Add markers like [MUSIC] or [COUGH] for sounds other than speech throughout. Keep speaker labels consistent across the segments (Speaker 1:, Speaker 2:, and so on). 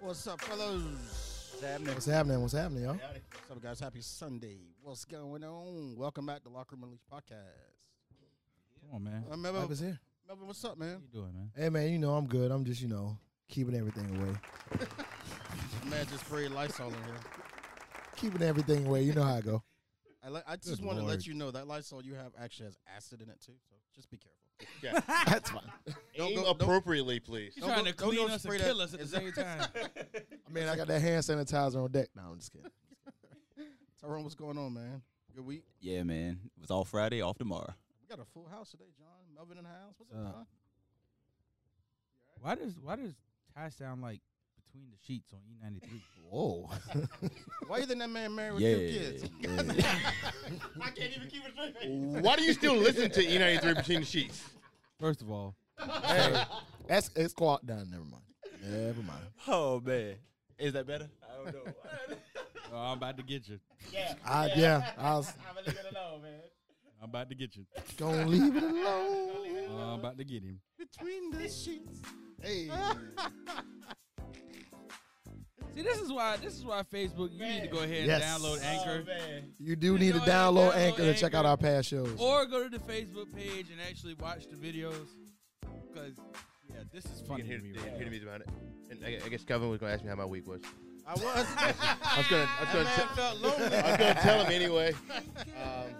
Speaker 1: What's up, fellas?
Speaker 2: What's happening?
Speaker 3: What's happening? What's happening, y'all?
Speaker 1: What's up, guys? Happy Sunday. What's going on? Welcome back to Locker Room Unleashed Podcast.
Speaker 2: Come on, man.
Speaker 1: Uh,
Speaker 3: Life
Speaker 1: Melvin,
Speaker 3: is here.
Speaker 1: Melvin, what's up,
Speaker 2: What
Speaker 1: man?
Speaker 2: you doing, man?
Speaker 3: Hey, man, you know I'm good. I'm just, you know, keeping everything away.
Speaker 1: My man just sprayed Lysol in here.
Speaker 3: Keeping everything away. You know how I go.
Speaker 1: I, li- I just
Speaker 2: Good
Speaker 1: want to
Speaker 2: Lord.
Speaker 1: let you know that Lysol you have actually has acid in it, too. So just be careful. [LAUGHS]
Speaker 3: That's fine.
Speaker 1: Don't
Speaker 4: Aim
Speaker 1: go- don't-
Speaker 4: appropriately, please.
Speaker 1: Don't trying go- to don't go clean us and spray that- kill us at the
Speaker 2: same time.
Speaker 3: I mean, I got that hand sanitizer on deck. No, I'm just kidding.
Speaker 1: [LAUGHS] Tyrone, what's going on, man? Good week.
Speaker 5: Yeah, man. It was all Friday, off tomorrow.
Speaker 1: We got a full house today, John. Melvin in the house. What's
Speaker 2: Uh,
Speaker 1: up, John?
Speaker 2: Why does why does Ty sound like between the sheets on E ninety three?
Speaker 3: Whoa.
Speaker 1: Why you think that man married with
Speaker 5: yeah,
Speaker 1: two kids? [LAUGHS]
Speaker 5: [LAUGHS] yeah.
Speaker 4: I can't even keep it
Speaker 6: [LAUGHS]
Speaker 4: straight. Why do you still listen to E93 Between the Sheets?
Speaker 2: First of all,
Speaker 3: That's it's squat down. Never mind. Never mind.
Speaker 5: oh man, is that better? I don't know.
Speaker 2: oh, I'm about to get you.
Speaker 3: I,
Speaker 6: [LAUGHS]
Speaker 3: yeah, I was
Speaker 2: I'm about to get you.
Speaker 3: gonna leave it alone.
Speaker 1: Uh,
Speaker 2: Oh, I'm about to get him.
Speaker 1: Between the sheets. [LAUGHS]
Speaker 3: Hey,
Speaker 2: See, this is why this is why Facebook. You need to go ahead and
Speaker 3: Yes.
Speaker 2: download
Speaker 6: Oh,
Speaker 2: Anchor,
Speaker 3: you do need
Speaker 2: Go
Speaker 3: to
Speaker 2: ahead,
Speaker 3: download
Speaker 2: download
Speaker 3: Anchor to check out
Speaker 2: Anchor.
Speaker 3: our past shows.
Speaker 1: Oh,
Speaker 2: or go to the Facebook page and actually watch the videos. Because yeah, this is
Speaker 4: You
Speaker 2: funny
Speaker 4: can hear,
Speaker 2: to me.
Speaker 4: you can
Speaker 2: Right
Speaker 4: hear the
Speaker 2: now.
Speaker 4: music behind it. And I, I guess Kevin was going to ask me how my week was.
Speaker 1: I
Speaker 3: [LAUGHS]
Speaker 1: was.
Speaker 4: I was going to I was gonna
Speaker 1: man
Speaker 4: te-
Speaker 1: felt lonely.
Speaker 4: I was gonna tell him anyway. Um,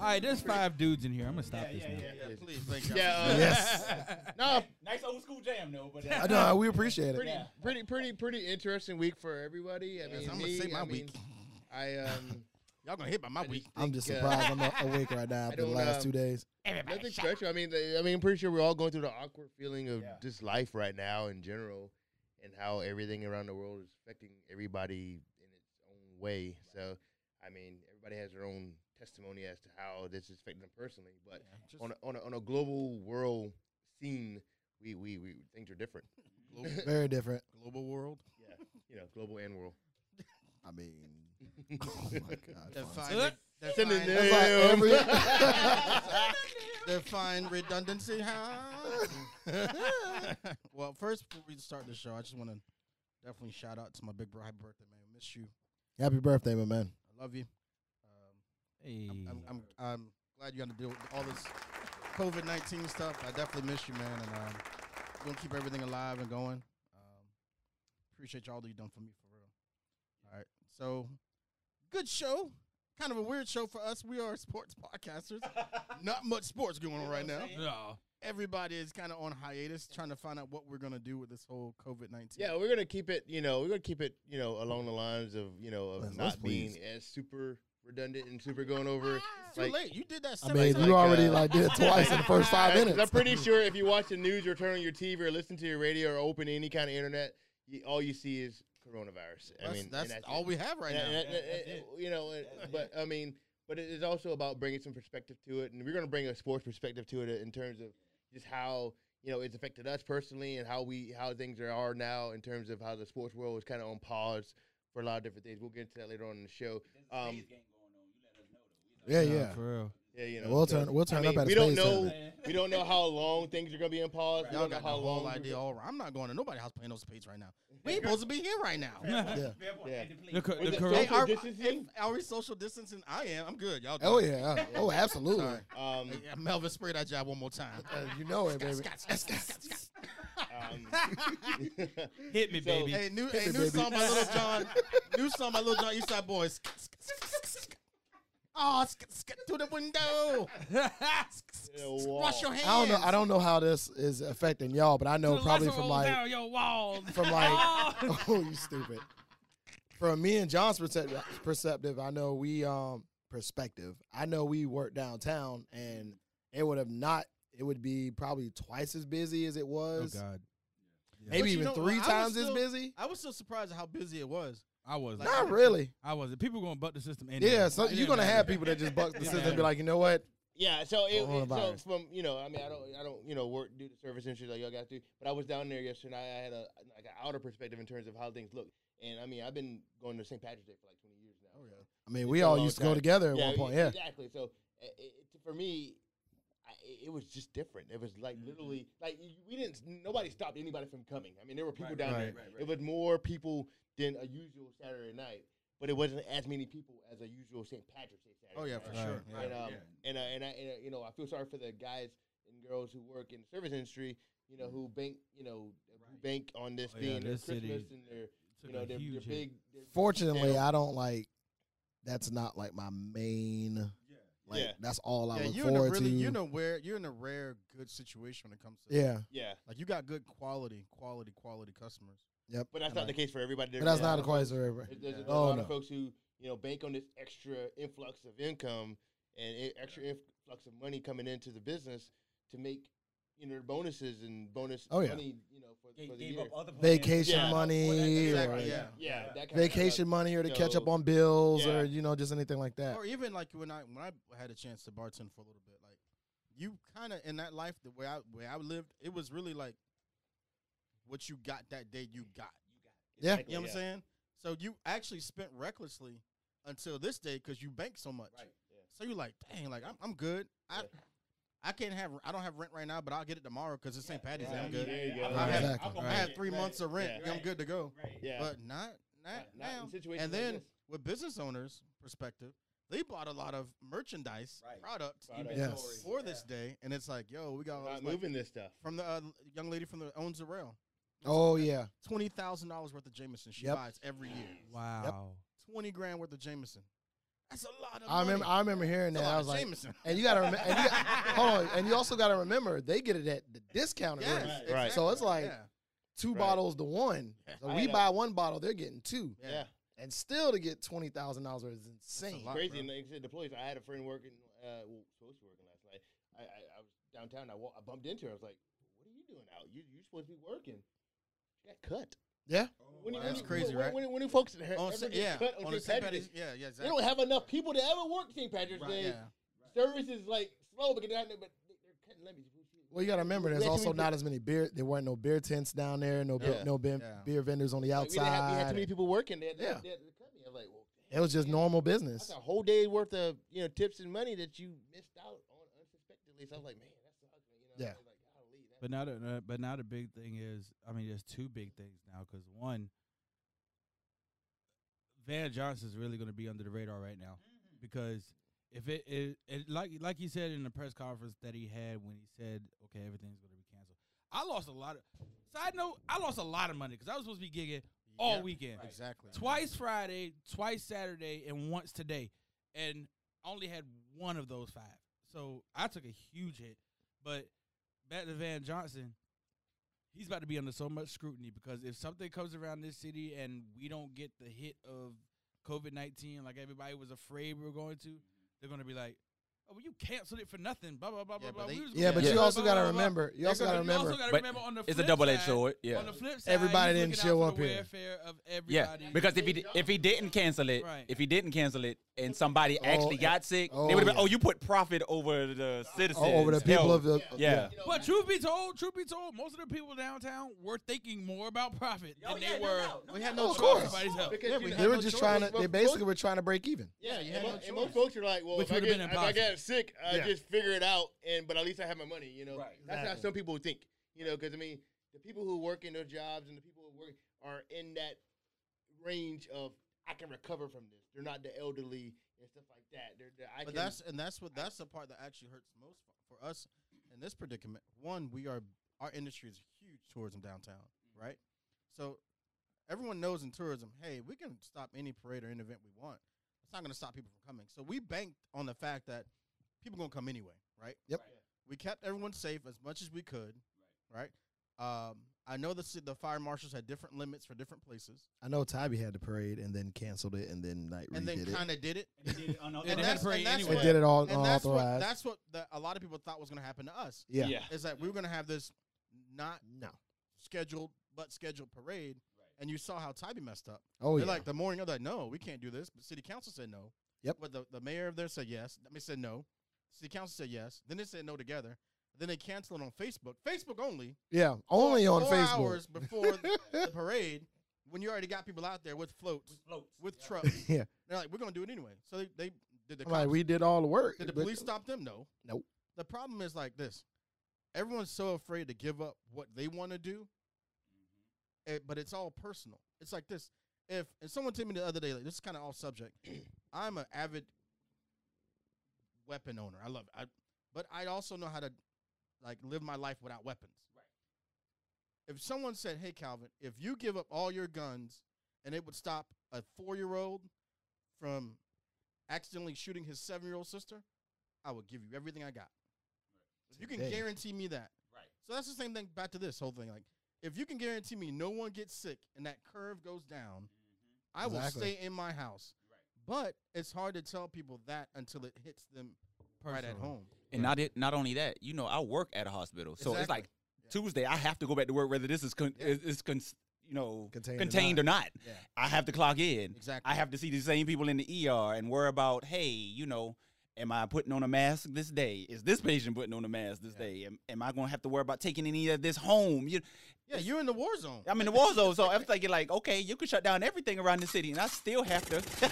Speaker 2: All right, there's five dudes in here. I'm gonna stop this now.
Speaker 1: Yeah, please, thank you.
Speaker 4: yeah, uh, [LAUGHS]
Speaker 3: Yes.
Speaker 4: no,
Speaker 6: Nice old school jam though, but uh, [LAUGHS]
Speaker 3: I know. We appreciate it.
Speaker 4: pretty, pretty, pretty, pretty interesting week for everybody. I mean,
Speaker 1: I'm gonna
Speaker 4: me,
Speaker 1: say my
Speaker 4: I mean,
Speaker 1: week.
Speaker 4: I um,
Speaker 1: Y'all gonna hit by my week.
Speaker 3: I'm just
Speaker 4: think, uh,
Speaker 3: surprised I'm a- awake right
Speaker 1: [LAUGHS]
Speaker 3: now after the
Speaker 4: don't,
Speaker 3: last
Speaker 4: um,
Speaker 3: two days.
Speaker 4: nothing special. I mean, the, I mean, I'm pretty sure we're all going through the awkward feeling of
Speaker 6: Yeah.
Speaker 4: just life right now in general, and how everything around the world is affecting everybody in its own way. So, I mean, everybody has their own testimony as to how this is affecting them personally, but
Speaker 1: Just
Speaker 4: on a, on a, on a global world scene, we we, we things are different.
Speaker 1: global,
Speaker 3: Very different.
Speaker 1: global world.
Speaker 4: You know, global and world.
Speaker 3: I mean, oh
Speaker 4: [LAUGHS]
Speaker 3: my god.
Speaker 1: That
Speaker 3: Fonz.
Speaker 1: fine, that fine,
Speaker 3: That's like every-
Speaker 1: [LAUGHS] that fine redundancy, huh? [LAUGHS] well, first before we start the show, I just want to definitely shout out to my big bro. Happy birthday, man! I miss you.
Speaker 3: Happy birthday, my man.
Speaker 1: I love you.
Speaker 2: Hey,
Speaker 1: Um, I'm, I'm, I'm, I'm glad you had to deal with all this COVID nineteen stuff. I definitely miss you, man, and um, we're gonna keep everything alive and going. Um, appreciate y'all that you done for me for real. All right, so good show. Kind of a weird show for us. We are sports
Speaker 4: [LAUGHS]
Speaker 1: podcasters. Not much sports going on right now.
Speaker 2: No.
Speaker 1: Everybody is kind of on hiatus, trying to find out what we're gonna do with this whole COVID nineteen.
Speaker 4: Yeah, we're gonna keep it. You know, we're gonna keep it. You know, along the lines of you know of
Speaker 3: Let's-
Speaker 4: not
Speaker 3: let's
Speaker 4: being
Speaker 3: please.
Speaker 4: as super redundant and super going over.
Speaker 1: Ah, too
Speaker 4: like-
Speaker 1: late. You did that.
Speaker 3: I
Speaker 1: Seven
Speaker 3: mean,
Speaker 1: times.
Speaker 3: you
Speaker 4: like,
Speaker 3: already
Speaker 4: uh,
Speaker 3: like did it twice in the
Speaker 4: [LAUGHS]
Speaker 3: first five
Speaker 4: I- 'cause
Speaker 3: minutes.
Speaker 4: I'm pretty sure if you watch the news or turn on your TV or listen to your radio or open any kind of internet, you, all you see is coronavirus. I
Speaker 1: that's,
Speaker 4: mean, and
Speaker 1: that's
Speaker 4: it.
Speaker 1: all we have right
Speaker 4: And-
Speaker 1: now.
Speaker 4: and-
Speaker 6: Yeah,
Speaker 4: and-
Speaker 6: that's
Speaker 4: you know, and- but I mean, but it is also about bringing some perspective to it, and we're going to bring a sports perspective to it in terms of just how you know it's affected us personally and how we how things are, are now in terms of how the sports world is kind of on pause for a lot of different things. We'll get into that later on in the show. Um,
Speaker 3: yeah, yeah.
Speaker 2: For real.
Speaker 4: yeah, you know,
Speaker 3: We'll
Speaker 4: so,
Speaker 3: turn. We'll
Speaker 4: I
Speaker 3: turn
Speaker 4: mean,
Speaker 3: up at
Speaker 4: we
Speaker 3: a
Speaker 4: don't
Speaker 3: space
Speaker 4: know.
Speaker 3: center.
Speaker 4: We don't know how long things are going to be on pause. We
Speaker 1: Y'all
Speaker 4: don't know
Speaker 1: got the
Speaker 4: how long.
Speaker 1: whole
Speaker 4: we're
Speaker 1: idea
Speaker 4: gonna-
Speaker 1: all wrong. I'm not going to nobody's house playing no spades
Speaker 3: [LAUGHS]
Speaker 1: right now. We ain't supposed to be here right now.
Speaker 3: Yeah.
Speaker 4: Yeah.
Speaker 2: The, co-
Speaker 4: Was
Speaker 2: the
Speaker 4: it
Speaker 2: cor-
Speaker 1: Hey,
Speaker 4: Social
Speaker 1: are,
Speaker 4: distancing?
Speaker 1: if- are we social distancing? I am. I'm good. Y'all.
Speaker 3: Oh
Speaker 1: done. [LAUGHS]
Speaker 3: yeah. Oh, absolutely.
Speaker 1: Sorry.
Speaker 4: Um,
Speaker 1: Yeah, Melvin, spray that job one more
Speaker 3: [LAUGHS]
Speaker 1: time.
Speaker 3: Uh, you know it, baby.
Speaker 1: Scat, scat, scat, scat, scat.
Speaker 3: [LAUGHS]
Speaker 4: um, [LAUGHS]
Speaker 2: hit me,
Speaker 4: so-
Speaker 2: baby.
Speaker 1: Hey, new, hey,
Speaker 3: me,
Speaker 1: new
Speaker 3: baby.
Speaker 1: song by Little
Speaker 3: [LAUGHS]
Speaker 1: John. New song by Little John Eastside Boys. Oh, scat, scat, to the window.
Speaker 2: [LAUGHS]
Speaker 4: the
Speaker 1: Wash your
Speaker 4: wall.
Speaker 1: hands.
Speaker 3: I don't know. I don't know how this is affecting y'all, but I know probably from like
Speaker 2: your walls.
Speaker 3: from like. [LAUGHS] oh, you stupid. From me and John's perceptive, perceptive, I know we um perspective. I know we work downtown, and it would have not. It would be probably twice as busy as it
Speaker 2: Oh
Speaker 3: was.
Speaker 2: God,
Speaker 1: But
Speaker 3: Maybe
Speaker 1: you
Speaker 3: even
Speaker 1: know, I
Speaker 3: three
Speaker 1: was
Speaker 3: times as
Speaker 1: still-
Speaker 3: busy.
Speaker 1: I was so surprised at how busy it was.
Speaker 2: I was.
Speaker 1: Like-
Speaker 3: Not really.
Speaker 2: I was. People going to butt the system. Anyway.
Speaker 3: Yeah, so
Speaker 2: It
Speaker 3: you're
Speaker 2: didn't
Speaker 3: gonna
Speaker 2: matter.
Speaker 3: have people that just buck the
Speaker 1: [LAUGHS]
Speaker 2: Yeah.
Speaker 3: system and be like, you know what?
Speaker 4: Yeah, so it, it- so
Speaker 3: Coronavirus.
Speaker 4: from you know, I mean, I don't, I don't, you know, work do the service industry like y'all guys do, but I was down there yesterday. and I, I had a like an outer perspective in terms of how things look, and I mean, I've been going to St. Patrick's Day for like twenty years now.
Speaker 1: Oh, yeah.
Speaker 4: so-
Speaker 3: I mean,
Speaker 4: It's
Speaker 3: we
Speaker 4: been a
Speaker 3: all
Speaker 4: long
Speaker 1: Oh,
Speaker 3: used to go
Speaker 4: time.
Speaker 3: together at one
Speaker 4: e-
Speaker 3: point. Yeah,
Speaker 4: exactly. So uh, it, it- for me, I, it- it was just different. It was like literally like y- we didn't nobody stopped anybody from coming. I mean, there were people down there. It was more people than a usual Saturday night, but it wasn't as many people as a usual St. Patrick's Day Saturday.
Speaker 1: Oh yeah,
Speaker 4: night.
Speaker 1: for
Speaker 2: Right.
Speaker 1: sure.
Speaker 2: Right.
Speaker 1: Yeah.
Speaker 4: And um, and uh, and I and, uh, you know I feel sorry for the guys and girls who work in the service industry. You know who bank you know who bank on this
Speaker 2: Oh, yeah,
Speaker 4: being their
Speaker 2: this
Speaker 4: Christmas
Speaker 2: city
Speaker 4: and their you know their, their big. Their
Speaker 3: Fortunately,
Speaker 4: Yeah.
Speaker 3: I don't like. That's not like my main. Like
Speaker 4: Yeah.
Speaker 3: that's all I
Speaker 1: Yeah,
Speaker 3: look
Speaker 1: you're in a
Speaker 3: forward
Speaker 1: really,
Speaker 3: to.
Speaker 1: you're in a rare, you're in a rare good situation when it comes to
Speaker 3: yeah,
Speaker 4: yeah,
Speaker 1: Like you got good quality, quality, quality customers.
Speaker 4: but that's not the case for everybody.
Speaker 3: but that's
Speaker 4: There's a
Speaker 3: not
Speaker 4: lot
Speaker 3: a
Speaker 4: of
Speaker 3: quite forever.
Speaker 4: There's, there's a
Speaker 3: Oh,
Speaker 4: lot
Speaker 3: no.
Speaker 4: of folks who you know bank on this extra influx of income and i- extra influx of money coming into the business to make you know their bonuses and bonus
Speaker 3: Oh, yeah.
Speaker 4: money you know for,
Speaker 6: Ga-
Speaker 4: for the
Speaker 6: gave
Speaker 4: year.
Speaker 6: up other plans.
Speaker 3: Vacation
Speaker 4: Yeah.
Speaker 3: money,
Speaker 1: Exactly,
Speaker 3: or
Speaker 1: yeah.
Speaker 4: yeah, that kind of
Speaker 3: vacation money, or to catch up
Speaker 4: So,
Speaker 3: on bills,
Speaker 4: yeah.
Speaker 3: or you know, just anything like that.
Speaker 1: Or even like when I when I had a chance to bartend for a little bit, like you kind of in that life the way I where I lived, it was really like what you got that day you got.
Speaker 3: Yeah.
Speaker 1: You know what I'm saying? So you actually spent recklessly until this day because you bank so much.
Speaker 4: Right. Yeah.
Speaker 1: So you're like, dang, like I'm, I'm good. I
Speaker 4: Yeah.
Speaker 1: I can't have I don't have rent right now, but I'll get it tomorrow because it's St. Patty's Day. I'm
Speaker 4: Yeah,
Speaker 1: good.
Speaker 4: there you go.
Speaker 1: I had-
Speaker 3: Exactly.
Speaker 1: I had three months of rent.
Speaker 4: Yeah.
Speaker 1: I'm good to go.
Speaker 4: Yeah.
Speaker 1: But not not,
Speaker 4: Not- not in
Speaker 1: now.
Speaker 4: situations
Speaker 1: and
Speaker 4: like
Speaker 1: then
Speaker 4: this.
Speaker 1: with business owners' perspective, they bought a lot of merchandise
Speaker 6: Right.
Speaker 1: product
Speaker 4: Product.
Speaker 3: Yes.
Speaker 1: for this day, and it's like, yo, we got all
Speaker 4: Not
Speaker 1: this, like,
Speaker 4: uh, moving this stuff.
Speaker 1: from the uh, young lady from the owns the rail.
Speaker 3: Oh yeah,
Speaker 1: Twenty thousand dollars worth of Jameson she
Speaker 3: Yep.
Speaker 1: buys every year.
Speaker 2: Wow.
Speaker 1: Twenty grand worth of Jameson. That's a lot of.
Speaker 3: I remember.
Speaker 1: money.
Speaker 3: I remember hearing
Speaker 1: That's a
Speaker 3: that.
Speaker 1: lot
Speaker 3: I
Speaker 1: of
Speaker 3: was like,
Speaker 1: Jameson.
Speaker 3: and you gotta remember. And
Speaker 1: [LAUGHS]
Speaker 3: you, hold on, and you also gotta remember they get it at the discounted
Speaker 1: Yes,
Speaker 3: rate.
Speaker 4: Right.
Speaker 1: exactly.
Speaker 3: So it's like-
Speaker 1: Yeah.
Speaker 3: Two
Speaker 4: Right.
Speaker 3: bottles to one. So
Speaker 4: I
Speaker 3: we
Speaker 4: had a-
Speaker 3: buy one bottle, they're getting two,
Speaker 1: Yeah.
Speaker 4: Yeah.
Speaker 3: and still to get twenty thousand dollars is
Speaker 1: a
Speaker 3: insane.
Speaker 1: lot.
Speaker 4: crazy.
Speaker 1: bro.
Speaker 4: And like I said, the police. I had a friend working, uh, well, supposed to be working last night. I, I, I was downtown. I, wa- I bumped into her. I was like, "What are you doing out? You you supposed to be working? You got cut.
Speaker 3: Yeah.
Speaker 4: Oh, When you- when
Speaker 1: Oh, That's
Speaker 4: you-
Speaker 1: crazy,
Speaker 4: when,
Speaker 1: right?
Speaker 4: When, when do folks that have-
Speaker 1: On,
Speaker 4: ever
Speaker 1: Sa-
Speaker 4: get
Speaker 1: yeah.
Speaker 4: cut on,
Speaker 1: on a
Speaker 4: St.
Speaker 1: St.
Speaker 4: Patrick's?
Speaker 1: Patty's. Yeah. Yeah.
Speaker 4: They
Speaker 1: Exactly.
Speaker 4: don't have enough people to ever work St. Patrick's
Speaker 6: Right.
Speaker 4: Day.
Speaker 1: yeah.
Speaker 4: Service is like slow, but they're, but they're cutting lemons.
Speaker 3: Well, you gotta remember, there's
Speaker 4: Let me
Speaker 3: also
Speaker 4: put-
Speaker 3: not as many beer. There weren't no beer tents down there. No, beer,
Speaker 4: Yeah.
Speaker 3: no beer,
Speaker 1: Yeah.
Speaker 3: beer vendors on the
Speaker 4: Like, we, didn't have, we had
Speaker 3: outside.
Speaker 4: too many people working. They had,
Speaker 3: Yeah.
Speaker 4: they had to cut me. I was like, well,
Speaker 3: it was just
Speaker 4: damn.
Speaker 3: normal business.
Speaker 4: That's a whole day's worth of you know tips and money that you missed out on unsuspectedly. So I was like, man, that's sucks. man. You know,
Speaker 3: Yeah.
Speaker 4: I was like, golly, that-
Speaker 2: But now, the, uh, but now the big thing is, I mean, there's two big things now because one, Van Johnson's really going to be under the radar right now because if it, it, it like like he said in the press conference that he had when he said, okay, everything's going to be canceled. I lost a lot of. Side note, I lost a lot of money because I was supposed to be gigging all
Speaker 1: Yeah,
Speaker 2: weekend,
Speaker 1: Exactly.
Speaker 2: twice Friday, twice Saturday, and once today, and I only had one of those five. So I took a huge hit. But back to Van Johnson, he's about to be under so much scrutiny because if something comes around this city and we don't get the hit of COVID nineteen, like everybody was afraid we were going to, they're going to be like, "Oh, well, you canceled it for nothing." Blah blah blah
Speaker 1: Yeah,
Speaker 2: blah
Speaker 1: but
Speaker 2: blah.
Speaker 1: they-
Speaker 2: We was
Speaker 3: yeah,
Speaker 2: gonna
Speaker 3: but
Speaker 2: do
Speaker 3: you
Speaker 2: it,
Speaker 3: also
Speaker 2: blah,
Speaker 3: gotta
Speaker 2: blah, blah."
Speaker 3: remember. You
Speaker 2: They're
Speaker 3: also
Speaker 2: gonna-
Speaker 3: gotta
Speaker 2: you
Speaker 3: remember.
Speaker 2: also gotta
Speaker 5: But
Speaker 2: remember on the
Speaker 5: It's a
Speaker 2: flip
Speaker 5: double edged
Speaker 2: side-
Speaker 5: sword. Yeah.
Speaker 2: on the flip side,
Speaker 3: Everybody
Speaker 2: he's
Speaker 3: didn't
Speaker 2: looking
Speaker 3: show
Speaker 2: out for
Speaker 3: up
Speaker 2: the
Speaker 3: here.
Speaker 2: Welfare of
Speaker 5: Yeah,
Speaker 2: everybody.
Speaker 5: because if he di- if he didn't cancel it,
Speaker 2: Right.
Speaker 5: if he didn't cancel it, and somebody
Speaker 3: Oh,
Speaker 5: actually
Speaker 3: eh,
Speaker 5: got sick,
Speaker 3: oh,
Speaker 5: they would have
Speaker 3: yeah.
Speaker 5: been, oh, you put profit over the citizens,
Speaker 3: Oh, over the people
Speaker 5: No.
Speaker 3: of the
Speaker 5: yeah.
Speaker 4: You know,
Speaker 2: But truth be told, truth be told, most of the people downtown were thinking more about profit
Speaker 6: Oh,
Speaker 2: than they were.
Speaker 1: We had
Speaker 3: no
Speaker 1: no
Speaker 3: of course.
Speaker 1: choice.
Speaker 2: Everybody's help.
Speaker 4: because
Speaker 1: Yeah,
Speaker 4: you
Speaker 1: we
Speaker 4: know-
Speaker 3: They
Speaker 1: had
Speaker 3: were
Speaker 1: no
Speaker 3: just
Speaker 1: choice.
Speaker 3: trying to.
Speaker 4: Well,
Speaker 3: They basically were trying to break even.
Speaker 4: Yeah,
Speaker 1: you
Speaker 4: and
Speaker 1: had
Speaker 4: mo-
Speaker 1: no
Speaker 4: and most
Speaker 1: choice.
Speaker 4: folks are like, well,
Speaker 2: Which
Speaker 4: if I,
Speaker 2: would've
Speaker 4: get,
Speaker 2: been
Speaker 4: if I
Speaker 2: impossible.
Speaker 4: get sick, I
Speaker 3: Yeah.
Speaker 4: just figure it out, and but at least I have my money. You know,
Speaker 6: Right.
Speaker 4: that's how
Speaker 3: Exactly.
Speaker 4: some people think. You know, because I mean, the people who work in their jobs and the people who work are in that range of I can recover from this. They're not the elderly and stuff like that. They're, they're I
Speaker 1: But
Speaker 4: can,
Speaker 1: that's and that's what that's the part that actually hurts most for, for us in this predicament. One, we are our industry is huge tourism downtown, right? So everyone knows in tourism, hey, we can stop any parade or any event we want. It's not going to stop people from coming. So we banked on the fact that people going to come anyway, right?
Speaker 3: Yep.
Speaker 4: Right.
Speaker 1: We kept everyone safe as much as we could, right? Um, I know the ci- the fire marshals had different limits for different places,
Speaker 3: I know Tybee had the parade and then canceled it and then like
Speaker 1: and then
Speaker 3: redid it.
Speaker 1: kind of did it.
Speaker 2: they had
Speaker 1: And
Speaker 2: a
Speaker 1: that's,
Speaker 2: parade
Speaker 1: and that's
Speaker 2: anyway.
Speaker 1: what,
Speaker 3: It did it all
Speaker 1: and that's what
Speaker 3: unauthorized.
Speaker 1: that's what the, a lot of people thought was going to happen to us.
Speaker 3: yeah.
Speaker 1: Is that we were going to have this not
Speaker 3: No.
Speaker 1: scheduled but scheduled parade, and you saw how Tybee messed up.
Speaker 3: Oh yeah.
Speaker 1: They're like the morning of that. No, we can't do this. But city council said no.
Speaker 3: Yep.
Speaker 1: But the, the mayor of there said yes. I mean said no. City council said yes. Then they said no together. Then they canceled it on Facebook. Facebook only.
Speaker 3: yeah. Only
Speaker 1: Four-
Speaker 3: on
Speaker 1: four
Speaker 3: Facebook.
Speaker 1: hours before the parade, when you already got people out there with floats, with trucks.
Speaker 3: [LAUGHS] Yeah.
Speaker 1: They're like, we're gonna do it anyway. So they, they did the
Speaker 3: I'm like
Speaker 1: cops-
Speaker 3: we did all the work.
Speaker 1: did the
Speaker 3: but-
Speaker 1: police stop them? No.
Speaker 3: Nope.
Speaker 1: the problem is like this: everyone's so afraid to give up what they want to do, eh, but it's all personal. It's like this: if and someone told me the other day, like this is kind of off
Speaker 3: [CLEARS THROAT]
Speaker 1: subject. I'm an avid weapon owner. I love it. I, but I also know how to like live my life without weapons. Right. If someone said, "Hey Calvin, if you give up all your guns and it would stop a 4-year-old from accidentally shooting his 7-year-old sister, I would give you everything I got." If you can
Speaker 3: Today.
Speaker 1: guarantee me that.
Speaker 6: Right.
Speaker 1: So that's the same thing back to this whole thing like if you can guarantee me no one gets sick and that curve goes down, I will
Speaker 3: Exactly.
Speaker 1: stay in my house.
Speaker 6: Mm-hmm. Right.
Speaker 1: But it's hard to tell people that until it hits them right at
Speaker 2: Personally.
Speaker 1: home.
Speaker 5: And not it, not only that, you know, I work at a hospital, so it's like
Speaker 1: Exactly.
Speaker 5: Tuesday I have to go back to work, whether this is con- is, is con- you know
Speaker 3: Contained
Speaker 5: contained,
Speaker 3: or
Speaker 5: or not.
Speaker 1: Yeah.
Speaker 5: I have to clock in.
Speaker 1: Exactly.
Speaker 5: I have to see the same people in the ER and worry about, hey, you know, am I putting on a mask this day? Is this patient putting on a mask this day? Am, am I going to have to worry about taking any of this home? You,
Speaker 1: Yeah, you're in the war zone.
Speaker 5: I'm in the war zone, so I'm thinking like, okay, you can shut down everything around the city, and I still have to,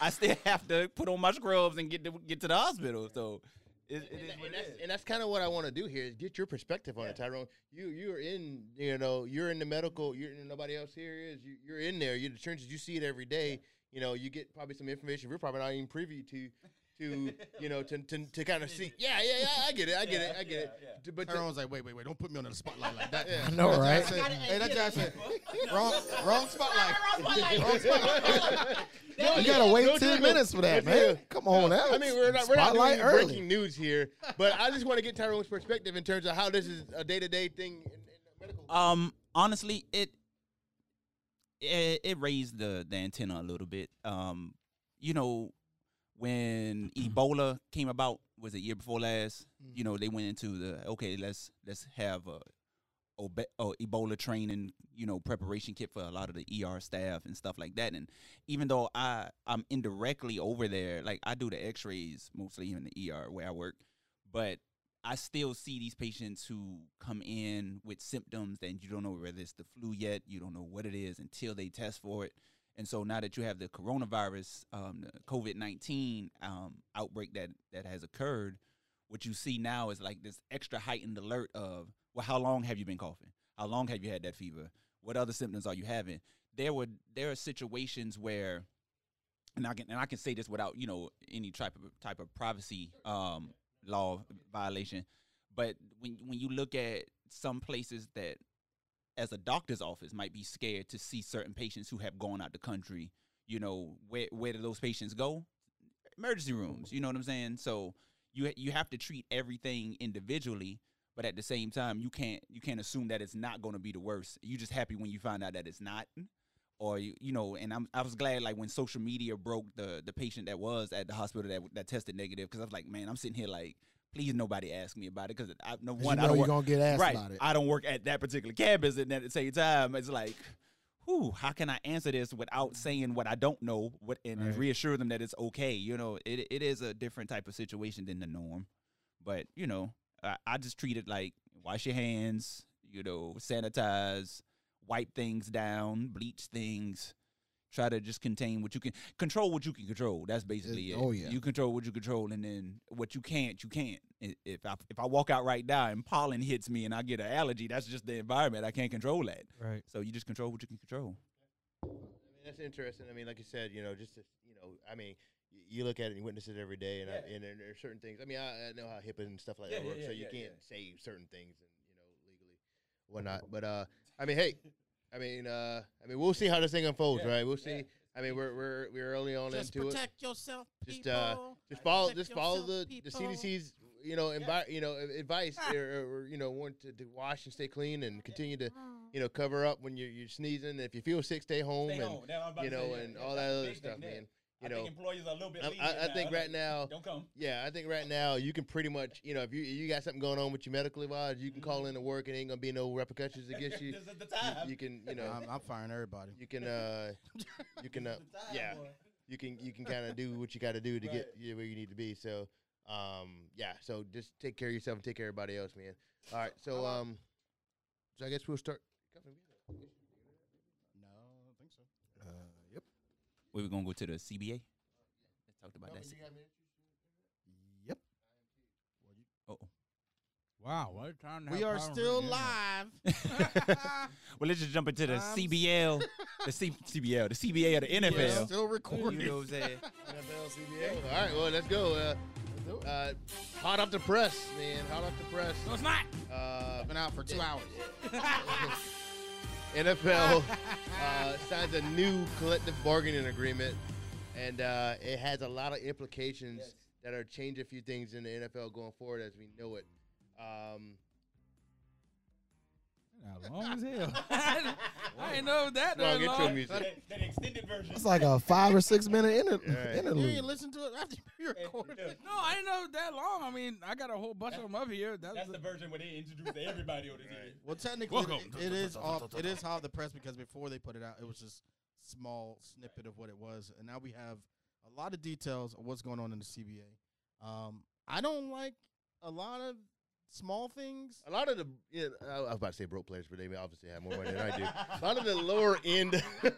Speaker 5: [LAUGHS] I still have to put on my scrubs and get to get to the hospital. So, it, it is
Speaker 4: And, tha-
Speaker 5: what
Speaker 4: and
Speaker 5: it
Speaker 4: that's,
Speaker 5: is.
Speaker 4: and that's kind of what I want to do here is get your perspective on it, Tyrone. You you're in, you know, you're in the medical. You're nobody else here is. You, you're in there. You're the trenches. You see it every day. You know, you get probably some information we're probably not even privy to. To you know, to to, to kind of see. Yeah, yeah, yeah. I get it. I get it. I get it. D- But to-
Speaker 1: Tyrone's like, wait, wait, wait, don't put me on the spotlight like that.
Speaker 4: Yeah.
Speaker 3: I know,
Speaker 1: That's
Speaker 3: right?
Speaker 1: what I said. Hey, that's what I said. Wrong, wrong spotlight. Wrong spotlight. [LAUGHS]
Speaker 4: [LAUGHS]
Speaker 3: You gotta wait
Speaker 4: Don't do
Speaker 3: ten
Speaker 4: it.
Speaker 3: minutes for that,
Speaker 4: Don't do
Speaker 3: man.
Speaker 4: it.
Speaker 3: Come on now.
Speaker 4: I mean, we're not, we're not doing
Speaker 3: spotlight
Speaker 4: any
Speaker 3: early.
Speaker 4: breaking news here, but I just want to get Tyrone's perspective in terms of how this is a day to day thing in, in the medical.
Speaker 5: Um, honestly, it it, it raised the, the antenna a little bit. Um, you know, when Ebola came about, was it year before last? You know, they went into the okay, let's let's have a obe- uh, Ebola training, you know, preparation kit for a lot of the ER staff and stuff like that. And even though I I'm indirectly over there, like I do the X-rays mostly in the ER where I work, but I still see these patients who come in with symptoms and you don't know whether it's the flu yet, you don't know what it is until they test for it. And so now that you have the coronavirus, um, the COVID nineteen um, outbreak that that has occurred, what you see now is like this extra heightened alert of, well, how long have you been coughing? How long have you had that fever? What other symptoms are you having? There were there are situations where, and I can and I can say this without you know any type of type of privacy um, law violation, but when when you look at some places that as a doctor's office might be scared to see certain patients who have gone out the country. You know, where where do those patients go? Emergency rooms. You know what I'm saying? So you ha- you have to treat everything individually, but at the same time, you can't you can't assume that it's not going to be the worst. You just happy when you find out that it's not, or you you know. And I'm I was glad like when social media broke the the patient that was at the hospital that that tested negative because I was like, man, I'm sitting here like, please nobody ask me about it because I no
Speaker 3: 'Cause
Speaker 5: one
Speaker 3: you
Speaker 5: I
Speaker 3: know
Speaker 5: don't
Speaker 3: you're
Speaker 5: work-
Speaker 3: gonna get asked
Speaker 5: right.
Speaker 3: about it.
Speaker 5: I don't work at that particular campus, and at the same time, it's like, whew, how can I answer this without saying what I don't know, what and
Speaker 1: Right.
Speaker 5: reassure them that it's okay? You know, it it is a different type of situation than the norm, but you know, I, I just treat it like wash your hands, you know, sanitize, wipe things down, bleach things. Try to just contain what you can control. What you can control. That's basically it.
Speaker 3: oh, yeah.
Speaker 5: you control what you control, and then what you can't, you can't. I- If I if I walk out right now and pollen hits me and I get an allergy, that's just the environment. I can't control that.
Speaker 2: Right.
Speaker 5: So you just control what you can control.
Speaker 4: I mean, that's interesting. I mean, like you said, you know, just to, you know, I mean, y- you look at it and you witness it every day, and, I, and there there are certain things. I mean, I, I know how HIPAA and stuff like
Speaker 6: Yeah,
Speaker 4: that
Speaker 6: yeah,
Speaker 4: works,
Speaker 6: yeah,
Speaker 4: so you
Speaker 6: yeah,
Speaker 4: can't say certain things and you know legally, whatnot. But uh, I mean, hey, I mean, uh, I mean, we'll see how this thing unfolds, right? We'll see. I mean, we're we're we're early on
Speaker 1: Just
Speaker 4: into it.
Speaker 1: protect yourself,
Speaker 4: Just,
Speaker 1: people.
Speaker 4: uh, Just follow,
Speaker 1: Protect
Speaker 4: just follow the,
Speaker 1: yourself,
Speaker 4: the
Speaker 1: people.
Speaker 4: CDC's, you know, envi- you know, a- advice or, or, or, you know, want to, to wash and stay clean and continue to, you know, cover up when you're, you're sneezing. If you feel sick, stay home and you know, and all that other stuff, man. You
Speaker 6: I think
Speaker 4: know,
Speaker 6: employees are a little bit.
Speaker 4: I,
Speaker 6: lenient
Speaker 4: I, I think
Speaker 6: now.
Speaker 4: right now,
Speaker 6: Don't
Speaker 4: [LAUGHS]
Speaker 6: come.
Speaker 4: yeah, I think right now you can pretty much, you know, if you you got something going on with you medically wise, you can call in to work and ain't gonna be no repercussions
Speaker 6: [LAUGHS]
Speaker 4: against you.
Speaker 6: this is the
Speaker 4: You,
Speaker 6: time.
Speaker 4: you can, you know,
Speaker 1: I'm, I'm firing everybody.
Speaker 4: you can, uh, you can,
Speaker 6: The
Speaker 4: uh,
Speaker 6: time,
Speaker 4: yeah,
Speaker 6: boy.
Speaker 4: you can, you can kind of do what you got to do to get
Speaker 6: Right.
Speaker 4: you where you need to be. So, um, yeah, so just take care of yourself and take care of everybody else, man. All right, so, um, so I guess we'll start.
Speaker 1: No, I don't think so.
Speaker 5: We were gonna go to the CBA. Let's talk about that.
Speaker 1: Yep. Well, you,
Speaker 2: Wow, what a time to
Speaker 1: We
Speaker 2: have
Speaker 1: are
Speaker 2: Power
Speaker 1: still
Speaker 2: Rangers, isn't
Speaker 1: live.
Speaker 2: it?
Speaker 5: [LAUGHS] well, let's just jump into the
Speaker 1: I'm s-
Speaker 5: CBL, the C- CBL, the CBA of the
Speaker 1: We're
Speaker 5: NFL.
Speaker 1: still
Speaker 5: You know
Speaker 1: recording.
Speaker 5: what I'm saying?
Speaker 3: NFL,
Speaker 4: Yeah,
Speaker 3: CBA.
Speaker 4: well, all right, well, let's go.
Speaker 3: Let's do
Speaker 4: Uh,
Speaker 3: it.
Speaker 4: uh, hot off the press, man. Hot off the press.
Speaker 2: no, it's not.
Speaker 4: Uh,
Speaker 1: [LAUGHS]
Speaker 4: [LAUGHS]
Speaker 1: Been out for two hours.
Speaker 4: NFL uh, signs a new collective bargaining agreement, and uh, it has a lot of implications that are change a few things in the NFL going forward as we know it. Um,
Speaker 2: Nah, long as hell. [LAUGHS]
Speaker 4: [LAUGHS]
Speaker 2: I ain't know that.
Speaker 4: come on,
Speaker 2: Long,
Speaker 4: get your music.
Speaker 6: That, that extended version.
Speaker 3: It's like a five or six minute
Speaker 1: [LAUGHS]
Speaker 3: inter-
Speaker 4: Yeah.
Speaker 1: You ain't
Speaker 3: interlude.
Speaker 1: listen to it after you
Speaker 6: Hey,
Speaker 1: recorded.
Speaker 6: look,
Speaker 2: No, I didn't know that long. I mean, I got a whole bunch of them up here. That's, [LAUGHS]
Speaker 6: That's
Speaker 2: the,
Speaker 6: the version where they introduce everybody on the team.
Speaker 4: [LAUGHS]
Speaker 1: Well, technically,
Speaker 2: Welcome
Speaker 1: it- it is off. It is hot off the press because before they put it out, it was just small snippet of what it was, and now we have a lot of details of what's going on in the CBA. Um, I don't like a lot of small things.
Speaker 4: A lot of the, yeah, I was about to say broke players, but they obviously have more money than I do. A lot of the lower end, [LAUGHS] a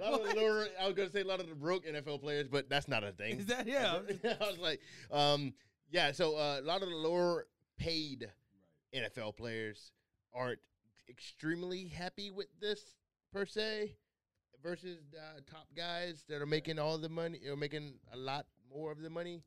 Speaker 4: lot of the lower, I was going to say a lot of the broke NFL players, but that's not a thing.
Speaker 2: is that yeah.
Speaker 4: [LAUGHS] I was like, um, yeah. So uh, a lot of the lower paid NFL players aren't extremely happy with this per se, versus the top guys that are making all the money or making a lot more of the money.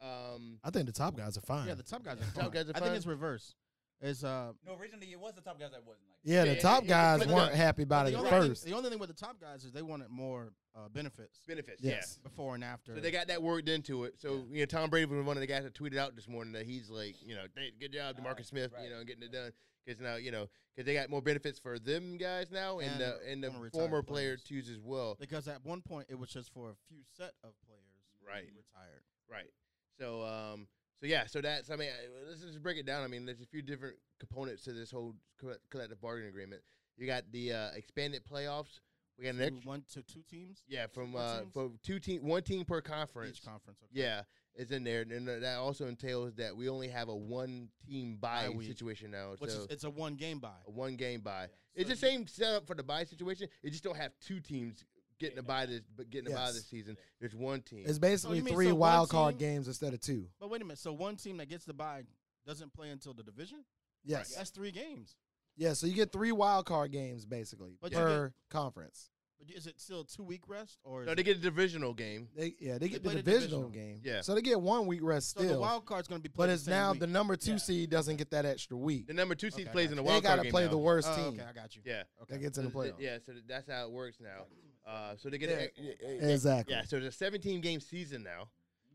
Speaker 4: Um,
Speaker 3: I think the top guys are fine.
Speaker 1: Yeah, the top guys are
Speaker 4: Top
Speaker 1: fine.
Speaker 4: guys are
Speaker 1: I
Speaker 4: fine?
Speaker 1: think it's reverse. It's uh,
Speaker 6: No, originally it was the top guys that wasn't like.
Speaker 3: Yeah, the
Speaker 4: Yeah,
Speaker 3: top
Speaker 4: it- it
Speaker 3: guys
Speaker 4: flipped
Speaker 3: weren't
Speaker 4: up.
Speaker 3: happy about
Speaker 1: the
Speaker 3: it at
Speaker 1: only, thing,
Speaker 3: first.
Speaker 1: the only thing with the top guys is they wanted more uh, benefits
Speaker 4: benefits,
Speaker 3: Yes.
Speaker 1: before and after.
Speaker 4: yeah. So they got that worked into it. So you know, Tom Brady was one of the guys that tweeted out this morning that he's like, you know, "Hey, good
Speaker 1: Ah,
Speaker 4: job, Demarcus Smith, you
Speaker 6: right.
Speaker 4: know, getting it done. Because now, you know, because they got more benefits for them guys now, and,
Speaker 1: And
Speaker 4: the and the
Speaker 1: former retired
Speaker 4: former player
Speaker 1: players.
Speaker 4: too as well.
Speaker 1: because at one point it was just for a few set of players. who
Speaker 4: Right.
Speaker 1: Retired.
Speaker 4: Right. So, um, so yeah, so that's, I mean, I- let's just break it down. I mean, there's a few different components to this whole co- collective bargaining agreement. You got the uh, expanded playoffs. We got an
Speaker 1: Next
Speaker 4: extra,
Speaker 1: one to two teams
Speaker 4: yeah, from
Speaker 1: Four
Speaker 4: uh,
Speaker 1: teams?
Speaker 4: from two team, one team per conference.
Speaker 1: each conference. okay.
Speaker 4: Yeah, it's in there, and then that also entails that we only have a one team
Speaker 1: Bye
Speaker 4: buy
Speaker 1: week.
Speaker 4: situation now.
Speaker 1: which
Speaker 4: so
Speaker 1: is it's a one game buy.
Speaker 4: a one game buy.
Speaker 1: Yeah,
Speaker 4: It's
Speaker 1: so
Speaker 4: the same setup for the buy situation. It just don't have two teams getting a buy this, but getting a buy
Speaker 3: Yes.
Speaker 4: this season. There's one team.
Speaker 3: It's basically
Speaker 1: Oh, mean
Speaker 3: three
Speaker 1: so one
Speaker 3: wild card
Speaker 1: team-
Speaker 3: games instead of two.
Speaker 1: But wait a minute. So one team that gets the buy doesn't play until the division.
Speaker 3: Yes.
Speaker 1: That's three games.
Speaker 3: Yeah, so you get three wild card games basically
Speaker 1: But you
Speaker 3: per conference.
Speaker 1: But is it still two week rest or? is
Speaker 4: no, they
Speaker 1: it-
Speaker 4: get a divisional game.
Speaker 3: They yeah, they get
Speaker 1: play
Speaker 3: the
Speaker 1: the
Speaker 3: divisional,
Speaker 1: divisional.
Speaker 3: game.
Speaker 4: Yeah.
Speaker 3: So they get one week rest
Speaker 1: so the
Speaker 3: still.
Speaker 1: wild card's going to be.
Speaker 3: but
Speaker 1: played
Speaker 3: it's
Speaker 1: the same
Speaker 3: now
Speaker 1: week.
Speaker 3: the number two seed doesn't get that extra week.
Speaker 4: The number two seed
Speaker 1: Okay, I
Speaker 4: plays in the
Speaker 1: got
Speaker 3: They
Speaker 4: wild
Speaker 3: got
Speaker 4: card
Speaker 3: to
Speaker 4: game
Speaker 3: play
Speaker 4: now.
Speaker 3: the worst
Speaker 1: Oh,
Speaker 3: team
Speaker 1: okay, I got you.
Speaker 4: Yeah.
Speaker 1: Okay.
Speaker 3: that gets in the
Speaker 4: So th-
Speaker 3: playoffs.
Speaker 4: Yeah, so th- that's how it works now. Uh, so they get
Speaker 3: Yeah.
Speaker 4: a,
Speaker 3: Exactly.
Speaker 4: yeah. So there's a 17 game season now.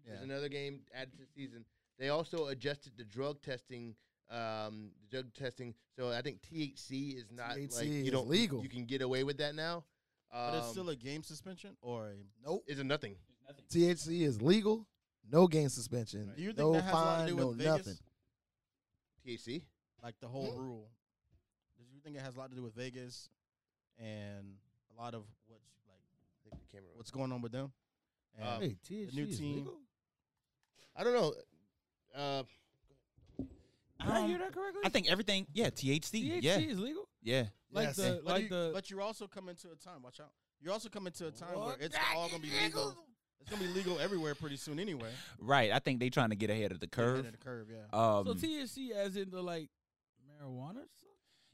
Speaker 4: There's
Speaker 1: Yeah.
Speaker 4: another game added to the season. They also adjusted the drug testing. Um, the drug testing. So I think THC is not
Speaker 3: THC
Speaker 4: like you
Speaker 3: is
Speaker 4: don't
Speaker 3: legal.
Speaker 4: You can get away with that now. Um,
Speaker 1: But it's still a game suspension or a.
Speaker 3: Nope.
Speaker 4: it's a nothing.
Speaker 6: Nothing.
Speaker 3: THC is legal. No game suspension.
Speaker 1: Do you think
Speaker 3: no
Speaker 1: that has a lot to
Speaker 3: fine.
Speaker 1: do
Speaker 3: No
Speaker 1: with Vegas?
Speaker 3: nothing.
Speaker 1: [LAUGHS]
Speaker 4: THC.
Speaker 1: Like the whole rule. Do you think it has a lot to do with Vegas and a lot of what's like
Speaker 4: I think the camera.
Speaker 1: what's going on with them? And
Speaker 5: Uh,
Speaker 4: Um,
Speaker 2: Hey,
Speaker 1: the new
Speaker 2: THC is
Speaker 1: team.
Speaker 2: legal?
Speaker 4: I don't know. Uh,
Speaker 2: Did I hear
Speaker 5: Um,
Speaker 2: that correctly?
Speaker 5: I think everything. Yeah, THC.
Speaker 2: THC
Speaker 5: Yeah,
Speaker 2: is legal.
Speaker 5: yeah.
Speaker 2: Like
Speaker 3: Yes.
Speaker 2: the
Speaker 1: But,
Speaker 2: like
Speaker 1: you,
Speaker 2: the
Speaker 1: but you also come into a time. Watch out. You also come into a time
Speaker 2: What?
Speaker 1: where it's all gonna be legal. It's gonna be legal everywhere pretty soon anyway.
Speaker 5: Right. I think they trying to get ahead of the
Speaker 1: Get ahead
Speaker 5: curve.
Speaker 1: of the curve, yeah.
Speaker 5: Um,
Speaker 2: so THC as in the like marijuana. or something?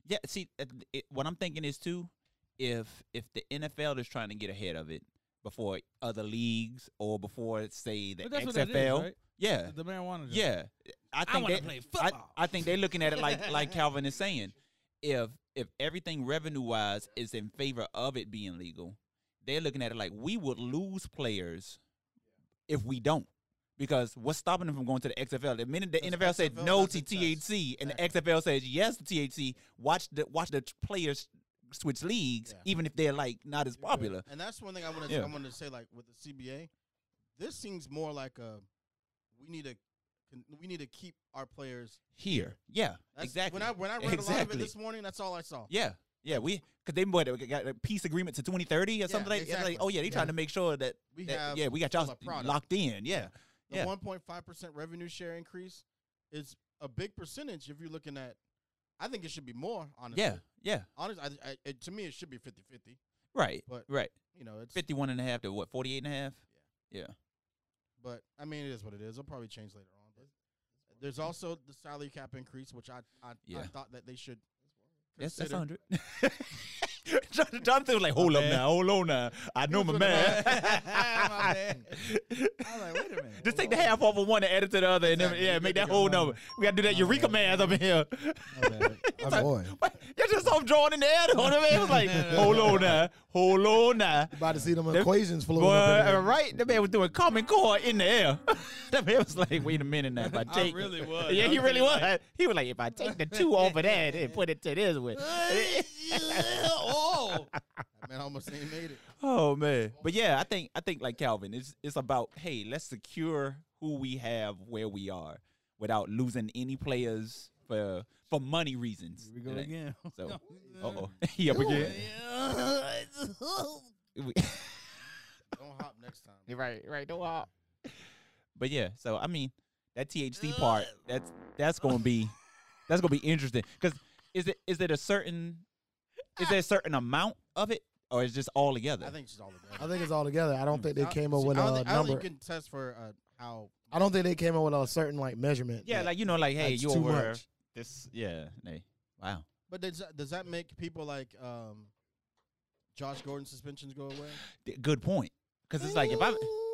Speaker 5: Yeah, see, uh, th- it, what I'm thinking is too, if if the NFL is trying to get ahead of it before other leagues or before say the
Speaker 2: But that's what that
Speaker 5: XFL,
Speaker 2: is, right?
Speaker 5: yeah,
Speaker 2: The marijuana. drug.
Speaker 5: yeah, I think
Speaker 2: wanna
Speaker 5: they,
Speaker 2: play
Speaker 5: I,
Speaker 2: football.
Speaker 5: I think they're looking at it like like
Speaker 2: [LAUGHS]
Speaker 5: Calvin is saying, if if everything revenue wise is in favor of it being legal, they're looking at it like we would lose players if we don't. Because what's stopping them from going to the XFL? The minute the
Speaker 1: Because
Speaker 5: NFL said
Speaker 1: XFL
Speaker 5: no to
Speaker 1: doesn't test.
Speaker 5: THC and the XFL says yes to THC, watch the watch the t- players switch leagues,
Speaker 1: Yeah.
Speaker 5: even if they're like not as popular.
Speaker 1: And that's one thing I want to
Speaker 5: Yeah.
Speaker 1: I want to say like with the CBA, this seems more like a we need to con- we need to keep our players.
Speaker 5: Here, yeah,
Speaker 1: That's,
Speaker 5: exactly.
Speaker 1: When I when I read a lot of it
Speaker 5: Exactly.
Speaker 1: this morning, that's all I saw.
Speaker 5: Yeah, yeah, we because they what, got a peace agreement to twenty thirty or something like, it's
Speaker 1: exactly.
Speaker 5: like. Oh yeah, they trying to make sure that,
Speaker 1: We
Speaker 5: that-
Speaker 1: have
Speaker 5: yeah we got
Speaker 1: still
Speaker 5: y'all
Speaker 1: a product.
Speaker 5: locked in. Yeah,
Speaker 1: The
Speaker 5: yeah.
Speaker 1: 1.5 percent revenue share increase is a big percentage if you're looking at. I think it should be more. Honestly,
Speaker 5: yeah, yeah.
Speaker 1: Honest, I, I, it, to me, it should be 50-50.
Speaker 5: Right,
Speaker 1: But-
Speaker 5: right.
Speaker 1: You know, it's
Speaker 5: Fifty one and a half to what forty eight and a half.
Speaker 1: But I mean, it is what it is. It'll probably change later on. But There's also the salary cap increase, which I I, I
Speaker 5: Yeah.
Speaker 1: thought that they should.
Speaker 5: That's that's
Speaker 1: consider.
Speaker 5: hundred. [LAUGHS] Jonathan was like, "Hold up
Speaker 2: bad.
Speaker 5: now, hold on now. I know my
Speaker 1: was [LAUGHS]
Speaker 5: man." [LAUGHS]
Speaker 2: My bad. I was like, wait a minute.
Speaker 5: Just take the half off of one and add it to the other, and then
Speaker 1: Exactly.
Speaker 5: yeah, make that whole number. We gotta do that Eureka math up in here. [LAUGHS]
Speaker 3: Oh, boy.
Speaker 5: What? You just off drawing in the air. Hold on, it was like,
Speaker 1: [LAUGHS]
Speaker 5: hold on now, hold on now.
Speaker 3: About to see them
Speaker 5: That-
Speaker 3: equations floating.
Speaker 5: Boy, uh,
Speaker 3: up in there.
Speaker 5: right? The man was doing common core in the air. [LAUGHS] that man was like, "Wait a minute now." If I
Speaker 2: I
Speaker 5: take,
Speaker 2: really was.
Speaker 5: yeah,
Speaker 2: I
Speaker 5: he
Speaker 2: was
Speaker 5: really
Speaker 2: thinking,
Speaker 5: was.
Speaker 2: like,
Speaker 5: he was like, "If I take the two off of that and put it to this one."
Speaker 2: oh,
Speaker 1: That man almost ain't made it.
Speaker 5: [LAUGHS] Oh man. But yeah, I think I think like Calvin, it's it's about hey, let's secure who we have where we are without losing any players for for money reasons.
Speaker 2: here we go
Speaker 5: Like,
Speaker 2: again.
Speaker 5: So uh [LAUGHS] oh. he up again.
Speaker 2: [LAUGHS]
Speaker 1: Don't hop next time.
Speaker 5: right, right, no uh, But yeah, so I mean that THC part, that's that's gonna be that's gonna be interesting. Cause is it is it a certain is there a certain amount of it? Or is it just all together?
Speaker 1: I think she's all
Speaker 3: I
Speaker 1: together.
Speaker 3: think it's all together. I don't think they
Speaker 1: I-
Speaker 3: came up
Speaker 1: see,
Speaker 3: with
Speaker 1: I don't
Speaker 3: a
Speaker 1: think- I don't
Speaker 3: number.
Speaker 1: think you can test for uh, how.
Speaker 3: I don't think they came up with a certain like measurement.
Speaker 5: yeah,
Speaker 3: that-
Speaker 5: like you know, like hey,
Speaker 3: that's
Speaker 5: you
Speaker 3: too
Speaker 5: over
Speaker 3: much.
Speaker 5: this yeah, nay. Wow.
Speaker 1: But does that, does that make people like um, Josh Gordon suspensions go away?
Speaker 5: D- good point. Because it's like if I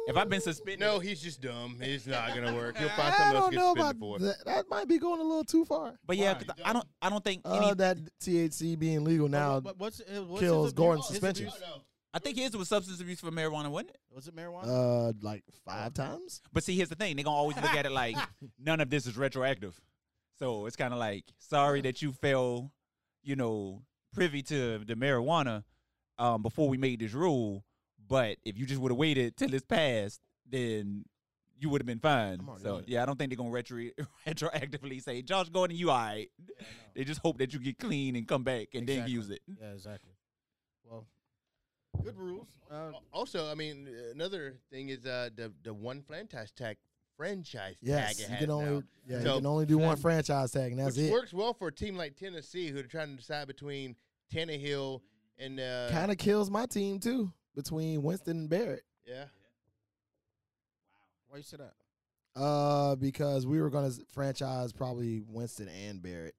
Speaker 5: if I've been suspended,
Speaker 4: No, he's just dumb. It's
Speaker 1: [LAUGHS]
Speaker 4: not gonna work. He'll find
Speaker 3: I
Speaker 4: something else
Speaker 3: don't
Speaker 4: to
Speaker 3: know
Speaker 4: get
Speaker 3: about
Speaker 4: suspended for.
Speaker 3: that. That might be going a little too far.
Speaker 5: but yeah,
Speaker 4: Why?
Speaker 5: 'cause I don't I don't think
Speaker 3: Uh,
Speaker 5: any.
Speaker 3: that THC being legal now.
Speaker 1: But what- what's, uh, what's
Speaker 3: kills
Speaker 1: his abuse-
Speaker 3: Gordon's
Speaker 1: his
Speaker 3: suspension.
Speaker 1: abuse-
Speaker 5: I think his was substance abuse for marijuana, wasn't it?
Speaker 1: Was it marijuana?
Speaker 3: Uh, like five times.
Speaker 5: But see, here's the thing: they're gonna always look at it like none of this is retroactive. So it's kind of like sorry that you fell, you know, privy to the marijuana um, before we made this rule. But if you just would have waited till it's passed, then you would have been fine.
Speaker 3: I'm already on
Speaker 5: So
Speaker 3: it.
Speaker 5: yeah, I don't think they're gonna retro- [LAUGHS] retroactively say Josh Gordon, you all right. They just hope that you get clean and come back and then
Speaker 1: Exactly.
Speaker 5: use it.
Speaker 1: yeah, exactly. Well, good rules. Uh,
Speaker 4: Al- Also, I mean, another thing is uh, the the one franchise tag franchise
Speaker 3: Yes,
Speaker 4: tag. it
Speaker 3: you
Speaker 4: has
Speaker 3: can only
Speaker 4: now,
Speaker 3: yeah,
Speaker 4: So-
Speaker 3: you can only do one franchise tag, and that's
Speaker 4: which
Speaker 3: it.
Speaker 4: works well for a team like Tennessee who are trying to decide between Tannehill and uh,
Speaker 3: Kind of kills my team too between Winston and Barrett.
Speaker 4: yeah.
Speaker 1: why you say that?
Speaker 3: Uh, because we were gonna s- franchise probably Winston and Barrett,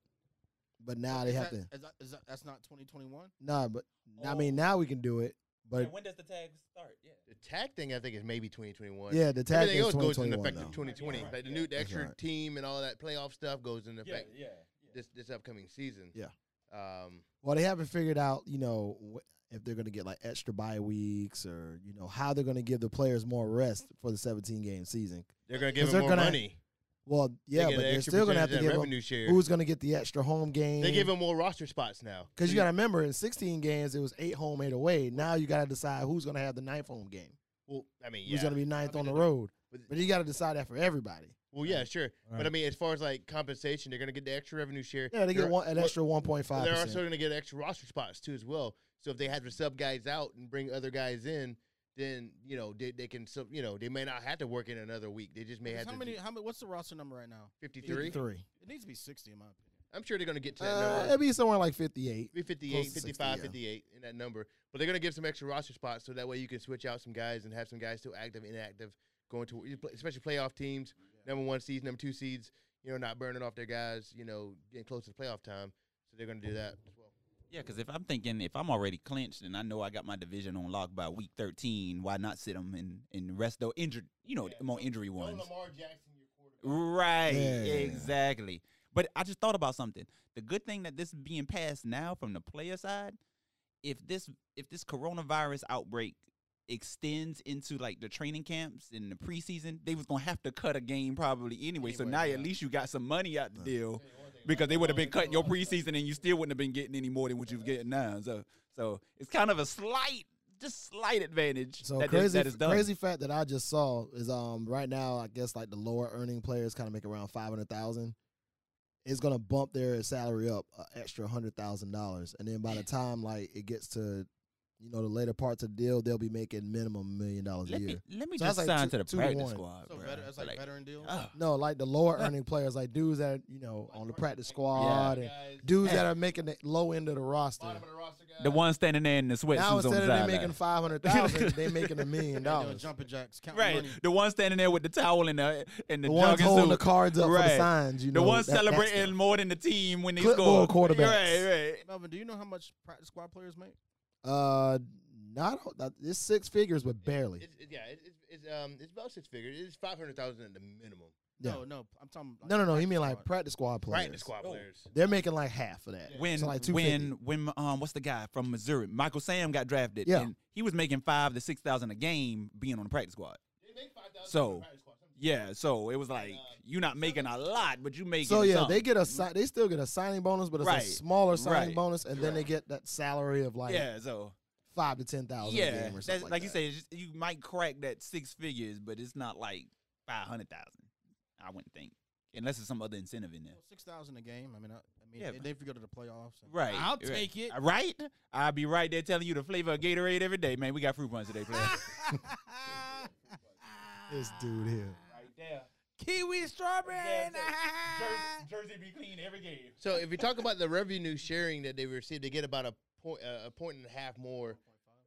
Speaker 3: but now they
Speaker 1: Is
Speaker 3: have
Speaker 1: that-
Speaker 3: to.
Speaker 1: is that- is that- that's not 2021.
Speaker 3: Nah, but I mean
Speaker 4: Oh.
Speaker 3: now we can do it,
Speaker 6: Yeah,
Speaker 3: but
Speaker 6: when does the tag start? Yeah.
Speaker 4: The tag thing, I think, is maybe 2021.
Speaker 3: yeah, the tag
Speaker 4: Everything
Speaker 3: is
Speaker 4: else
Speaker 3: twenty
Speaker 4: goes
Speaker 3: twenty
Speaker 4: into
Speaker 3: one
Speaker 4: effect in
Speaker 3: though.
Speaker 4: 2020.
Speaker 6: Right,
Speaker 4: Like the
Speaker 6: yeah.
Speaker 4: new, the
Speaker 3: That's
Speaker 4: extra
Speaker 3: right.
Speaker 4: team and all that playoff stuff goes into
Speaker 6: Yeah.
Speaker 4: effect
Speaker 6: Yeah.
Speaker 4: this this upcoming season.
Speaker 3: Yeah.
Speaker 4: Um,
Speaker 3: Well, they haven't figured out, you know, wh- if they're going to get like extra bye weeks or you know how they're going to give the players more rest for the 17 game season.
Speaker 4: they're gonna
Speaker 3: 'Cause
Speaker 4: give
Speaker 3: they're
Speaker 4: them more
Speaker 3: gonna-
Speaker 4: money.
Speaker 3: Well, yeah,
Speaker 4: they
Speaker 3: but they're still going to have to give them.
Speaker 4: revenue share.
Speaker 3: Who's going to get the extra home game?
Speaker 4: they give them more roster spots now
Speaker 5: Mm.
Speaker 3: because you got to remember in 16 games it was eight home, eight away. Now you got to decide who's going to have the ninth home game.
Speaker 4: Well, I mean, yeah.
Speaker 3: Who's going to be ninth
Speaker 4: I mean,
Speaker 3: on the
Speaker 4: they're-
Speaker 3: road?
Speaker 4: but-
Speaker 3: But you got to decide that for everybody.
Speaker 4: Well, yeah, sure.
Speaker 2: Right.
Speaker 4: But I mean, as far as like compensation, they're gonna get the extra revenue share.
Speaker 3: Yeah, they get
Speaker 4: They're-
Speaker 3: one an
Speaker 4: well,
Speaker 3: extra 1.5.
Speaker 4: But they're also
Speaker 3: percent.
Speaker 4: going to get extra roster spots too as well. So if they have to sub guys out and bring other guys in, then you know they, they can sub. You know they may not have to work in another week. They just may
Speaker 1: Because
Speaker 4: have
Speaker 1: How
Speaker 4: to
Speaker 1: many? How many? What's the roster number right now?
Speaker 4: fifty three.
Speaker 3: 53.
Speaker 1: It needs to be 60 in my opinion.
Speaker 4: I'm sure they're going to get to that
Speaker 3: Uh,
Speaker 4: number.
Speaker 3: it'd be somewhere like 58.
Speaker 4: Be 58,
Speaker 3: close to 60,
Speaker 4: 55,
Speaker 3: yeah.
Speaker 4: 58 in that number. But they're going to give some extra roster spots so that way you can switch out some guys and have some guys still active, inactive, going to you play- especially playoff teams,
Speaker 3: Oh,
Speaker 4: number one seeds, number two seeds. You know, not burning off their guys. You know, getting close to the playoff time. So they're going to do that as well.
Speaker 5: Yeah, because if I'm thinking if I'm already clinched and I know I got my division on lock by week 13, why not sit them and and rest those injured, you know, more injury ones.
Speaker 4: Jackson, your quarterback.
Speaker 5: Right.
Speaker 3: Yeah.
Speaker 5: Exactly. But I just thought about something. The good thing that this is being passed now from the player side, if this if this coronavirus outbreak extends into like the training camps and the preseason, they was gonna have to cut a game probably anyway. so
Speaker 1: Anyway,
Speaker 5: now
Speaker 1: yeah.
Speaker 5: at least you got some money out the deal because they would have been cutting your preseason and you still wouldn't have been getting any more than what you're getting now. So so it's kind of a slight just slight advantage
Speaker 3: So
Speaker 5: that,
Speaker 3: crazy,
Speaker 5: is, that is done.
Speaker 3: crazy fact that I just saw is um right now I guess like the lower earning players kind of make around five hundred thousand. It's gonna bump their salary up an extra hundred thousand dollars, and then by the time like it gets to you know the later parts of the deal, they'll be making minimum million dollars a
Speaker 5: Let me,
Speaker 3: year.
Speaker 5: let me
Speaker 3: So that's
Speaker 5: just
Speaker 3: like
Speaker 5: sign
Speaker 3: two-
Speaker 5: to the
Speaker 3: two to
Speaker 5: practice
Speaker 3: one.
Speaker 5: squad.
Speaker 1: So
Speaker 5: bruh.
Speaker 1: better, it's like,
Speaker 5: Like,
Speaker 1: veteran deal.
Speaker 5: oh,
Speaker 3: No, like the lower earning players, like dudes that you know on the practice squad and dudes that are making the low end of the roster.
Speaker 5: the one standing there in the sweatsuits
Speaker 3: Now
Speaker 5: on the
Speaker 3: instead of them
Speaker 5: [LAUGHS]
Speaker 3: making
Speaker 5: sideline.
Speaker 3: five hundred thousand, they making a million
Speaker 1: They doing
Speaker 3: dollars.
Speaker 1: jumping jacks, counting
Speaker 5: Right,
Speaker 1: money.
Speaker 5: the one standing there with the towel and the and the,
Speaker 3: The ones
Speaker 5: jogging
Speaker 3: holding
Speaker 5: suit.
Speaker 3: the cards up for the
Speaker 5: Right.
Speaker 3: signs, you
Speaker 5: the
Speaker 3: know,
Speaker 5: one
Speaker 3: that- that
Speaker 5: celebrating
Speaker 3: stuff.
Speaker 5: more than the team when they score.
Speaker 3: Clipboard quarterbacks.
Speaker 5: Right, right.
Speaker 1: Melvin, do you know how much practice squad players make?
Speaker 3: Uh, not uh, it's six figures, but barely.
Speaker 4: It's, it's, yeah, it's, it's, it's um it's about six figures. It's five hundred thousand at the minimum.
Speaker 3: Yeah.
Speaker 1: No, no, I'm talking.
Speaker 3: No, no, no. You mean like
Speaker 1: practice
Speaker 3: practice squad players?
Speaker 4: Practice squad players.
Speaker 3: They're making like half of that.
Speaker 5: When
Speaker 3: so like two
Speaker 5: when when um what's the guy from Missouri? Michael Sam got drafted.
Speaker 3: Yeah.
Speaker 5: and he was making five to six thousand a game being on the practice squad. So yeah, so it was like you're not making a lot, but you making
Speaker 3: So yeah,
Speaker 5: something.
Speaker 3: they get a si- they still get a signing bonus, but it's
Speaker 5: Right.
Speaker 3: a smaller signing
Speaker 5: Right.
Speaker 3: bonus, and then they get that salary of like
Speaker 5: yeah, so
Speaker 3: five to ten thousand. a
Speaker 5: yeah,
Speaker 3: game or
Speaker 5: that's,
Speaker 3: something
Speaker 5: like,
Speaker 3: like
Speaker 5: you
Speaker 3: that.
Speaker 5: said, it's just, you might crack that six figures, but it's not like five hundred thousand. I wouldn't think, unless there's some other incentive in there.
Speaker 1: six thousand a game. I mean, I, I mean,
Speaker 5: Yeah,
Speaker 1: and
Speaker 5: but-
Speaker 1: if you go to the playoffs, and-
Speaker 2: [LAUGHS]
Speaker 5: Right,
Speaker 2: I'll
Speaker 5: right. Uh,
Speaker 2: take it.
Speaker 5: Right, I'll be right there telling you the flavor of Gatorade every day, man. We got fruit punch
Speaker 2: [LAUGHS]
Speaker 5: today, player.
Speaker 3: This dude here.
Speaker 6: Right there.
Speaker 2: [LAUGHS] Kiwi strawberry. [LAUGHS]
Speaker 6: Yeah,
Speaker 2: nah.
Speaker 6: Jersey be clean every game.
Speaker 4: So if you talk about the revenue sharing that they receive, they get about a point uh, a point and a half more.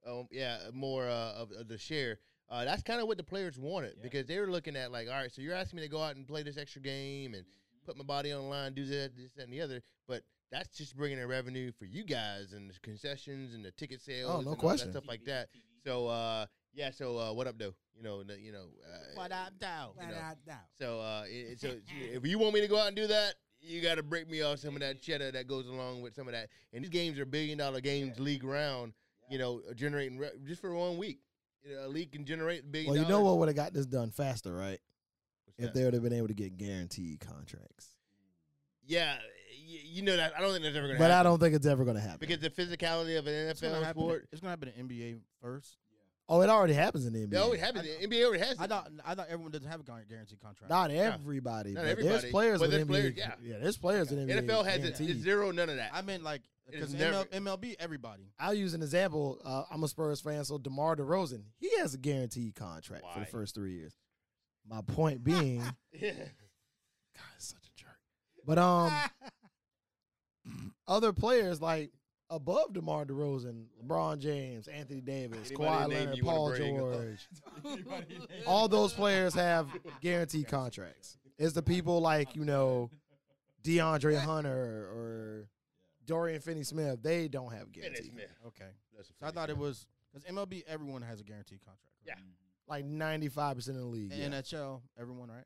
Speaker 4: Um, yeah, more uh, of, of the share. Uh, that's kind of what the players wanted because they were looking at like, all right, so you're asking me to go out and play this extra game and put my body on the line, do that, this, that, and the other. But that's just bringing in revenue for you guys and the concessions and the ticket sales.
Speaker 3: Oh, no
Speaker 4: and all that
Speaker 3: question.
Speaker 4: stuff like that. So uh, yeah, so uh, what up, though? You know, the- you know. Uh,
Speaker 1: What up, though?
Speaker 4: You
Speaker 2: Nah,
Speaker 4: know.
Speaker 2: nah, nah.
Speaker 4: So, uh, it, so [LAUGHS] if you want me to go out and do that, you got to break me off some of that cheddar that goes along with some of that. And these games are billion dollar games, league round. You know, generating re- just for one week, you know, a league can generate a billion.
Speaker 3: Well, you know
Speaker 4: dollars.
Speaker 3: what would have got this done faster, right?
Speaker 4: What's
Speaker 3: If
Speaker 4: that?
Speaker 3: they would have been able to get guaranteed contracts,
Speaker 4: yeah, y- you know that. I don't think that's ever gonna.
Speaker 3: but
Speaker 4: happen.
Speaker 3: I don't think it's ever going to happen.
Speaker 4: because the physicality of an
Speaker 1: It's gonna,
Speaker 4: NFL
Speaker 1: happen,
Speaker 4: sport.
Speaker 1: it's gonna happen in NBA first.
Speaker 3: oh, it already happens in the NBA.
Speaker 4: It always happens.
Speaker 1: I-
Speaker 4: The NBA already has.
Speaker 1: I
Speaker 4: it.
Speaker 1: thought I thought everyone doesn't have a guar- guaranteed contract.
Speaker 3: Not everybody.
Speaker 4: Not
Speaker 3: but
Speaker 4: everybody,
Speaker 3: There's players
Speaker 4: but
Speaker 3: with
Speaker 4: there's
Speaker 3: NBA.
Speaker 4: players, yeah.
Speaker 3: there's players in NBA.
Speaker 4: NFL has it.
Speaker 3: guaranteed.
Speaker 4: It's zero, none of that. [LAUGHS]
Speaker 1: I meant like
Speaker 4: It
Speaker 1: because
Speaker 4: is never-
Speaker 1: MLB everybody.
Speaker 3: I'll use an example. Uh, I'm a Spurs fan, so DeMar DeRozan, he has a guaranteed contract for the
Speaker 4: Why?
Speaker 3: first three years. My point being, God, it's such a jerk. But um, other players like above DeMar DeRozan, LeBron James, Anthony Davis,
Speaker 4: Anybody
Speaker 3: Kawhi
Speaker 4: name
Speaker 3: Leonard,
Speaker 4: you wanna
Speaker 3: Paul
Speaker 4: bring up.
Speaker 3: George, all those players have guaranteed contracts. It's the people like you know DeAndre Hunter or Dorian Finney-Smith. They don't have guaranteed.
Speaker 4: Dennis Smith.
Speaker 1: Okay,
Speaker 4: That's a
Speaker 1: so I
Speaker 4: funny
Speaker 1: thought it
Speaker 4: guy.
Speaker 1: was because MLB everyone has a guaranteed contract. right?
Speaker 3: Like 95 percent of the league. yeah.
Speaker 1: And uh, NHL everyone right.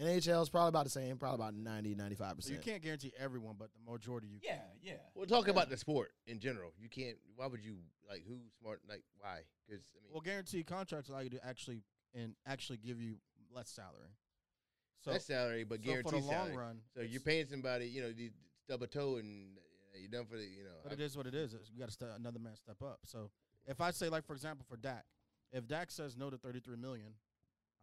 Speaker 3: NHL is probably about the same, probably about 90, 95
Speaker 1: So you
Speaker 3: percent.
Speaker 1: can't guarantee everyone, but the majority you.
Speaker 6: Yeah, yeah.
Speaker 4: Well, talking about the sport in general, you can't. Why would you like? Who's smart? Like why? Because I mean,
Speaker 1: Well, guaranteed contracts allow you to actually and actually give you less salary. So,
Speaker 4: that's salary, but
Speaker 1: so for
Speaker 4: guaranteed
Speaker 1: the long
Speaker 4: salary.
Speaker 1: run,
Speaker 4: so you're
Speaker 1: it's-
Speaker 4: paying somebody, you know, you stub a toe and uh, you're done for the, you know.
Speaker 1: But
Speaker 4: I-
Speaker 1: it is what it is. It's- You got to st- another man step up. So if I say, like for example, for Dak, if Dak says no to 33 million,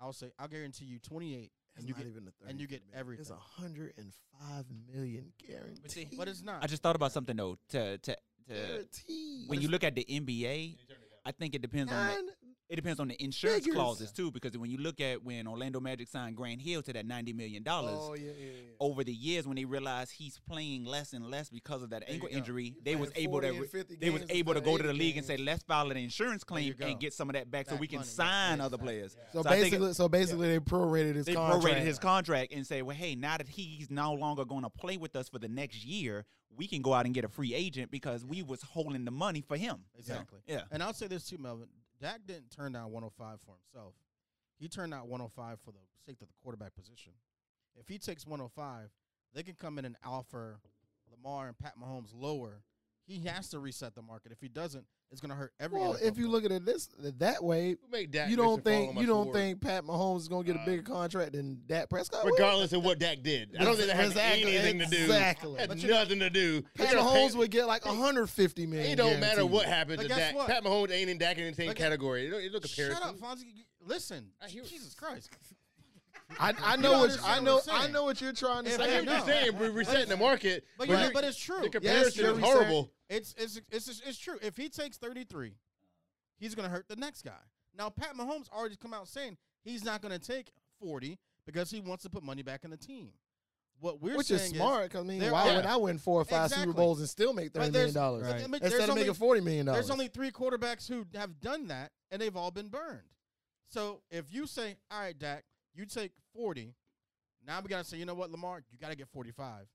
Speaker 1: I'll say I'll guarantee you 28, and you get.
Speaker 3: even a
Speaker 1: and you get
Speaker 3: It's
Speaker 1: everything.
Speaker 3: 105 million guaranteed.
Speaker 5: But see,
Speaker 1: But it's not.
Speaker 5: I just thought about something though. To to, to
Speaker 3: guaranteed.
Speaker 5: when you look at the NBA, I think it depends on the,
Speaker 3: Nine-
Speaker 5: it depends on the insurance
Speaker 3: figures.
Speaker 5: clauses too. Because when you look at when Orlando Magic signed Grant Hill to that ninety million dollars.
Speaker 3: oh yeah, yeah, yeah.
Speaker 5: Over the years, when they realized he's playing less and less because of that ankle
Speaker 1: go.
Speaker 5: injury, they was
Speaker 3: playing
Speaker 5: able to
Speaker 3: 40 and
Speaker 5: re-
Speaker 3: 50
Speaker 5: they was
Speaker 3: games
Speaker 5: able to
Speaker 3: instead
Speaker 5: go
Speaker 3: of
Speaker 5: to the
Speaker 3: 80
Speaker 5: league and say,
Speaker 3: games.
Speaker 5: "Let's file an insurance claim
Speaker 1: you go.
Speaker 5: and get some of that back, so
Speaker 1: Back
Speaker 5: we can
Speaker 1: money, yeah,
Speaker 5: sign
Speaker 1: yeah,
Speaker 5: other
Speaker 1: exactly.
Speaker 5: players."
Speaker 3: So,
Speaker 5: I think it-
Speaker 3: basically, so basically, they prorated his
Speaker 5: they
Speaker 3: contract.
Speaker 5: prorated his contract and say, well, hey, now that he's no longer going to play with us for the next year, we can go out and get a free agent because we was holding the money for him.
Speaker 1: Exactly.
Speaker 5: Yeah.
Speaker 1: And I'll say this too, Melvin. Dak didn't turn down 105 for himself. He turned out 105 for the sake of the quarterback position. If he takes 105, they can come in and offer Lamar and Pat Mahomes lower. He has to reset the market. If he doesn't, it's going to hurt every.
Speaker 3: Well,
Speaker 1: NFL
Speaker 3: if
Speaker 1: player.
Speaker 3: you look at it this that way,
Speaker 4: who made Dak
Speaker 3: you
Speaker 4: miss
Speaker 3: don't
Speaker 4: and fall
Speaker 3: think
Speaker 4: on my
Speaker 3: you don't
Speaker 4: sword?
Speaker 3: think Pat Mahomes is gonna get a
Speaker 4: Uh,
Speaker 3: bigger contract than Dak Prescott?
Speaker 4: [LAUGHS]
Speaker 3: will?
Speaker 4: regardless of what Dak did, I don't think that has
Speaker 3: Exactly,
Speaker 4: anything to do.
Speaker 3: exactly.
Speaker 4: Had
Speaker 3: But you-
Speaker 4: nothing to do.
Speaker 3: Pat
Speaker 4: They're gonna
Speaker 3: Mahomes
Speaker 4: pay-
Speaker 3: would get like 150 million.
Speaker 4: It don't matter
Speaker 3: guaranteed.
Speaker 4: what happens
Speaker 1: But
Speaker 4: to
Speaker 1: guess
Speaker 4: Dak.
Speaker 1: what?
Speaker 4: Pat Mahomes ain't and Dak in the same
Speaker 1: Look at-
Speaker 4: category. It don't- It look comparison.
Speaker 1: Shut up, Fonzie. Listen,
Speaker 4: I hear-
Speaker 1: Jesus
Speaker 4: [LAUGHS]
Speaker 1: Christ.
Speaker 3: I, I
Speaker 1: don't
Speaker 3: know what
Speaker 1: understand
Speaker 3: I
Speaker 1: what
Speaker 3: know.
Speaker 1: I'm
Speaker 3: I
Speaker 1: saying.
Speaker 3: know what you're trying to
Speaker 1: If
Speaker 4: I
Speaker 3: say.
Speaker 4: hear
Speaker 1: I
Speaker 4: what you're
Speaker 1: know.
Speaker 4: saying. We're resetting the market,
Speaker 1: But, you know,
Speaker 4: you-
Speaker 1: but it's true.
Speaker 4: the comparison
Speaker 3: you're
Speaker 4: is
Speaker 3: resetting-
Speaker 4: horrible.
Speaker 1: It's it's it's it's, it's true. If he takes 33, he's gonna hurt the next guy. Now Pat Mahomes already come out saying he's not gonna take 40 because he wants to put money back in the team. What we're
Speaker 3: Which
Speaker 1: saying
Speaker 3: is smart. 'cause I mean,
Speaker 1: there
Speaker 3: why
Speaker 1: are-
Speaker 3: would I win four or five
Speaker 1: Exactly.
Speaker 3: Super Bowls and still make
Speaker 1: But
Speaker 3: thirty
Speaker 1: there's-
Speaker 3: million dollars
Speaker 1: I mean,
Speaker 3: instead
Speaker 1: there's
Speaker 3: of
Speaker 1: only-
Speaker 3: making forty million dollars?
Speaker 1: There's only three quarterbacks who have done that, and they've all been burned. So if you say, all right, Dak, you take 40, now we gotta say, you know what, Lamar, you gotta get 45.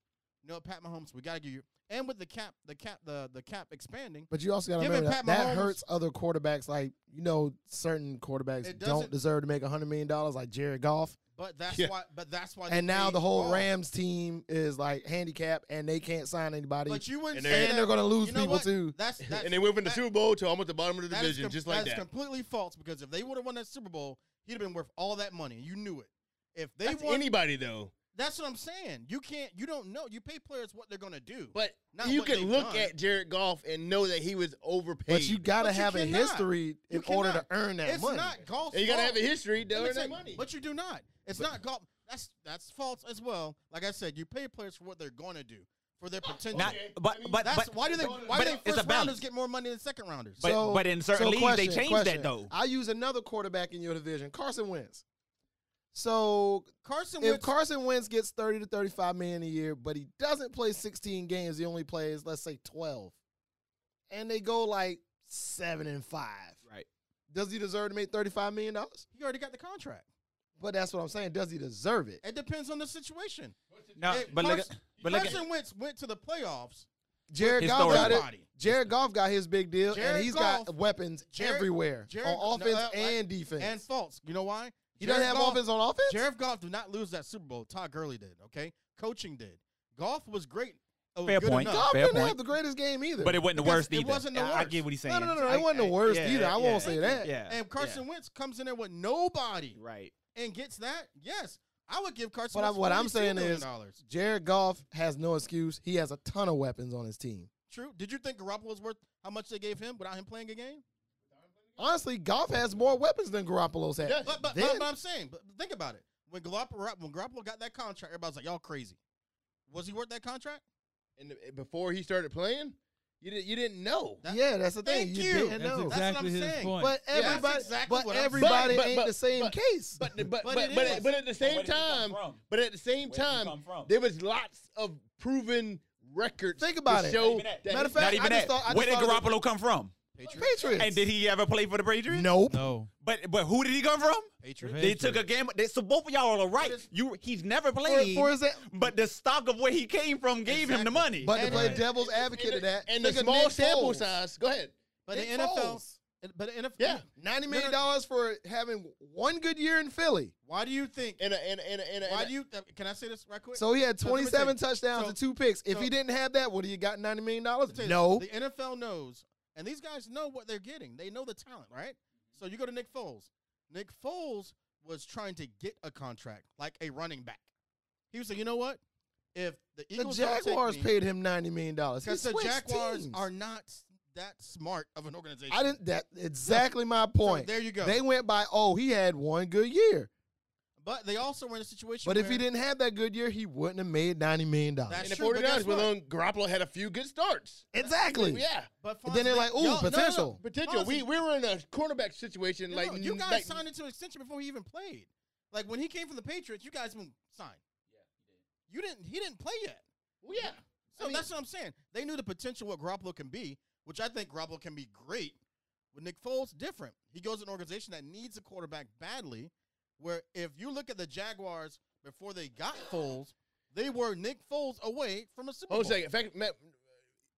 Speaker 1: You know what, Pat Mahomes, we gotta give you and with the cap, the cap, the the cap expanding,
Speaker 3: But you also got to
Speaker 1: Giving
Speaker 3: remember that,
Speaker 1: Pat Mahomes-
Speaker 3: that hurts other quarterbacks. Like you know, certain quarterbacks
Speaker 1: It doesn't-
Speaker 3: don't deserve to make hundred million dollars, like Jared Goff.
Speaker 1: but that's
Speaker 4: Yeah.
Speaker 1: why but that's why
Speaker 3: And
Speaker 1: they
Speaker 3: now
Speaker 1: made
Speaker 3: the whole
Speaker 1: laws.
Speaker 3: Rams team is like handicapped, and they can't sign anybody.
Speaker 1: But you wouldn't
Speaker 4: And
Speaker 1: say
Speaker 4: they're-
Speaker 1: that.
Speaker 3: and they're going to lose
Speaker 1: You know
Speaker 3: people
Speaker 1: what?
Speaker 3: too.
Speaker 1: That's, that's
Speaker 4: [LAUGHS] and they went from the
Speaker 1: that-
Speaker 4: Super Bowl to almost the bottom of the
Speaker 1: that is
Speaker 4: division,
Speaker 1: com-
Speaker 4: just like
Speaker 1: That's
Speaker 4: that.
Speaker 1: completely false because if they would have won that Super Bowl, he'd have been worth all that money. You knew it. If they
Speaker 4: That's
Speaker 1: won,
Speaker 4: anybody though.
Speaker 1: that's what I'm saying. You can't. You don't know. You pay players what they're gonna do.
Speaker 4: But
Speaker 1: Not
Speaker 4: you
Speaker 1: what
Speaker 4: can
Speaker 1: they've
Speaker 4: look
Speaker 1: done.
Speaker 4: at Jared Goff and know that he was overpaid.
Speaker 3: But you got to
Speaker 1: But you
Speaker 3: have a
Speaker 1: cannot.
Speaker 3: history in
Speaker 1: You
Speaker 3: order to
Speaker 1: cannot.
Speaker 3: earn that
Speaker 1: it's
Speaker 3: money.
Speaker 1: not golf.
Speaker 4: And you gotta have a history to
Speaker 1: Let me
Speaker 4: earn
Speaker 1: tell
Speaker 4: that
Speaker 1: you,
Speaker 4: money.
Speaker 1: But you do not. It's not golf. That's that's false as well. Like I said, you pay players for what they're gonna do for their potential.
Speaker 5: Not,
Speaker 4: Okay,
Speaker 5: but
Speaker 4: I mean,
Speaker 5: but
Speaker 1: that's
Speaker 5: but,
Speaker 1: why do they why
Speaker 5: but
Speaker 1: do they
Speaker 5: it- it's a
Speaker 1: first rounders
Speaker 5: balance.
Speaker 1: get more money than second rounders?
Speaker 5: But- in certain leagues, they changed that, though.
Speaker 3: I use another quarterback in your division, Carson Wentz. So
Speaker 1: Carson
Speaker 3: if
Speaker 1: Wentz
Speaker 3: Carson Wentz gets thirty to thirty-five million a year, but he doesn't play sixteen games, he only plays let's say twelve, and they go like seven and five.
Speaker 5: Right.
Speaker 3: Does he deserve to make thirty-five million dollars?
Speaker 1: he already got the contract.
Speaker 3: But that's what I'm saying. Does he deserve it?
Speaker 1: It depends on the situation.
Speaker 5: No,
Speaker 1: Hey,
Speaker 5: but look,
Speaker 1: Carson-
Speaker 5: at- but look, at-
Speaker 1: Carson Wentz went to the playoffs.
Speaker 3: Jared
Speaker 5: His
Speaker 3: Goff got
Speaker 5: story.
Speaker 3: it. Jared Goff got his big deal,
Speaker 1: Jared
Speaker 3: and he's
Speaker 1: Goff-
Speaker 3: got weapons
Speaker 1: Jared-
Speaker 3: everywhere
Speaker 1: Jared-
Speaker 3: on
Speaker 1: no,
Speaker 3: offense
Speaker 1: uh,
Speaker 3: and defense.
Speaker 1: and false. You know why?
Speaker 3: he doesn't
Speaker 1: Jared
Speaker 3: have
Speaker 1: Goff-
Speaker 3: offense on [LAUGHS] offense.
Speaker 1: Jared Goff did not lose that Super Bowl. Todd Gurley did. Okay, coaching did. Golf was great. It was
Speaker 5: Fair
Speaker 1: good
Speaker 5: point.
Speaker 1: enough.
Speaker 3: Goff
Speaker 5: Fair
Speaker 3: didn't
Speaker 5: point.
Speaker 3: have the greatest game either.
Speaker 5: but it wasn't the
Speaker 1: Because
Speaker 5: worst
Speaker 1: it
Speaker 5: either.
Speaker 1: wasn't the
Speaker 5: I- I
Speaker 1: worst.
Speaker 5: get what he's saying.
Speaker 3: no, no, no, no.
Speaker 5: I-
Speaker 3: It wasn't the
Speaker 5: I-
Speaker 3: worst
Speaker 5: yeah,
Speaker 3: either.
Speaker 5: yeah,
Speaker 3: I won't say that.
Speaker 5: Yeah,
Speaker 1: And Carson Wentz comes in there with nobody
Speaker 5: yeah. right.
Speaker 1: and gets that. Yes, I would give Carson.
Speaker 3: But I-
Speaker 1: Wentz
Speaker 3: what I'm
Speaker 1: $42
Speaker 3: saying
Speaker 1: million
Speaker 3: is-
Speaker 1: dollars.
Speaker 3: Jared Goff has no excuse. He has a ton of weapons on his team.
Speaker 1: true. Did you think Garoppolo's worth how much they gave him without him playing a game?
Speaker 3: Honestly, Goff has more weapons than Garoppolo's had.
Speaker 4: Yeah.
Speaker 1: But but,
Speaker 3: Then-
Speaker 1: but I'm saying, but think about it. When Garoppolo when Garoppolo got that contract, everybody's like, "Y'all crazy." Was he worth that contract?
Speaker 4: and the- before he started playing, you didn't you didn't know.
Speaker 1: That-
Speaker 3: yeah, that's the thing.
Speaker 1: Thank
Speaker 3: You,
Speaker 1: you.
Speaker 3: didn't
Speaker 2: That's
Speaker 3: know.
Speaker 1: exact-
Speaker 2: exactly his
Speaker 1: saying.
Speaker 2: point.
Speaker 3: but
Speaker 4: Yeah, that's
Speaker 3: everybody,
Speaker 1: exactly
Speaker 3: but
Speaker 1: what I'm saying.
Speaker 3: everybody
Speaker 4: But-
Speaker 3: ain't
Speaker 4: but-
Speaker 3: the same
Speaker 4: but-
Speaker 3: case.
Speaker 4: But but but
Speaker 1: But
Speaker 4: but,
Speaker 1: it is.
Speaker 4: but, at the same
Speaker 5: where did he come
Speaker 4: time,
Speaker 5: from?
Speaker 4: but at the same
Speaker 5: Where did he
Speaker 4: time,
Speaker 5: come from?
Speaker 4: there was lots of proven records.
Speaker 3: Think about
Speaker 4: to
Speaker 3: it.
Speaker 4: Show
Speaker 5: Not even that.
Speaker 4: that
Speaker 3: Matter of fact,
Speaker 5: Not
Speaker 3: I
Speaker 5: even that.
Speaker 3: just thought- I
Speaker 5: Where did
Speaker 3: just thought it
Speaker 5: Garoppolo come from?
Speaker 1: Patriots.
Speaker 3: Patriots.
Speaker 5: And did he ever play for the Patriots?
Speaker 3: Nope.
Speaker 2: No.
Speaker 5: But but who did he come from?
Speaker 1: Patriots.
Speaker 5: They took a game. They, so both of y'all are right.
Speaker 1: What is-
Speaker 5: You he's never
Speaker 3: For,
Speaker 5: played,
Speaker 3: for his,
Speaker 5: but the stock of where he came from gave him
Speaker 1: Exactly.
Speaker 5: the money.
Speaker 3: but to
Speaker 1: And-
Speaker 3: play devil's advocate of that,
Speaker 4: and the
Speaker 3: look at
Speaker 4: small
Speaker 3: Nick
Speaker 4: sample
Speaker 3: Foles.
Speaker 4: size. Go ahead.
Speaker 1: But
Speaker 3: Nick
Speaker 1: the NFL,
Speaker 3: Foles.
Speaker 1: but the NFL,
Speaker 4: Yeah.
Speaker 3: ninety
Speaker 1: No,
Speaker 3: million
Speaker 1: no.
Speaker 3: dollars for having one good year in Philly.
Speaker 1: Why do you think?
Speaker 4: And a, and a, and a, and a,
Speaker 1: Why
Speaker 4: and
Speaker 1: do you? uh, Can I say this right quick?
Speaker 3: So he had
Speaker 1: So let me tell you.
Speaker 3: 27 touchdowns
Speaker 1: So-
Speaker 3: and two picks. If
Speaker 1: so-
Speaker 3: he didn't have that, would he have got 90 million dollars?
Speaker 1: Tell you,
Speaker 3: No.
Speaker 1: The NFL knows, and these guys know what they're getting. They know the talent, right?
Speaker 3: Mm-hmm.
Speaker 1: So you go to Nick Foles. Nick Foles was trying to get a contract like a running back. He was like, you know what? If the
Speaker 3: The
Speaker 1: Eagles don't take
Speaker 3: Jaguars
Speaker 1: me-
Speaker 3: paid him 90 million dollars.
Speaker 1: because the Jaguars are not that smart of an organization.
Speaker 3: I didn't. That exactly my point.
Speaker 1: there you go.
Speaker 3: They went by. Oh, he had one good year,
Speaker 1: but they also were in a situation.
Speaker 3: but if
Speaker 1: where-
Speaker 3: he didn't have that good year, he wouldn't have made 90 million dollars.
Speaker 1: That's
Speaker 4: the
Speaker 1: true, but guess
Speaker 4: 49ers,
Speaker 1: what?
Speaker 4: when Garoppolo had a few good starts.
Speaker 3: [LAUGHS] Exactly.
Speaker 4: Yeah.
Speaker 1: but
Speaker 3: Then they're
Speaker 1: Fonzie,
Speaker 3: like,
Speaker 1: y'all- no,
Speaker 3: "Ooh,
Speaker 1: no, no,
Speaker 3: potential."
Speaker 4: Potential.
Speaker 1: Fonzie-
Speaker 4: We we were in a cornerback situation
Speaker 1: No,
Speaker 4: like
Speaker 1: no, you guys
Speaker 4: like-
Speaker 1: signed into an extension before he even played. Like when he came from the Patriots, you guys been signed. Yeah, you didn't. He didn't play yet.
Speaker 4: Well, yeah.
Speaker 1: So that's what I'm saying. They knew the potential what Garoppolo can be, which I think Garoppolo can be great. With Nick Foles, different. He goes to an organization that needs a quarterback badly. Where if you look at the Jaguars before they got Foles, they were Nick Foles away from a Super
Speaker 4: Hold
Speaker 1: Bowl.
Speaker 4: on a second. Fact, Matt,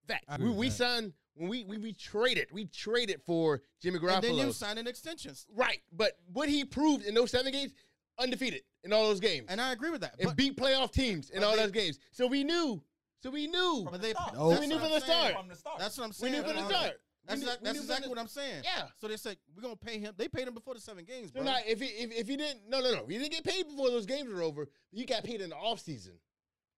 Speaker 4: fact.
Speaker 2: I agree
Speaker 4: We,
Speaker 2: with
Speaker 4: we
Speaker 2: that.
Speaker 4: signed when we, we we traded. We traded for Jimmy
Speaker 1: and then
Speaker 4: Garoppolo.
Speaker 1: you signed an extension.
Speaker 4: right, but what he proved in those seven games, undefeated in all those games,
Speaker 1: And
Speaker 4: and,
Speaker 1: I agree with that. but,
Speaker 4: beat playoff teams in
Speaker 1: but
Speaker 4: all
Speaker 1: they-
Speaker 4: those games. So we knew. So we knew.
Speaker 1: but they,
Speaker 5: start.
Speaker 1: that's
Speaker 3: No.
Speaker 1: what
Speaker 4: We knew
Speaker 1: I'm
Speaker 4: from the
Speaker 1: saying.
Speaker 4: start.
Speaker 5: From the start.
Speaker 1: That's what I'm
Speaker 4: we
Speaker 1: saying.
Speaker 4: knew from the
Speaker 1: Uh,
Speaker 4: start.
Speaker 1: That's, exact-
Speaker 4: we knew,
Speaker 1: that's
Speaker 4: we knew
Speaker 1: exactly
Speaker 4: from
Speaker 1: what
Speaker 4: the-
Speaker 1: I'm saying.
Speaker 4: Yeah.
Speaker 1: So they said we're gonna pay him. They paid him before the seven games,
Speaker 4: So
Speaker 1: bro.
Speaker 4: now, if he if, if he didn't no no no if he didn't get paid before those games were over, you got paid in the offseason.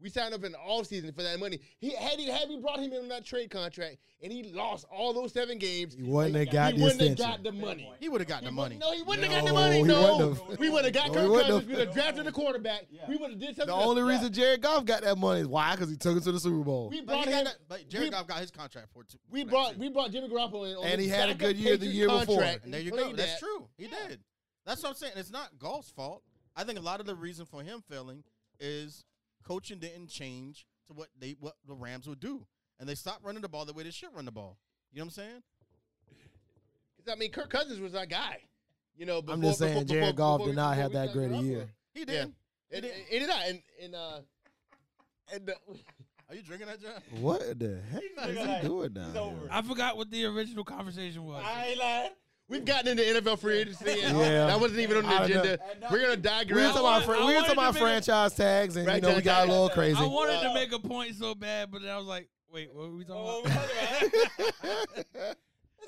Speaker 4: We signed up in the offseason for that money. He had he had we brought him in on that trade contract, and he lost all those seven games.
Speaker 3: He wouldn't
Speaker 4: like,
Speaker 3: have got
Speaker 4: he
Speaker 3: the
Speaker 4: wouldn't have
Speaker 3: extension.
Speaker 4: got the money.
Speaker 1: He would have gotten
Speaker 4: He
Speaker 1: the
Speaker 4: wouldn't-
Speaker 1: money.
Speaker 4: No, he wouldn't have got the
Speaker 3: No,
Speaker 4: money.
Speaker 3: he
Speaker 4: No,
Speaker 3: wouldn't have.
Speaker 4: we would have got
Speaker 3: No, he
Speaker 4: Kirk
Speaker 3: wouldn't
Speaker 4: Cousins.
Speaker 3: have.
Speaker 4: We'd have drafted a quarterback. We would have did something.
Speaker 3: The only
Speaker 4: else.
Speaker 3: reason
Speaker 4: Yeah.
Speaker 3: Jared Goff got that money is why? Because he took it to the Super Bowl.
Speaker 4: we
Speaker 1: But,
Speaker 4: brought
Speaker 1: he got
Speaker 4: him,
Speaker 1: that- but Jared
Speaker 4: we-
Speaker 1: Goff got his contract for two.
Speaker 4: we
Speaker 1: for that
Speaker 4: brought
Speaker 1: too.
Speaker 4: we brought Jimmy Garoppolo in, on
Speaker 3: And
Speaker 4: his
Speaker 3: he had a
Speaker 4: backup
Speaker 3: good year the
Speaker 4: Patriots
Speaker 3: year before.
Speaker 4: contract,
Speaker 1: And there you
Speaker 4: played
Speaker 1: go. That's
Speaker 4: that.
Speaker 1: true. He did. That's what I'm saying. It's not golf's fault. I think a lot of the reason for him failing is coaching didn't change to what they what the Rams would do, and they stopped running the ball the way they should run the ball. You know what I'm saying?
Speaker 4: 'Cause, I mean, Kirk Cousins was that guy. You know, before,
Speaker 3: I'm just saying
Speaker 4: before, before-
Speaker 3: Jared Goff
Speaker 4: before
Speaker 3: did
Speaker 4: we-
Speaker 3: not
Speaker 4: before
Speaker 3: have
Speaker 4: we
Speaker 3: that
Speaker 4: signed
Speaker 3: great a
Speaker 4: Garoppolo.
Speaker 3: year.
Speaker 1: He
Speaker 4: Yeah.
Speaker 1: did. He
Speaker 4: And,
Speaker 1: did.
Speaker 4: and, and, and, and uh, and uh,
Speaker 1: Are you drinking that, John?
Speaker 3: What the heck is he doing
Speaker 6: It's
Speaker 3: now?
Speaker 6: over.
Speaker 2: I forgot what the original conversation was.
Speaker 6: I ain't lying.
Speaker 4: we've gotten into NFL free agency, and
Speaker 3: Yeah.
Speaker 4: that wasn't even on
Speaker 3: I
Speaker 4: the
Speaker 3: don't know.
Speaker 4: agenda. We're gonna
Speaker 3: We were
Speaker 4: digress.
Speaker 3: talking about, fr-
Speaker 2: I
Speaker 3: we were talking
Speaker 2: wanted to
Speaker 3: about
Speaker 2: make-
Speaker 3: franchise tags, and you
Speaker 4: Right,
Speaker 3: know we
Speaker 4: Jack,
Speaker 3: got a
Speaker 4: I-
Speaker 3: little
Speaker 6: I
Speaker 3: crazy.
Speaker 2: I wanted to make a point so bad, but then I was like, wait, what were we talking
Speaker 6: Oh,
Speaker 2: about?
Speaker 6: we're
Speaker 2: [LAUGHS]
Speaker 6: talking about-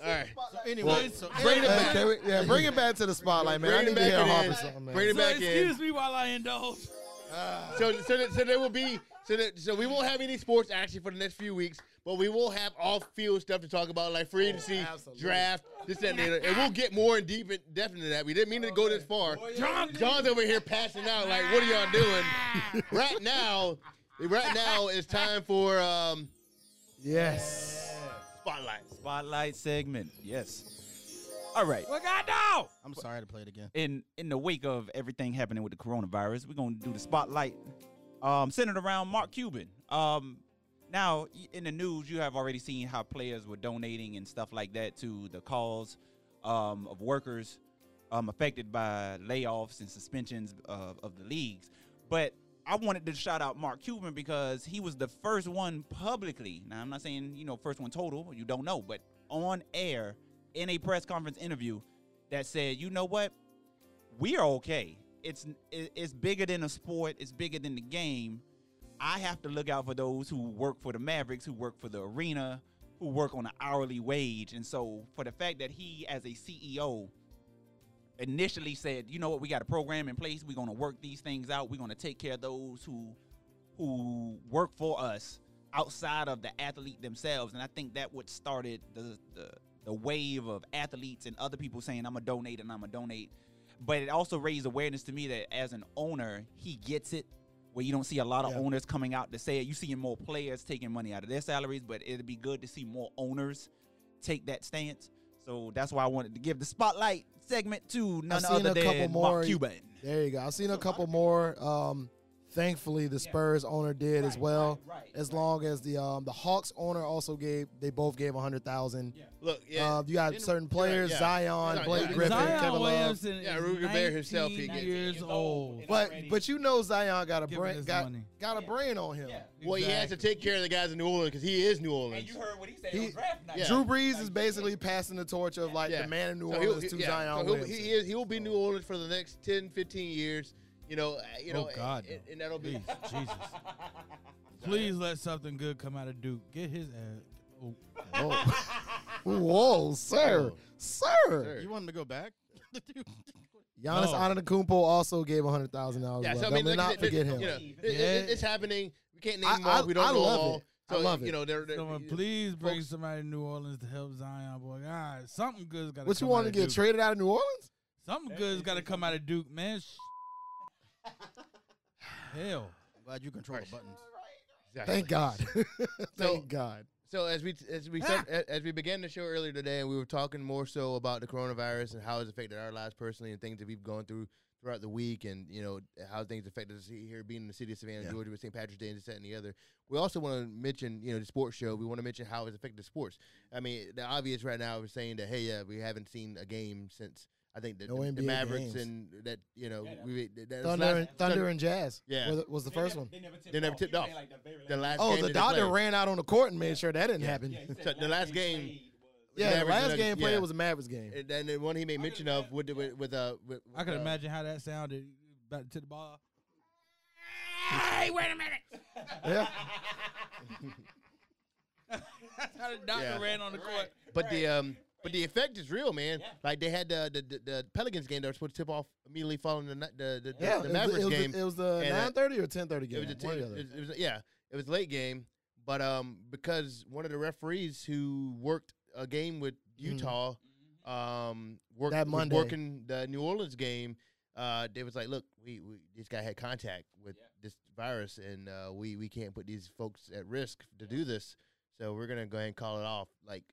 Speaker 4: All right,
Speaker 1: So anyway, so
Speaker 4: Bring it
Speaker 3: Hey,
Speaker 4: back.
Speaker 3: can we- yeah, bring it back to the spotlight, man.
Speaker 4: Bring
Speaker 3: I
Speaker 4: it
Speaker 3: need to
Speaker 4: back
Speaker 3: hear
Speaker 4: in.
Speaker 3: Harper something, man.
Speaker 4: Bring it
Speaker 2: So
Speaker 4: back in.
Speaker 2: excuse me while I indulge.
Speaker 4: So, so, that, so there will be so that so we won't have any sports action for the next few weeks, but we will have off field stuff to talk about like free agency,
Speaker 3: absolutely.
Speaker 4: draft, this that, and the other, and we'll get more in deep and depth into that. We didn't mean to go this far.
Speaker 2: John-
Speaker 4: John's over here passing out like, what are y'all doing? [LAUGHS] right now, right now it's time for um,
Speaker 3: Yes.
Speaker 4: spotlight.
Speaker 5: Spotlight segment. Yes. All right.
Speaker 2: What God no?
Speaker 1: I'm sorry to play it again.
Speaker 5: in in the wake of everything happening with the coronavirus, we're gonna do the spotlight, um, centered around Mark Cuban. Um, now y- in the news, you have already seen how players were donating and stuff like that to the cause um, of workers um, affected by layoffs and suspensions of, of the leagues. But I wanted to shout out Mark Cuban because he was the first one publicly. Now I'm not saying you know first one total, you don't know, but on air in a press conference interview that said, you know what, we are okay. It's it- it's bigger than a sport. It's bigger than the game. I have to look out for those who work for the Mavericks, who work for the arena, who work on an hourly wage. And so, for the fact that he, as a CEO, initially said, "You know what? We got a program in place. We're going to work these things out. We're going to take care of those who who work for us outside of the athlete themselves." And I think that what started the the, the wave of athletes and other people saying, "I'm gonna donate and I'm gonna donate." But it also raised awareness to me that as an owner, he gets it. Where you don't see a lot of
Speaker 3: Yeah.
Speaker 5: owners coming out to say it. You seeing more players taking money out of their salaries, but it'd be good to see more owners take that stance. So that's why I wanted to give the spotlight segment to none
Speaker 3: seen
Speaker 5: other
Speaker 3: a
Speaker 5: than
Speaker 3: couple more-
Speaker 5: Mark Cuban.
Speaker 3: There you go. I've seen a couple more. Um, thankfully, the Spurs owner did as well.
Speaker 5: right,
Speaker 3: as long as the um, the Hawks owner also gave, they both gave a hundred thousand.
Speaker 4: Look, yeah,
Speaker 3: Uh, you got
Speaker 1: Didn't-
Speaker 3: certain
Speaker 4: you're right,
Speaker 3: players:
Speaker 4: yeah.
Speaker 3: Zion,
Speaker 4: You're right,
Speaker 3: Blake
Speaker 4: yeah.
Speaker 3: Griffin,
Speaker 2: Zion
Speaker 3: Kevin Love.
Speaker 2: Williamson
Speaker 4: Yeah,
Speaker 2: is
Speaker 4: Rudy Gobert himself, he
Speaker 2: 19
Speaker 4: gets it.
Speaker 2: years old.
Speaker 3: But but you know Zion got a
Speaker 2: Give him
Speaker 3: brain
Speaker 2: his
Speaker 3: got
Speaker 2: money.
Speaker 3: got a brain on him.
Speaker 4: well, he has to take care of the guys in New Orleans because he is New Orleans.
Speaker 6: heard what he said
Speaker 3: He-
Speaker 6: draft night.
Speaker 4: Yeah.
Speaker 3: Drew Brees is basically passing the torch of like
Speaker 4: Yeah.
Speaker 3: the man in New
Speaker 4: So he'll-
Speaker 3: Orleans to
Speaker 4: yeah,
Speaker 3: Zion
Speaker 4: so he'll,
Speaker 3: Williamson.
Speaker 4: he is, he'll be New Orleans for the next 10, 15 years. You know, uh, you
Speaker 2: Oh,
Speaker 4: know,
Speaker 2: God,
Speaker 4: and,
Speaker 2: no.
Speaker 4: and that'll be
Speaker 2: Please, Jesus. Please let something good come out of Duke. Get his ass. Oh.
Speaker 4: [LAUGHS]
Speaker 3: Whoa, sir, sir.
Speaker 4: Sure.
Speaker 1: You want him to go back? [LAUGHS]
Speaker 3: Giannis
Speaker 2: No.
Speaker 3: Antetokounpo also gave hundred thousand dollars.
Speaker 4: Yeah,
Speaker 3: well.
Speaker 4: so I mean,
Speaker 3: Don't
Speaker 4: like, th-
Speaker 3: not forget
Speaker 4: th-
Speaker 3: him.
Speaker 4: You know, it- it-
Speaker 2: Yeah.
Speaker 4: it's happening. We can't name
Speaker 3: I-
Speaker 4: them all.
Speaker 3: I-
Speaker 4: we don't
Speaker 3: I
Speaker 4: know
Speaker 3: love
Speaker 4: all.
Speaker 3: it. I love
Speaker 4: you
Speaker 3: it.
Speaker 4: know, they're, they're,
Speaker 2: Someone,
Speaker 4: you know,
Speaker 2: please bring
Speaker 4: folks-
Speaker 2: somebody to New Orleans to help Zion, boy. God, something good's got to.
Speaker 3: What you want to get traded out of New Orleans?
Speaker 2: Something good's got to come out of Duke, man.
Speaker 3: [LAUGHS]
Speaker 2: Sh- Hell,
Speaker 1: Glad you control the buttons.
Speaker 4: exactly. [LAUGHS]
Speaker 3: Thank God.
Speaker 4: So-
Speaker 3: Thank God.
Speaker 4: So as we as
Speaker 3: Ah.
Speaker 4: we said, as, as we began the show earlier today, and we were talking more so about the coronavirus and how it's affected our lives personally, and things that we've gone through throughout the week, and you know how things affected us here, being in the city of Savannah,
Speaker 1: Yeah.
Speaker 4: Georgia, with St. Patrick's Day and this that and the other. We also want to mention, you know, the sports show. We want to mention how it's affected sports. I mean, the obvious right now is saying that hey, yeah, we haven't seen a game since I think the,
Speaker 3: No
Speaker 4: the, the
Speaker 3: NBA
Speaker 4: Mavericks
Speaker 3: games.
Speaker 4: and that you know
Speaker 6: Yeah, that-
Speaker 4: we that, that's
Speaker 3: Thunder,
Speaker 4: last-
Speaker 3: and, Thunder and Jazz.
Speaker 4: Yeah.
Speaker 3: was, was the
Speaker 6: They
Speaker 3: first
Speaker 6: never-
Speaker 3: one.
Speaker 6: They never tipped
Speaker 4: They never
Speaker 6: off.
Speaker 4: tipped
Speaker 6: He
Speaker 4: off.
Speaker 6: made, like, the very
Speaker 4: the
Speaker 6: last-
Speaker 4: last
Speaker 3: Oh,
Speaker 4: game
Speaker 3: the
Speaker 4: that they
Speaker 3: doctor
Speaker 4: played.
Speaker 3: ran out on the court and made sure that didn't happen.
Speaker 6: Yeah,
Speaker 3: [LAUGHS] Yeah,
Speaker 6: he said
Speaker 4: So the last game-
Speaker 6: played was-
Speaker 4: Yeah,
Speaker 3: the
Speaker 4: Mavericks
Speaker 3: last
Speaker 4: and
Speaker 3: game
Speaker 4: Nuggets,
Speaker 3: played
Speaker 4: yeah.
Speaker 3: was a Mavericks game.
Speaker 4: And then the one he made mention of with the, with, with uh with,
Speaker 2: I can
Speaker 4: uh,
Speaker 2: imagine how that sounded. Back to the ball.
Speaker 4: [LAUGHS]
Speaker 3: yeah,
Speaker 2: That's how the doctor
Speaker 4: Yeah.
Speaker 2: ran on the court.
Speaker 3: uh,
Speaker 4: But the um But the effect is real, man.
Speaker 5: Yeah.
Speaker 4: Like they had the, the the the Pelicans game that was supposed to tip off immediately following the ni- the the, the- the
Speaker 3: Yeah, it was the-
Speaker 4: Mavericks
Speaker 3: it was, the-
Speaker 4: game.
Speaker 3: It was the
Speaker 4: and, uh,
Speaker 3: nine thirty or ten thirty game.
Speaker 4: It was a
Speaker 3: one
Speaker 4: t-
Speaker 3: or the
Speaker 4: it
Speaker 3: other.
Speaker 4: was- it was- yeah, it was a late game, but um, because one of the referees who worked a game with Utah, um, worked
Speaker 3: Hmm. That
Speaker 4: was
Speaker 3: Monday.
Speaker 4: working the New Orleans game, uh, they was like, look, we, we this guy had contact with this virus, and uh, we we can't put these folks at risk to do this, so we're gonna go ahead and call it off like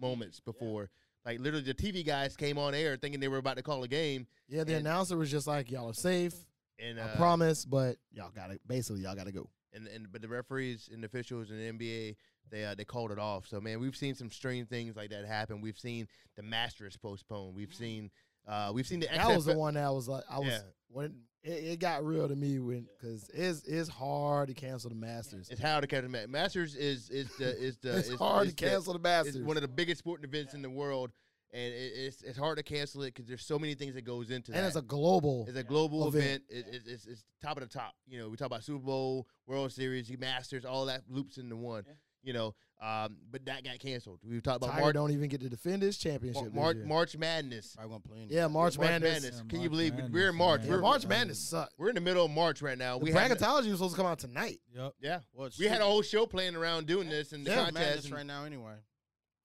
Speaker 4: moments before. Like literally, the TV guys came on air thinking they were about to call a game,
Speaker 3: yeah, the
Speaker 4: and-
Speaker 3: announcer was just like, "Y'all are safe.
Speaker 4: and
Speaker 3: I
Speaker 4: uh,
Speaker 3: promise, but y'all gotta basically y'all gotta go."
Speaker 4: and and but the referees and officials in the NBA they uh, they called it off. So man, we've seen some strange things like that happen. We've seen the Masters postponed. We've seen uh we've seen the
Speaker 3: Mm-hmm. That was
Speaker 4: [LAUGHS]
Speaker 3: the
Speaker 4: XFL
Speaker 3: one that was like, I was
Speaker 4: Yeah.
Speaker 3: when it, it got real to me when because it's it's hard to cancel the Masters.
Speaker 4: It's how to catch the Masters is is the is the
Speaker 3: [LAUGHS] It's
Speaker 4: is,
Speaker 3: hard
Speaker 4: is
Speaker 3: to cancel the Masters.
Speaker 4: It's one of the biggest sporting events in the world, and it, it's it's hard to cancel it because there's so many things that goes into
Speaker 3: and
Speaker 4: that.
Speaker 3: it's a global.
Speaker 4: It's a global event.
Speaker 3: event.
Speaker 4: It, it, it's, it's top of the top. You know, we talk about Super Bowl, World Series, Masters, all that loops into one. You know, um, but that got canceled. We talked about
Speaker 3: Tiger
Speaker 4: March,
Speaker 3: don't even get to defend his
Speaker 4: Mar-
Speaker 3: championship. this
Speaker 4: Mar-
Speaker 3: year.
Speaker 4: March Madness.
Speaker 1: Probably won't play anyway.
Speaker 3: yeah, March, Madness.
Speaker 2: Yeah,
Speaker 4: Can
Speaker 2: March
Speaker 4: you believe
Speaker 2: Madness,
Speaker 4: we're in March?
Speaker 2: man.
Speaker 3: Yeah,
Speaker 4: We're,
Speaker 3: March Madness sucked.
Speaker 4: we're in the middle of March right now.
Speaker 3: The
Speaker 4: We had
Speaker 3: bracketology was supposed to come out tonight.
Speaker 2: Yep.
Speaker 4: yeah,
Speaker 1: Well, it's
Speaker 4: we had a
Speaker 1: real-
Speaker 4: whole show playing around doing this and the
Speaker 1: it's real
Speaker 4: contest.
Speaker 1: madness
Speaker 4: and-
Speaker 1: right now anyway.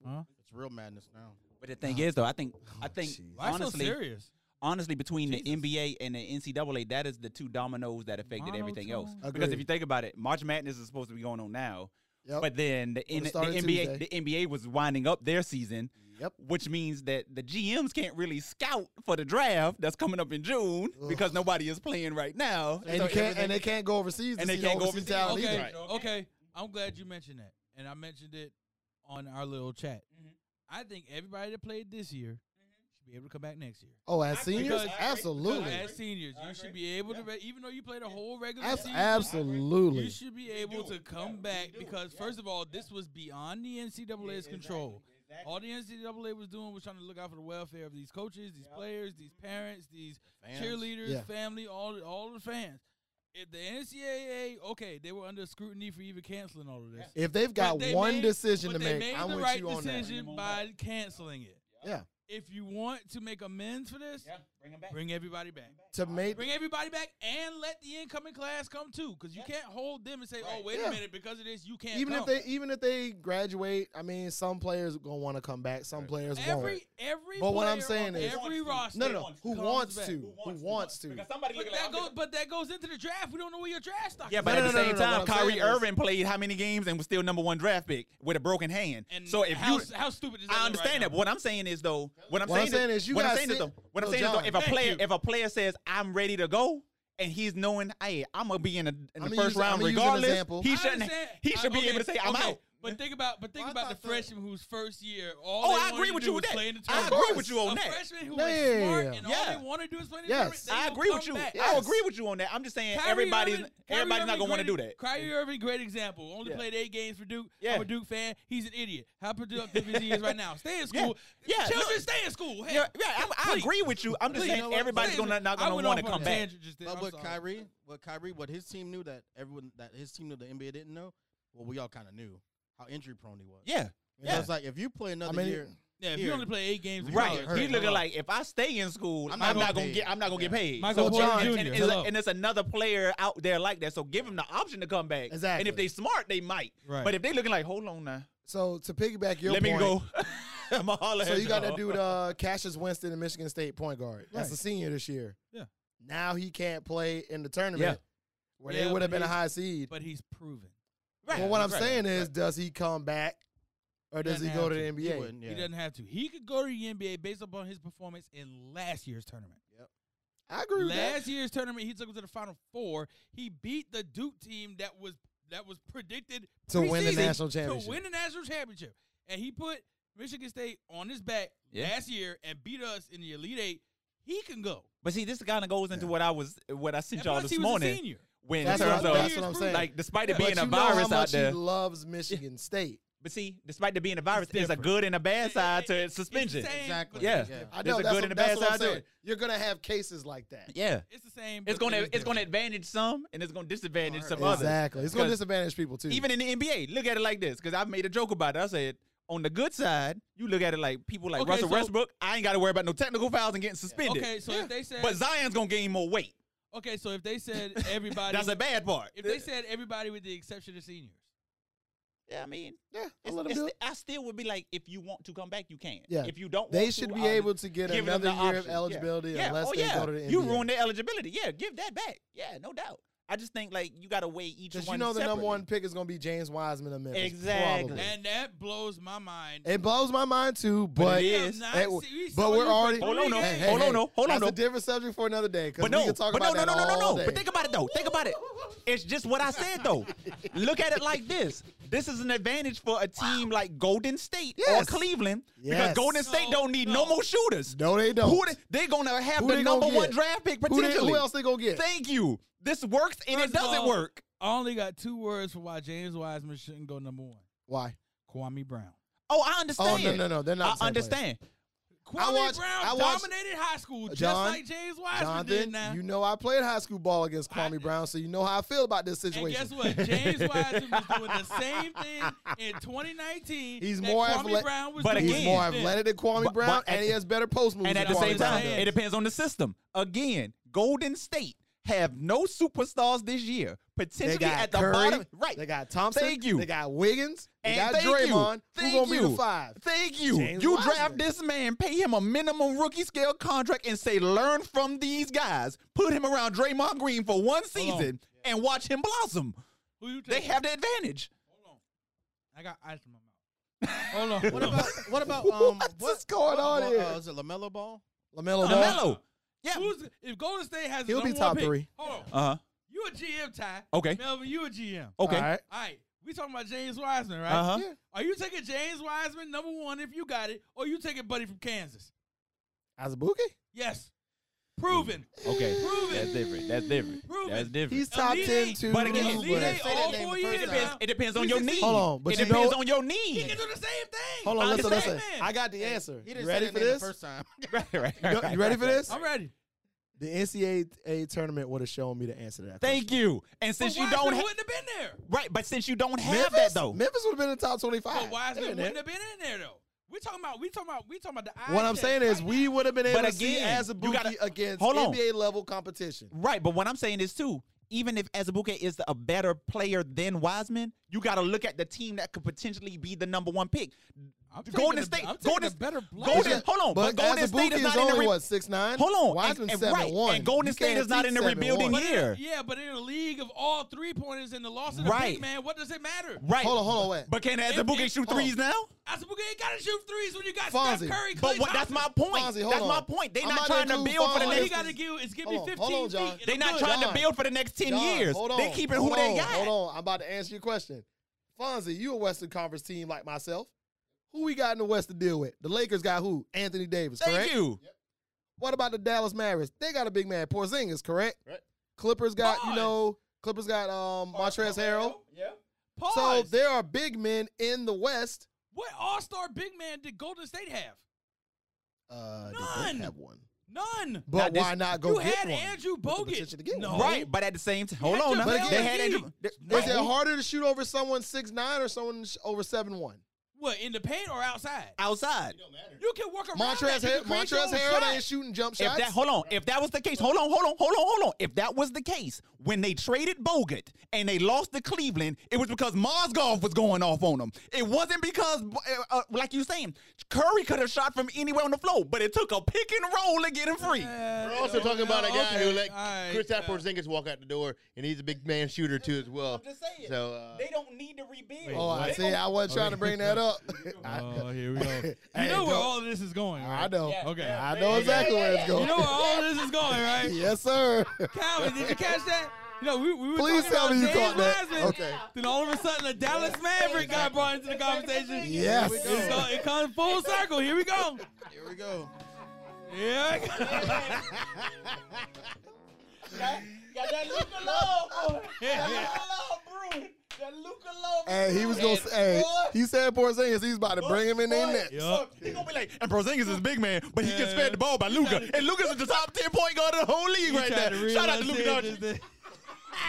Speaker 2: Huh?
Speaker 1: It's real madness now.
Speaker 5: But the thing is, though, I think I think
Speaker 3: Uh-huh. Oh, jeez.
Speaker 2: Why so
Speaker 5: honestly,
Speaker 2: serious?
Speaker 5: honestly, between the NBA and the NCAA, that is the two dominoes that affected
Speaker 2: Mono
Speaker 5: everything else.
Speaker 2: tone.
Speaker 5: Because
Speaker 3: Agreed.
Speaker 5: if you think about it, March Madness is supposed to be going on now,
Speaker 3: Yep.
Speaker 5: but then the, N- the
Speaker 3: started
Speaker 5: NBA
Speaker 3: Tuesday.
Speaker 5: the NBA was winding up their season,
Speaker 3: Yep.
Speaker 5: which means that the GMs can't really scout for the draft that's coming up in June because nobody is playing right now.
Speaker 3: and you can't, and they can't go overseas.
Speaker 5: And
Speaker 3: to
Speaker 5: they
Speaker 3: see the
Speaker 5: can't go
Speaker 3: overseas
Speaker 5: overseas.
Speaker 3: talent
Speaker 2: okay,
Speaker 3: either.
Speaker 4: Right.
Speaker 2: okay. I'm glad you mentioned that, and I mentioned it on our little chat.
Speaker 6: Mm-hmm.
Speaker 2: I think everybody that played this year should be able to come back next year.
Speaker 3: Oh, as
Speaker 6: Because-
Speaker 3: seniors,
Speaker 6: because-
Speaker 3: absolutely,
Speaker 6: I
Speaker 2: As
Speaker 6: agree.
Speaker 2: seniors,
Speaker 6: I
Speaker 2: you
Speaker 6: agree.
Speaker 2: should be able to,
Speaker 6: Yeah.
Speaker 2: re- even though you played a whole regular
Speaker 3: Abs-
Speaker 2: season,
Speaker 3: absolutely.
Speaker 2: you should be able
Speaker 6: do
Speaker 2: to
Speaker 6: it.
Speaker 2: come
Speaker 6: Yeah, we
Speaker 2: back
Speaker 6: do it.
Speaker 2: because,
Speaker 6: Yeah.
Speaker 2: first of all, this was beyond the NCAA's
Speaker 6: Exactly,
Speaker 2: control.
Speaker 6: exactly.
Speaker 2: All the NCAA was doing was trying to look out for the welfare of these coaches, these players, these
Speaker 6: Mm-hmm.
Speaker 2: parents, these
Speaker 1: Fans.
Speaker 2: cheerleaders,
Speaker 3: Yeah.
Speaker 2: family, all all the fans. If the NCAA, okay, they were under scrutiny for even canceling all of this.
Speaker 3: If they've got
Speaker 2: But they
Speaker 3: one
Speaker 2: made- but
Speaker 3: decision to
Speaker 2: they made
Speaker 3: make, I'm
Speaker 2: the
Speaker 3: with
Speaker 2: right
Speaker 3: you on that.
Speaker 2: decision by canceling it.
Speaker 3: Yeah.
Speaker 2: If you want to make amends for this,
Speaker 6: Yeah, bring 'em back.
Speaker 2: bring everybody back.
Speaker 3: To make
Speaker 2: Bring everybody back and let the incoming class come too, because you can't hold them and say, "Oh, wait
Speaker 3: Yeah.
Speaker 2: a minute, because of this, you can't."
Speaker 3: even if
Speaker 2: come."
Speaker 3: they even if they graduate, I mean, some players gonna want to come back, some players won't.
Speaker 2: every every
Speaker 3: But what I'm
Speaker 2: player
Speaker 3: saying
Speaker 2: on
Speaker 3: is-
Speaker 2: every roster,
Speaker 3: No, no, no.
Speaker 6: wants
Speaker 3: Who
Speaker 2: comes
Speaker 3: wants
Speaker 2: back.
Speaker 3: to?
Speaker 6: Who
Speaker 3: Who wants to?
Speaker 6: Because somebody
Speaker 2: But
Speaker 6: looking like
Speaker 2: that
Speaker 6: I'm
Speaker 2: goes,
Speaker 6: gonna-
Speaker 2: but that goes into the draft. We don't know where your draft stock.
Speaker 5: Yeah,
Speaker 2: is.
Speaker 5: but
Speaker 3: No,
Speaker 5: at
Speaker 3: no,
Speaker 5: the
Speaker 3: no,
Speaker 5: same
Speaker 3: no, no,
Speaker 5: time,
Speaker 3: what I'm saying
Speaker 5: Kyrie
Speaker 3: is-
Speaker 5: Irving played how many games and was still number one draft pick with a broken hand.
Speaker 2: And
Speaker 5: so if
Speaker 2: how,
Speaker 5: you,
Speaker 2: how stupid is that?
Speaker 5: I understand that.
Speaker 2: right
Speaker 5: But what I'm saying is though, what I'm
Speaker 3: What I'm
Speaker 5: saying,
Speaker 3: saying is you
Speaker 5: what I'm
Speaker 3: gotta
Speaker 5: saying is
Speaker 3: sit-
Speaker 5: though, what I'm
Speaker 3: Yo,
Speaker 5: saying is though,
Speaker 3: John.
Speaker 5: if a
Speaker 2: Thank
Speaker 5: player,
Speaker 2: you.
Speaker 5: if a player says I'm ready to go. And he's knowing, hey, I'm gonna be in, a, in the
Speaker 3: I'ma
Speaker 5: first
Speaker 3: use-
Speaker 5: round
Speaker 3: I'ma use an
Speaker 5: regardless.
Speaker 3: example.
Speaker 5: He
Speaker 2: I
Speaker 5: shouldn't.
Speaker 2: understand.
Speaker 5: He should
Speaker 2: I-
Speaker 5: be
Speaker 2: okay,
Speaker 5: able to say, I'm
Speaker 2: okay,
Speaker 5: out.
Speaker 2: But think about, but think
Speaker 1: Well, I
Speaker 2: about the
Speaker 1: thought that-
Speaker 2: freshman whose first year. All
Speaker 5: Oh,
Speaker 2: they
Speaker 5: I
Speaker 2: wanted
Speaker 5: agree
Speaker 2: to
Speaker 5: with
Speaker 2: do
Speaker 5: you
Speaker 2: was
Speaker 5: with that.
Speaker 2: play in the
Speaker 5: I
Speaker 2: tournament.
Speaker 5: agree with you on
Speaker 2: a
Speaker 5: that.
Speaker 2: freshman who
Speaker 3: Yeah,
Speaker 2: is
Speaker 3: yeah,
Speaker 2: smart
Speaker 3: yeah.
Speaker 2: and all
Speaker 5: Yeah.
Speaker 2: they want to do is play in the
Speaker 3: Yes.
Speaker 2: tournament. they
Speaker 5: I
Speaker 2: gonna
Speaker 5: agree with
Speaker 2: come
Speaker 5: you.
Speaker 2: back.
Speaker 5: I agree with you on that. I'm just saying
Speaker 2: Kyrie
Speaker 5: everybody's
Speaker 2: Irving- Kyrie
Speaker 5: everybody's not
Speaker 2: Irving
Speaker 5: gonna want to do
Speaker 2: great-
Speaker 5: that.
Speaker 2: Kyrie Irving, great example. Only played eight games for Duke.
Speaker 5: Yeah.
Speaker 2: I'm a Duke fan. He's an idiot. How productive is he is right now? Stay in school.
Speaker 5: [LAUGHS] Yeah. Yeah,
Speaker 2: Children,
Speaker 5: look.
Speaker 2: stay in school. Hey,
Speaker 5: Yeah, yeah, I, I
Speaker 2: Please.
Speaker 5: agree with you. I'm just
Speaker 2: Please.
Speaker 5: saying
Speaker 1: You know what?
Speaker 5: everybody's gonna not
Speaker 2: I
Speaker 5: gonna
Speaker 2: went
Speaker 5: want to
Speaker 2: off on
Speaker 5: come
Speaker 2: a
Speaker 5: back.
Speaker 2: tangent just then.
Speaker 1: But
Speaker 2: I'm
Speaker 1: what
Speaker 2: sorry.
Speaker 1: Kyrie, what Kyrie, what his team knew that everyone that his team knew the NBA didn't know. Well, we all kind of knew how injury prone he was.
Speaker 5: Yeah,
Speaker 1: So
Speaker 5: yeah,
Speaker 1: it's like if you play another
Speaker 3: mean,
Speaker 1: year,
Speaker 2: Yeah, if
Speaker 1: Here.
Speaker 2: you only play eight games, you
Speaker 5: right.
Speaker 2: probably
Speaker 1: hurt.
Speaker 5: He's
Speaker 2: hurt.
Speaker 5: looking like if I stay in school, I'm, not gonna,
Speaker 1: paid.
Speaker 5: get. I'm not gonna get paid.
Speaker 2: Michael
Speaker 5: So,
Speaker 2: Porter
Speaker 5: and-
Speaker 2: Jr.
Speaker 5: and, it's
Speaker 2: Hello.
Speaker 5: a- and it's another player out there like that. So give him the option to come back. And
Speaker 3: Exactly.
Speaker 5: if they smart, they might.
Speaker 2: Right.
Speaker 5: But if they looking like, hold on now,
Speaker 3: So to piggyback your
Speaker 5: let
Speaker 3: point,
Speaker 5: me go. [LAUGHS] I'm a holler
Speaker 3: [LAUGHS] so
Speaker 5: at
Speaker 3: you got that
Speaker 5: y'all.
Speaker 3: dude uh, Cassius Winston, the Michigan State point guard. That's
Speaker 2: Right.
Speaker 3: a senior this year.
Speaker 2: Yeah.
Speaker 3: Now he can't play in the tournament
Speaker 5: Yeah.
Speaker 3: where
Speaker 2: Yeah,
Speaker 3: they would have
Speaker 2: but
Speaker 3: been a
Speaker 2: he's-
Speaker 3: high seed.
Speaker 2: But he's proven.
Speaker 5: Right,
Speaker 3: well, what I'm
Speaker 5: right.
Speaker 3: saying is, does he come back or does
Speaker 2: Doesn't
Speaker 3: he go
Speaker 2: have
Speaker 3: to
Speaker 2: to.
Speaker 3: the
Speaker 1: he
Speaker 3: NBA?
Speaker 1: wouldn't. Yeah.
Speaker 2: He doesn't have to. He could go to the NBA based upon his performance in last year's tournament.
Speaker 3: I agree with that.
Speaker 2: Last year's tournament, he took him to the final four. He beat the Duke team that was that was predicted
Speaker 3: To win the
Speaker 2: preseason
Speaker 3: national
Speaker 2: To
Speaker 3: championship.
Speaker 2: win the national championship, and he put Michigan State on his back
Speaker 5: Yeah.
Speaker 2: last year and beat us in the Elite Eight. He can go.
Speaker 5: But see, this kind of goes into what I was, what I sent
Speaker 2: And
Speaker 5: y'all
Speaker 2: plus,
Speaker 5: this
Speaker 2: he was a
Speaker 5: morning.
Speaker 2: senior.
Speaker 5: When in
Speaker 3: That's what
Speaker 5: terms
Speaker 3: I-
Speaker 5: of,
Speaker 3: that's what I'm saying.
Speaker 5: like, despite it
Speaker 2: Yeah.
Speaker 5: being
Speaker 3: but
Speaker 5: a
Speaker 3: you know how
Speaker 5: virus out
Speaker 3: much
Speaker 5: there,
Speaker 3: he loves Michigan State.
Speaker 5: But see, despite it being a virus, there's a
Speaker 2: different.
Speaker 5: good and a bad
Speaker 2: It-
Speaker 5: side
Speaker 2: it-
Speaker 5: to
Speaker 2: it-
Speaker 5: its suspension.
Speaker 2: It's the same,
Speaker 1: Exactly.
Speaker 2: but
Speaker 5: Yeah.
Speaker 1: yeah.
Speaker 3: I
Speaker 5: There's
Speaker 3: know
Speaker 5: a
Speaker 3: that's
Speaker 5: good
Speaker 3: what,
Speaker 5: and a
Speaker 3: that's
Speaker 5: bad
Speaker 3: what I'm
Speaker 5: side to
Speaker 3: saying.
Speaker 5: it.
Speaker 3: You're gonna have cases like that.
Speaker 5: Yeah,
Speaker 2: It's the same.
Speaker 5: it's
Speaker 2: but
Speaker 5: gonna
Speaker 2: it
Speaker 5: it's
Speaker 2: is
Speaker 5: gonna
Speaker 2: different.
Speaker 5: advantage some, and it's gonna disadvantage some others.
Speaker 3: Exactly. It's gonna
Speaker 5: Because
Speaker 3: disadvantage people too.
Speaker 5: Even in the NBA, look at it like this, because I made a joke about it. I said on the good side, you look at it like people like
Speaker 2: Okay,
Speaker 5: Russell
Speaker 2: so-
Speaker 5: Westbrook. I ain't got to worry about no technical fouls and getting suspended.
Speaker 2: Okay, so if they said
Speaker 5: But Zion's gonna gain more weight.
Speaker 2: okay, so if they said everybody,
Speaker 5: [LAUGHS] That's the bad part.
Speaker 2: if they said everybody with the exception of seniors,
Speaker 5: yeah, I mean,
Speaker 3: Yeah, I
Speaker 5: it's-
Speaker 3: let them
Speaker 5: it's
Speaker 3: do it.
Speaker 5: sti- I still would be like, if you want to come back, you can.
Speaker 3: Yeah.
Speaker 5: If you don't,
Speaker 3: They
Speaker 5: want
Speaker 3: should
Speaker 5: to,
Speaker 3: be
Speaker 5: I'll-
Speaker 3: able to get
Speaker 5: giving them
Speaker 3: another
Speaker 5: the
Speaker 3: year
Speaker 5: option.
Speaker 3: of
Speaker 5: Yeah.
Speaker 3: eligibility
Speaker 5: yeah.
Speaker 3: unless
Speaker 5: oh
Speaker 3: they
Speaker 5: yeah.
Speaker 3: go to the NBA.
Speaker 5: you ruined their eligibility. Yeah, give that back. Yeah, no doubt. I just think like you got to weigh each one.
Speaker 3: because you know the number
Speaker 5: separately.
Speaker 3: one pick is going to be James Wiseman of Memphis.
Speaker 5: Exactly.
Speaker 3: probably.
Speaker 2: and that blows my mind.
Speaker 3: It blows my mind too, but
Speaker 5: it
Speaker 2: We have
Speaker 5: is.
Speaker 2: not
Speaker 3: Hey, w-
Speaker 2: seen- we
Speaker 3: but
Speaker 2: saw
Speaker 3: we're
Speaker 2: you for
Speaker 3: already-
Speaker 2: three
Speaker 5: Hold on, no.
Speaker 2: games.
Speaker 5: Hold on, no. Hold on,
Speaker 3: That's
Speaker 5: no.
Speaker 3: a different subject for another day. Because
Speaker 5: But no,
Speaker 3: we can talk
Speaker 5: but
Speaker 3: about
Speaker 5: no, no,
Speaker 3: that
Speaker 5: no, no, no,
Speaker 3: all
Speaker 5: no.
Speaker 3: day.
Speaker 5: But think about it though. Think about it. It's just what I said though. Look at it like this. This is an advantage for a team like Golden State
Speaker 3: Yes.
Speaker 5: or Cleveland because
Speaker 3: Yes.
Speaker 5: Golden State
Speaker 2: No,
Speaker 5: don't need
Speaker 2: no.
Speaker 5: no, more shooters.
Speaker 3: no, they don't.
Speaker 5: Who they, are gonna have
Speaker 3: Who
Speaker 5: the
Speaker 3: they gonna
Speaker 5: number one
Speaker 3: get?
Speaker 5: draft pick
Speaker 3: Who they-
Speaker 5: potentially?
Speaker 3: who else they gonna get?
Speaker 5: Thank you. This works and
Speaker 2: First
Speaker 5: it
Speaker 2: of
Speaker 5: doesn't
Speaker 2: all-
Speaker 5: work.
Speaker 2: I only got two words for why James Wiseman shouldn't go number one.
Speaker 3: Why?
Speaker 2: Kwame Brown.
Speaker 5: Oh, I understand.
Speaker 3: Oh no, no, no. They're not. the
Speaker 5: I
Speaker 3: same players.
Speaker 5: understand.
Speaker 2: Kwame
Speaker 3: I watched-
Speaker 2: Brown
Speaker 3: I watched-
Speaker 2: dominated high school just
Speaker 3: Uh, John-
Speaker 2: like James Wiseman did now.
Speaker 3: Jonathan, you know I played high school ball against
Speaker 2: I-
Speaker 3: Kwame Brown, so you know how I feel about this
Speaker 2: and
Speaker 3: situation.
Speaker 2: guess what?
Speaker 3: [LAUGHS]
Speaker 2: James Wiseman was doing the same thing in 2019.
Speaker 3: He's
Speaker 2: that
Speaker 3: more
Speaker 2: Kwame
Speaker 3: athle-
Speaker 2: Brown was
Speaker 5: But
Speaker 2: doing
Speaker 3: He's
Speaker 5: again-
Speaker 3: more
Speaker 2: then.
Speaker 3: athletic than Kwame
Speaker 5: But-
Speaker 3: Brown,
Speaker 5: but at-
Speaker 3: and he has better post moves.
Speaker 5: And at
Speaker 3: than
Speaker 5: the
Speaker 3: Kwame
Speaker 5: same
Speaker 3: Brown
Speaker 5: time,
Speaker 3: does.
Speaker 5: it depends on the system. Again, Golden State have no superstars this year.
Speaker 3: They
Speaker 5: Potentially
Speaker 3: got
Speaker 5: at the
Speaker 3: Curry,
Speaker 5: bottom. Right.
Speaker 3: They got Thompson.
Speaker 5: Thank you.
Speaker 3: They got Wiggins. They
Speaker 5: And
Speaker 3: got
Speaker 5: thank you.
Speaker 3: Draymond.
Speaker 5: Thank
Speaker 3: Who's gonna be
Speaker 5: you.
Speaker 3: the five?
Speaker 5: Thank you.
Speaker 3: James
Speaker 5: you
Speaker 3: Wiseman.
Speaker 5: draft this man, pay him a minimum rookie scale contract, and say, learn from these guys. Put him around Draymond Green for one
Speaker 2: on.
Speaker 5: season and watch him blossom.
Speaker 2: Who you
Speaker 5: They
Speaker 2: taking?
Speaker 5: have the advantage.
Speaker 2: Hold on. I got ice in my mouth.
Speaker 3: [LAUGHS]
Speaker 2: Hold on.
Speaker 1: What about what [LAUGHS] about um
Speaker 3: What's
Speaker 1: what,
Speaker 3: going
Speaker 1: what
Speaker 3: on
Speaker 1: ball-
Speaker 3: here?
Speaker 1: Uh, is it Lamelo Ball?
Speaker 3: Lamelo. Ball.
Speaker 5: LaMelo. Yeah.
Speaker 2: Who's, if Golden State has
Speaker 3: He'll
Speaker 2: the
Speaker 3: be
Speaker 2: number one
Speaker 3: top
Speaker 2: pick-
Speaker 3: three.
Speaker 2: Hold on.
Speaker 5: Uh-huh.
Speaker 2: You a GM, Ty.
Speaker 5: Okay.
Speaker 2: Melvin, you a GM. All
Speaker 5: Okay.
Speaker 3: All right.
Speaker 2: right. We talking about James Wiseman, right?
Speaker 5: Uh-huh.
Speaker 3: Yeah.
Speaker 2: Are you taking James Wiseman number one if you got it, or you taking Buddy from Kansas?
Speaker 3: As a bookie,
Speaker 2: Yes, proven.
Speaker 5: Okay.
Speaker 2: Prove it.
Speaker 5: That's different. That's different.
Speaker 2: Prove
Speaker 5: That's
Speaker 2: it.
Speaker 5: different.
Speaker 3: he's top
Speaker 2: Elite
Speaker 3: ten
Speaker 2: eight.
Speaker 3: too.
Speaker 5: But again,
Speaker 3: but-
Speaker 2: Elite
Speaker 5: Elite
Speaker 1: Say
Speaker 2: Eight
Speaker 1: that
Speaker 2: all
Speaker 1: name
Speaker 2: four
Speaker 1: the first
Speaker 2: years.
Speaker 1: time.
Speaker 2: now.
Speaker 5: it depends on
Speaker 2: We
Speaker 5: your
Speaker 2: succeed.
Speaker 5: need.
Speaker 3: Hold on, but
Speaker 5: it
Speaker 3: you know
Speaker 5: depends
Speaker 3: what?
Speaker 5: on your
Speaker 2: He can [LAUGHS]
Speaker 5: need.
Speaker 3: [LAUGHS]
Speaker 2: do the same thing.
Speaker 3: Hold on,
Speaker 2: I'm
Speaker 3: listen,
Speaker 2: the same
Speaker 3: listen.
Speaker 2: man.
Speaker 3: I got the answer.
Speaker 1: He didn't
Speaker 3: You
Speaker 1: say
Speaker 3: ready
Speaker 1: that
Speaker 3: for
Speaker 1: name the
Speaker 3: this?
Speaker 1: first time.
Speaker 5: right, right,
Speaker 3: You you ready
Speaker 5: [LAUGHS]
Speaker 3: for this?
Speaker 2: I'm ready.
Speaker 3: The NCAA tournament would have shown me the answer to that.
Speaker 5: Thank you. And since
Speaker 2: but
Speaker 5: you
Speaker 2: Wiseman
Speaker 5: don't ha-
Speaker 2: wouldn't have been there.
Speaker 5: right, but since you don't
Speaker 3: Memphis,
Speaker 5: have that though,
Speaker 3: Memphis would have been in the top twenty-five.
Speaker 2: But Wiseman
Speaker 3: They're in
Speaker 2: wouldn't
Speaker 3: there.
Speaker 2: have been in there though. We talking about. We talking about. We talking about the. eye
Speaker 3: What I'm
Speaker 2: test
Speaker 3: saying is,
Speaker 2: right
Speaker 3: we
Speaker 2: now.
Speaker 3: would have been able
Speaker 5: But
Speaker 3: to see
Speaker 5: again,
Speaker 3: as a
Speaker 5: you gotta-
Speaker 3: against
Speaker 5: hold on.
Speaker 3: NBA level competition.
Speaker 5: right? But what I'm saying is too, even if Azubuke is a better player than Wiseman, you got to look at the team that could potentially be the number one pick.
Speaker 2: I'm taking
Speaker 5: Golden
Speaker 2: the-
Speaker 5: State,
Speaker 2: I'm taking
Speaker 5: Golden,
Speaker 2: the better player.
Speaker 5: Golden, hold on, but, Golden
Speaker 3: as a
Speaker 5: State is
Speaker 3: Buki
Speaker 5: not
Speaker 3: only
Speaker 5: in the re-
Speaker 3: what six nine.
Speaker 5: Hold on,
Speaker 3: Wiseman
Speaker 5: and, and,
Speaker 3: seven
Speaker 5: right,
Speaker 3: one.
Speaker 5: and Golden
Speaker 3: You
Speaker 5: State
Speaker 3: can't
Speaker 5: is not in the
Speaker 3: beat 7-1.
Speaker 5: rebuilding
Speaker 2: But in a-
Speaker 5: year.
Speaker 2: yeah, but in a league of all three pointers and the loss of the
Speaker 5: Right.
Speaker 2: big man, what does it matter?
Speaker 5: Right.
Speaker 3: Hold on, hold on, wait.
Speaker 5: But can
Speaker 2: If-
Speaker 5: Azubuke
Speaker 2: if-
Speaker 5: shoot
Speaker 3: hold on.
Speaker 5: threes now?
Speaker 2: Asabuke ain't got to shoot threes when you got
Speaker 3: Fonzie,
Speaker 2: Steph Curry. Klay
Speaker 5: But what, that's
Speaker 2: Thompson.
Speaker 5: my point.
Speaker 3: Fonzie, hold
Speaker 5: that's my
Speaker 3: on.
Speaker 5: point. They're
Speaker 3: I'm
Speaker 5: not
Speaker 3: about
Speaker 5: trying
Speaker 3: to
Speaker 5: to
Speaker 3: include
Speaker 5: build for the
Speaker 3: Fonzie.
Speaker 2: All you
Speaker 5: next.
Speaker 2: got to give is give me
Speaker 3: Hold
Speaker 2: 15
Speaker 3: on, hold on,
Speaker 2: feet.
Speaker 3: John.
Speaker 2: and
Speaker 5: They're
Speaker 2: I'm
Speaker 5: not
Speaker 2: good.
Speaker 5: trying
Speaker 3: John,
Speaker 5: to build for the next ten
Speaker 3: John,
Speaker 5: years.
Speaker 3: Hold on,
Speaker 5: They keeping
Speaker 3: hold
Speaker 5: who they
Speaker 3: on,
Speaker 5: got.
Speaker 3: Hold on, I'm about to answer your question. Fonzie, you a Western Conference team like myself. Who we got in the West to deal with? The Lakers got who? Anthony Davis,
Speaker 5: Thank
Speaker 3: correct?
Speaker 5: you.
Speaker 3: What about the Dallas Mavericks? They got a big man, Porzingis, correct?
Speaker 4: Right.
Speaker 3: Clippers got, you
Speaker 2: Pause.
Speaker 3: know, Clippers got um Montrezl Harrell.
Speaker 6: Yeah.
Speaker 2: Pause.
Speaker 3: So there are big men in the West.
Speaker 2: what all-star big man did Golden State have?
Speaker 3: Uh, they
Speaker 2: None.
Speaker 3: don't have one.
Speaker 2: None.
Speaker 3: But
Speaker 5: Now, this-
Speaker 3: why not go
Speaker 2: You
Speaker 3: get
Speaker 2: had
Speaker 3: one?
Speaker 2: Andrew
Speaker 3: With the potential to get
Speaker 2: Bogut. No.
Speaker 3: one.
Speaker 5: Right, but at the same time, hold
Speaker 2: had
Speaker 5: on.
Speaker 2: your
Speaker 5: Now.
Speaker 3: But
Speaker 5: They
Speaker 3: again-
Speaker 5: had Andrew.
Speaker 2: No.
Speaker 3: Is it harder to shoot over someone six nine or someone sh- over seven one?
Speaker 2: What in the paint or outside?
Speaker 5: outside?
Speaker 2: You can work around
Speaker 3: Montrez
Speaker 2: that. You
Speaker 3: Har-
Speaker 2: can create
Speaker 3: Montrez
Speaker 2: your own
Speaker 3: Harrell
Speaker 2: shot.
Speaker 3: ain't shooting jump
Speaker 5: If
Speaker 3: shots.
Speaker 5: that hold on, if that was the case, hold on, hold on, hold on, hold on. If that was the case, when they traded Bogut and they lost to Cleveland, it was because Mozgov was going off on them. It wasn't because, uh, uh, like you saying, Curry could have shot from anywhere on the floor, but it took a pick and roll to get him free.
Speaker 2: Yeah,
Speaker 4: We're also
Speaker 2: no,
Speaker 4: talking about a
Speaker 2: no,
Speaker 4: guy who
Speaker 2: okay,
Speaker 4: let
Speaker 2: all right,
Speaker 4: Chris
Speaker 2: yeah.
Speaker 4: Porzingis walk out the door, and he's a big man shooter too as well.
Speaker 5: I'm just saying.
Speaker 4: So uh,
Speaker 5: They don't need to rebuild.
Speaker 3: oh, I
Speaker 5: They
Speaker 3: see. I wasn't trying to bring
Speaker 2: [LAUGHS]
Speaker 3: that up. I,
Speaker 2: Oh, here we go. You
Speaker 3: [LAUGHS] Hey,
Speaker 2: know where
Speaker 3: don't-
Speaker 2: all of this is going, right?
Speaker 3: I know.
Speaker 5: Yeah.
Speaker 2: Okay.
Speaker 3: I know exactly where it's
Speaker 2: You
Speaker 3: going.
Speaker 2: know where all of this is going,
Speaker 3: [LAUGHS]
Speaker 2: right?
Speaker 3: yes, sir.
Speaker 2: Calvin, did you catch that? You know, we, we were
Speaker 3: Please
Speaker 2: talking
Speaker 3: tell
Speaker 2: about
Speaker 3: me you
Speaker 2: James
Speaker 3: caught that.
Speaker 2: Wiseman.
Speaker 3: Okay.
Speaker 2: Then all of a sudden, a Dallas Maverick got brought into the
Speaker 5: [LAUGHS]
Speaker 2: conversation.
Speaker 3: Yes.
Speaker 2: It's go- it comes full circle. Here we go.
Speaker 1: Here we go.
Speaker 2: Yeah. [LAUGHS] I got-
Speaker 6: Got that Luka love, boy.
Speaker 2: yeah.
Speaker 6: Love, Bruce. That Luca love.
Speaker 3: Hey, he was gonna.
Speaker 6: And
Speaker 3: Hey,
Speaker 6: boy,
Speaker 3: he said Porzingis. He's about to bring him in there
Speaker 6: boy,
Speaker 3: next.
Speaker 2: Yup.
Speaker 5: He gonna be like, and Porzingis is a big man, but he gets
Speaker 2: Yeah.
Speaker 5: fed the ball by Luca, and Luca's is the top ten point guard of the whole league
Speaker 2: He
Speaker 5: right
Speaker 2: tried
Speaker 5: there.
Speaker 2: read
Speaker 5: Shout out to
Speaker 2: what I [LAUGHS]
Speaker 5: Luca
Speaker 2: said
Speaker 5: Doncic.
Speaker 2: just then.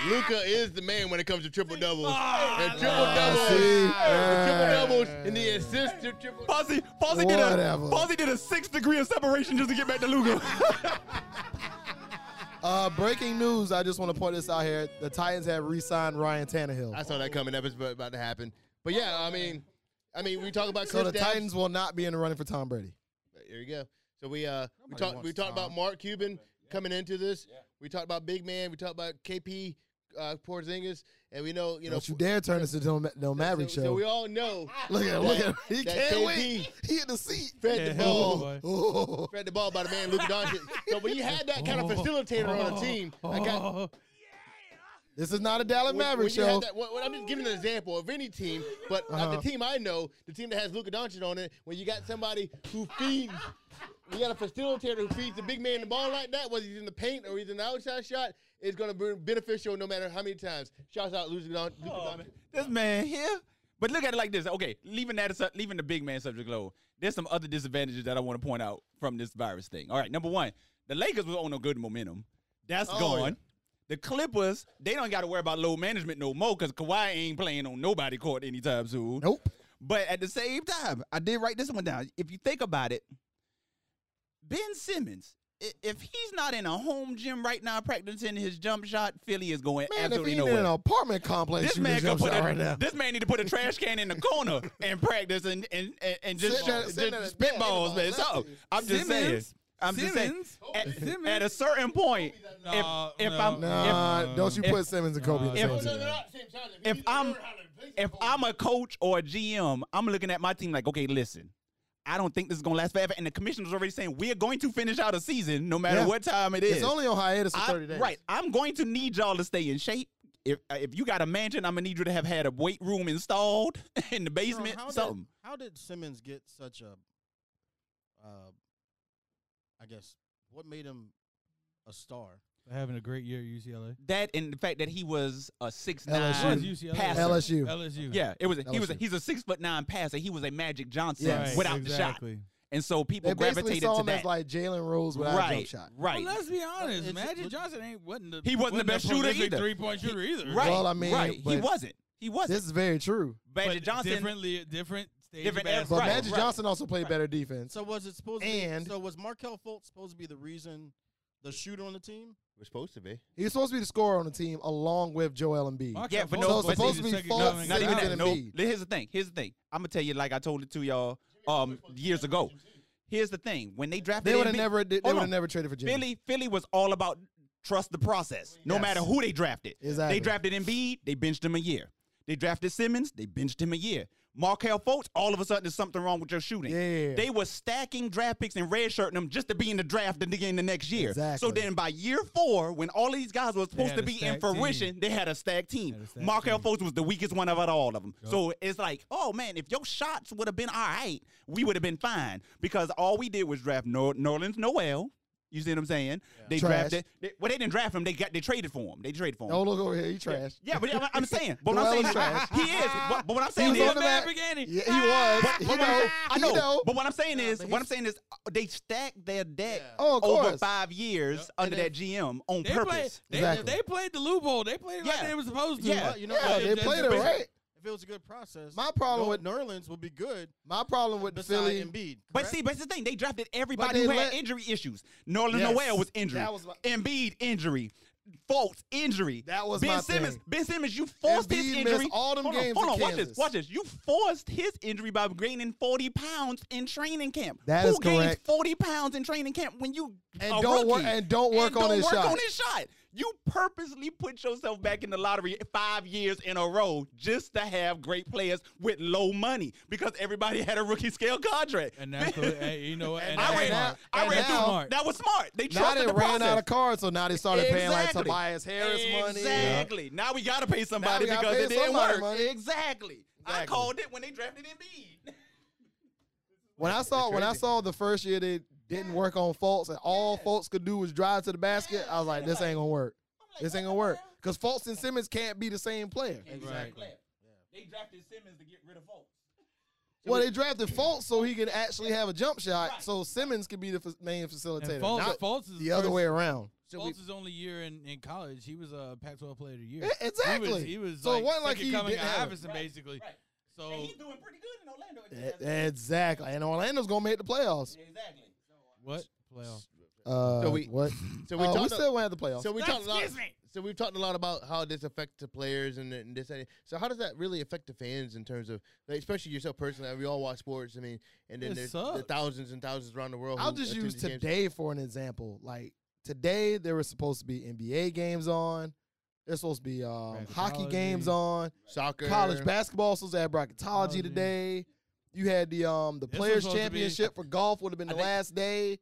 Speaker 4: Luca is the man when it comes to triple doubles.
Speaker 2: Ah,
Speaker 4: And
Speaker 2: I
Speaker 4: triple
Speaker 2: love
Speaker 3: Ah,
Speaker 4: doubles,
Speaker 3: see?
Speaker 4: the triple
Speaker 3: Ah.
Speaker 4: doubles, and the assist to triple.
Speaker 7: Posse, Posse did a
Speaker 3: Whatever.
Speaker 7: Posse did a six degree of separation just to get back to Lugo.
Speaker 3: Uh, breaking news. I just want to point this out here. The Titans have re-signed Ryan Tannehill.
Speaker 4: I saw that coming. That was about to happen. But yeah, I mean, I mean, we talk about
Speaker 3: so
Speaker 4: Chris
Speaker 3: the
Speaker 4: Davis-
Speaker 3: Titans will not be in the running for Tom Brady.
Speaker 4: There you go. So we uh we
Speaker 1: Nobody
Speaker 4: talked
Speaker 1: wants
Speaker 4: we talked about
Speaker 1: Tom.
Speaker 4: Mark Cuban coming into this. We talked about big man. We talked about KP uh, Porzingis, and we know you know
Speaker 3: Don't you dare turn this into no, no Maverick
Speaker 4: so,
Speaker 3: show.
Speaker 4: so we all know
Speaker 3: look at him. Look at him. He
Speaker 4: that
Speaker 3: can't
Speaker 4: KP
Speaker 3: wait. He in
Speaker 4: [LAUGHS]
Speaker 3: the seat.
Speaker 4: fed
Speaker 2: Yeah,
Speaker 4: the
Speaker 2: hell
Speaker 4: ball.
Speaker 2: of a boy.
Speaker 3: Oh.
Speaker 4: Fed the ball by the man Luka Doncic. so when you had that kind of facilitator on a team, like I,
Speaker 2: Oh,
Speaker 3: [LAUGHS] This is not a Dallas
Speaker 4: when-
Speaker 3: Maverick
Speaker 4: when you had
Speaker 3: show.
Speaker 4: that- well, well, I'm just giving an example of any team, but uh
Speaker 3: Uh-huh.
Speaker 4: the team I know, the team that has Luka Doncic on it, when you got somebody who feeds, you got a facilitator who feeds the big man the ball like that, whether he's in the paint or he's in the outside shot, it's going to be beneficial no matter how many times. Shouts out Luka Don- Luka
Speaker 3: Oh,
Speaker 4: Doncic.
Speaker 5: This man here. But look at it like this. Okay, leaving that aside, leaving the big man subject alone. There's some other disadvantages that I want to point out from this virus thing. All right, number one, the Lakers was on a good momentum. That's
Speaker 3: Oh,
Speaker 5: gone. The Clippers, they don't got to worry about low management no more because Kawhi ain't playing on nobody court anytime soon.
Speaker 3: Nope.
Speaker 5: But at the same time, I did write this one down. If you think about it, Ben Simmons, i- if he's not in a home gym right now practicing his jump shot, Philly is going
Speaker 3: Man, if
Speaker 5: absolutely
Speaker 3: he in
Speaker 5: nowhere.
Speaker 3: an apartment complex,
Speaker 5: This
Speaker 3: shoot his
Speaker 5: man, could
Speaker 3: jump
Speaker 5: put a,
Speaker 3: shot right now.
Speaker 5: this man need to put a trash can in the corner and practice and and, and, and just,
Speaker 3: Sit there- sit there and
Speaker 5: just spitballs,
Speaker 3: ball.
Speaker 5: man. So I'm just saying.
Speaker 2: Simmons?
Speaker 5: I'm just saying.
Speaker 2: Simmons?
Speaker 5: At,
Speaker 2: Simmons?
Speaker 5: at a certain point,
Speaker 2: No,
Speaker 5: if, if
Speaker 2: no.
Speaker 5: I'm
Speaker 3: Nah,
Speaker 2: If-
Speaker 3: don't you
Speaker 5: if-
Speaker 3: put Simmons and Kobe in the
Speaker 5: if-
Speaker 3: same team.
Speaker 5: if I'm if I'm a coach or a GM, I'm looking at my team like, okay, listen, I don't think this is gonna last forever. And the commissioner's already saying we're going to finish out a season no matter
Speaker 3: Yeah.
Speaker 5: what time it is.
Speaker 3: It's only on hiatus for
Speaker 5: I-
Speaker 3: 30 days.
Speaker 5: Right. I'm going to need y'all to stay in shape. If uh, if you got a mansion, I'm gonna need you to have had a weight room installed [LAUGHS] in the
Speaker 1: Jerome,
Speaker 5: basement.
Speaker 1: how did-
Speaker 5: something.
Speaker 1: how did Simmons get such a, uh, I guess, what made him a star?
Speaker 2: having a great year at UCLA.
Speaker 5: That and the fact that he was a six
Speaker 2: Was
Speaker 5: nine.
Speaker 3: LSU.
Speaker 2: UCLA?
Speaker 5: passer.
Speaker 3: LSU.
Speaker 2: LSU.
Speaker 5: Yeah, it was. A, he was. A,
Speaker 3: LSU.
Speaker 5: he's a six foot nine passer. He was a Magic Johnson
Speaker 3: Yes.
Speaker 5: without the shot,
Speaker 2: exactly.
Speaker 5: and so people
Speaker 3: They basically
Speaker 5: gravitated
Speaker 3: saw
Speaker 5: to
Speaker 3: him as
Speaker 5: that.
Speaker 3: like Jalen Rose without a jump
Speaker 5: right,
Speaker 3: shot.
Speaker 5: right.
Speaker 2: Well, let's be honest.
Speaker 1: it's-
Speaker 2: Magic
Speaker 1: it-
Speaker 2: Johnson ain't wasn't the
Speaker 5: He wasn't the best shooter either.
Speaker 2: Three point shooter either.
Speaker 5: Right.
Speaker 3: Well, I mean,
Speaker 5: right. He
Speaker 3: but-
Speaker 5: wasn't. He wasn't.
Speaker 3: This is very true.
Speaker 2: But
Speaker 5: Magic Johnson.
Speaker 2: differently, different stage.
Speaker 5: Different
Speaker 2: of
Speaker 5: era,
Speaker 3: But
Speaker 2: basketball.
Speaker 5: Right,
Speaker 3: Magic
Speaker 5: right.
Speaker 3: Johnson also played better defense.
Speaker 1: So was it supposed
Speaker 3: And-
Speaker 1: to be, so was Markel Fultz supposed to be the reason the shooter on the team?
Speaker 4: We're supposed to be.
Speaker 3: He was supposed to be the scorer on the team along with Joel Embiid.
Speaker 2: Mark
Speaker 5: Yeah, but
Speaker 2: Gasol
Speaker 5: no-
Speaker 2: was
Speaker 5: supposed
Speaker 2: the
Speaker 3: to be
Speaker 2: second
Speaker 3: false
Speaker 2: coming
Speaker 3: six
Speaker 5: Not even
Speaker 2: out.
Speaker 3: Johnson
Speaker 5: that.
Speaker 3: and
Speaker 5: No.
Speaker 3: Embiid.
Speaker 5: Here's the thing. Here's the thing. I'm gonna tell you like I told it to y'all um years ago. Here's the thing. When they drafted,
Speaker 3: They would have
Speaker 5: Embiid-
Speaker 3: never they,
Speaker 5: Hold
Speaker 3: would
Speaker 5: on.
Speaker 3: have never traded for Jimmy.
Speaker 5: Philly, Philly was all about trust the process, no
Speaker 3: Yes.
Speaker 5: matter who they drafted.
Speaker 3: Exactly.
Speaker 5: They drafted Embiid, they benched him a year. They drafted Simmons, they benched him a year. Markel Fultz, all of a sudden there's something wrong with your shooting.
Speaker 3: Yeah.
Speaker 5: They were stacking draft picks and redshirting them just to be in the draft and to get in the next year.
Speaker 3: Exactly.
Speaker 5: So then by year four, when all of these guys were supposed
Speaker 2: had
Speaker 5: to
Speaker 2: a
Speaker 5: be in
Speaker 2: stacked team.
Speaker 5: fruition, they had a stacked team.
Speaker 2: Had a stacked
Speaker 5: Markel
Speaker 2: team.
Speaker 5: Fultz was the weakest one out of all of them. So it's like, oh man, if your shots would have been all right, we would have been fine because all we did was draft Nor- Norland's Noel. You see what I'm saying? They
Speaker 3: Trash.
Speaker 5: drafted. They, well, they didn't draft him. They got. They traded for him. They traded for him.
Speaker 3: Don't Oh, look over here. He trash.
Speaker 5: Yeah, but I'm, I'm
Speaker 3: [LAUGHS]
Speaker 5: saying. But what
Speaker 3: Noel
Speaker 5: I'm
Speaker 3: is
Speaker 5: saying,
Speaker 3: trash.
Speaker 5: he is. But, but what I'm
Speaker 3: He
Speaker 5: saying
Speaker 3: was
Speaker 5: is,
Speaker 3: on the back.
Speaker 2: Maverick, ain't he?
Speaker 3: Yeah, he was.
Speaker 5: but,
Speaker 3: He
Speaker 5: but-
Speaker 3: know.
Speaker 5: I
Speaker 3: He
Speaker 5: know,
Speaker 3: know.
Speaker 5: But what I'm saying
Speaker 1: Yeah,
Speaker 5: is,
Speaker 1: but
Speaker 5: what
Speaker 1: he's-
Speaker 5: I'm saying is, uh, they stacked their deck
Speaker 1: Yeah.
Speaker 3: Oh, of
Speaker 5: over
Speaker 3: course.
Speaker 5: five years under
Speaker 1: And
Speaker 5: that GM on
Speaker 2: They played.
Speaker 5: purpose.
Speaker 2: They,
Speaker 3: Exactly.
Speaker 2: they played the Lou Bowl. They played it like
Speaker 5: Yeah.
Speaker 2: they were supposed to.
Speaker 5: Yeah.
Speaker 1: Well,
Speaker 3: [LAUGHS]
Speaker 1: you know,
Speaker 3: Yeah,
Speaker 1: what?
Speaker 3: they
Speaker 1: If- if-
Speaker 3: played it right.
Speaker 1: If it was a good process,
Speaker 3: My problem
Speaker 1: Nor-
Speaker 3: with-
Speaker 1: New Orleans would be good.
Speaker 3: My problem with
Speaker 1: Beside
Speaker 3: Philly.
Speaker 1: Embiid,
Speaker 5: But
Speaker 1: correct?
Speaker 5: see, but it's the thing. They drafted everybody
Speaker 3: they
Speaker 5: who had
Speaker 3: let-
Speaker 5: injury issues. Norland
Speaker 3: Yes.
Speaker 5: Noel was injury.
Speaker 3: That was my-
Speaker 5: Embiid injury. Fultz injury.
Speaker 3: That was
Speaker 5: Ben
Speaker 3: my
Speaker 5: Simmons.
Speaker 3: thing.
Speaker 5: Ben Simmons, you forced his
Speaker 3: Embiid missed
Speaker 5: injury.
Speaker 3: all them
Speaker 5: hold
Speaker 3: games
Speaker 5: on, hold
Speaker 3: in
Speaker 5: on. Watch
Speaker 3: Kansas.
Speaker 5: this. Watch this. You forced his injury by gaining forty pounds in training camp.
Speaker 3: That
Speaker 5: who
Speaker 3: is
Speaker 5: gains
Speaker 3: correct.
Speaker 5: forty pounds in training camp when you
Speaker 3: And
Speaker 5: a
Speaker 3: don't wor-
Speaker 5: rookie?
Speaker 3: and don't work on
Speaker 5: don't
Speaker 3: his
Speaker 5: work
Speaker 3: shot.
Speaker 5: on his shot. You purposely put yourself back in the lottery five years in a row just to have great players with low money because everybody had a rookie scale contract.
Speaker 2: And that's the, hey, you know
Speaker 3: [LAUGHS]
Speaker 2: what? And
Speaker 5: I
Speaker 2: that's
Speaker 5: ran,
Speaker 2: smart.
Speaker 5: I
Speaker 2: And
Speaker 5: ran
Speaker 2: that's
Speaker 5: through.
Speaker 2: smart.
Speaker 5: That was smart. They
Speaker 3: Now they
Speaker 5: trusted the
Speaker 3: ran
Speaker 5: process.
Speaker 3: out of cards, so now they started paying like
Speaker 5: Exactly.
Speaker 3: Tobias Harris money.
Speaker 5: Exactly. Now we gotta pay somebody
Speaker 3: we gotta
Speaker 5: because
Speaker 3: pay
Speaker 5: it didn't
Speaker 3: somebody
Speaker 5: work.
Speaker 3: money.
Speaker 5: Exactly. I called it when they drafted Embiid.
Speaker 3: When I saw when I saw the first year they didn't work on faults and all faults could do was drive to the basket, I was like, this ain't gonna work. This ain't gonna work because Fultz and Simmons can't be the same player.
Speaker 2: Exactly.
Speaker 5: They drafted Simmons to get rid of Fultz.
Speaker 3: Well, they drafted Fultz so he could actually have a jump shot, so Simmons could be the fa- main facilitator,
Speaker 2: And Fultz,
Speaker 3: not
Speaker 2: Fultz is
Speaker 3: the other
Speaker 2: first-
Speaker 3: way around.
Speaker 4: So we,
Speaker 2: Fultz's only year in, in college, he was a Pac-12 Player of the Year.
Speaker 3: Yeah, E, exactly.
Speaker 2: He was, he was
Speaker 3: So it
Speaker 2: like,
Speaker 3: wasn't like
Speaker 2: second
Speaker 3: he
Speaker 2: coming
Speaker 3: didn't
Speaker 2: of
Speaker 3: have it.
Speaker 2: Iverson,
Speaker 6: Right,
Speaker 2: basically.
Speaker 6: right.
Speaker 2: So
Speaker 6: And he's doing pretty good in Orlando. It just
Speaker 3: E-
Speaker 6: hasn't-
Speaker 3: Exactly, and Orlando's gonna make the playoffs.
Speaker 6: Exactly.
Speaker 2: what playoff?
Speaker 3: Uh,
Speaker 4: So we-
Speaker 3: what?
Speaker 4: so we
Speaker 3: Uh,
Speaker 4: talked.
Speaker 3: still won't have the playoffs.
Speaker 4: so we talked a lot. So we've talked a lot about how this affects the players and, and this. And so how does that really affect the fans in terms of, like, especially yourself personally? We all watch sports. I mean, and then
Speaker 2: It
Speaker 4: there's the
Speaker 2: sucks.
Speaker 4: thousands and thousands around the world.
Speaker 3: I'll
Speaker 4: who
Speaker 3: just
Speaker 4: attend
Speaker 3: use
Speaker 4: these games.
Speaker 3: today for an example. Like today, there were supposed to be NBA games on. There's supposed to be um, hockey
Speaker 2: Bracketology.
Speaker 3: games on.
Speaker 4: soccer,
Speaker 3: College basketball supposed to have bracketology
Speaker 2: Bracketology.
Speaker 3: today. You had the um the
Speaker 2: This was
Speaker 3: players
Speaker 2: supposed to be-
Speaker 3: championship for golf would have been
Speaker 5: I
Speaker 3: the
Speaker 5: think-
Speaker 3: last day.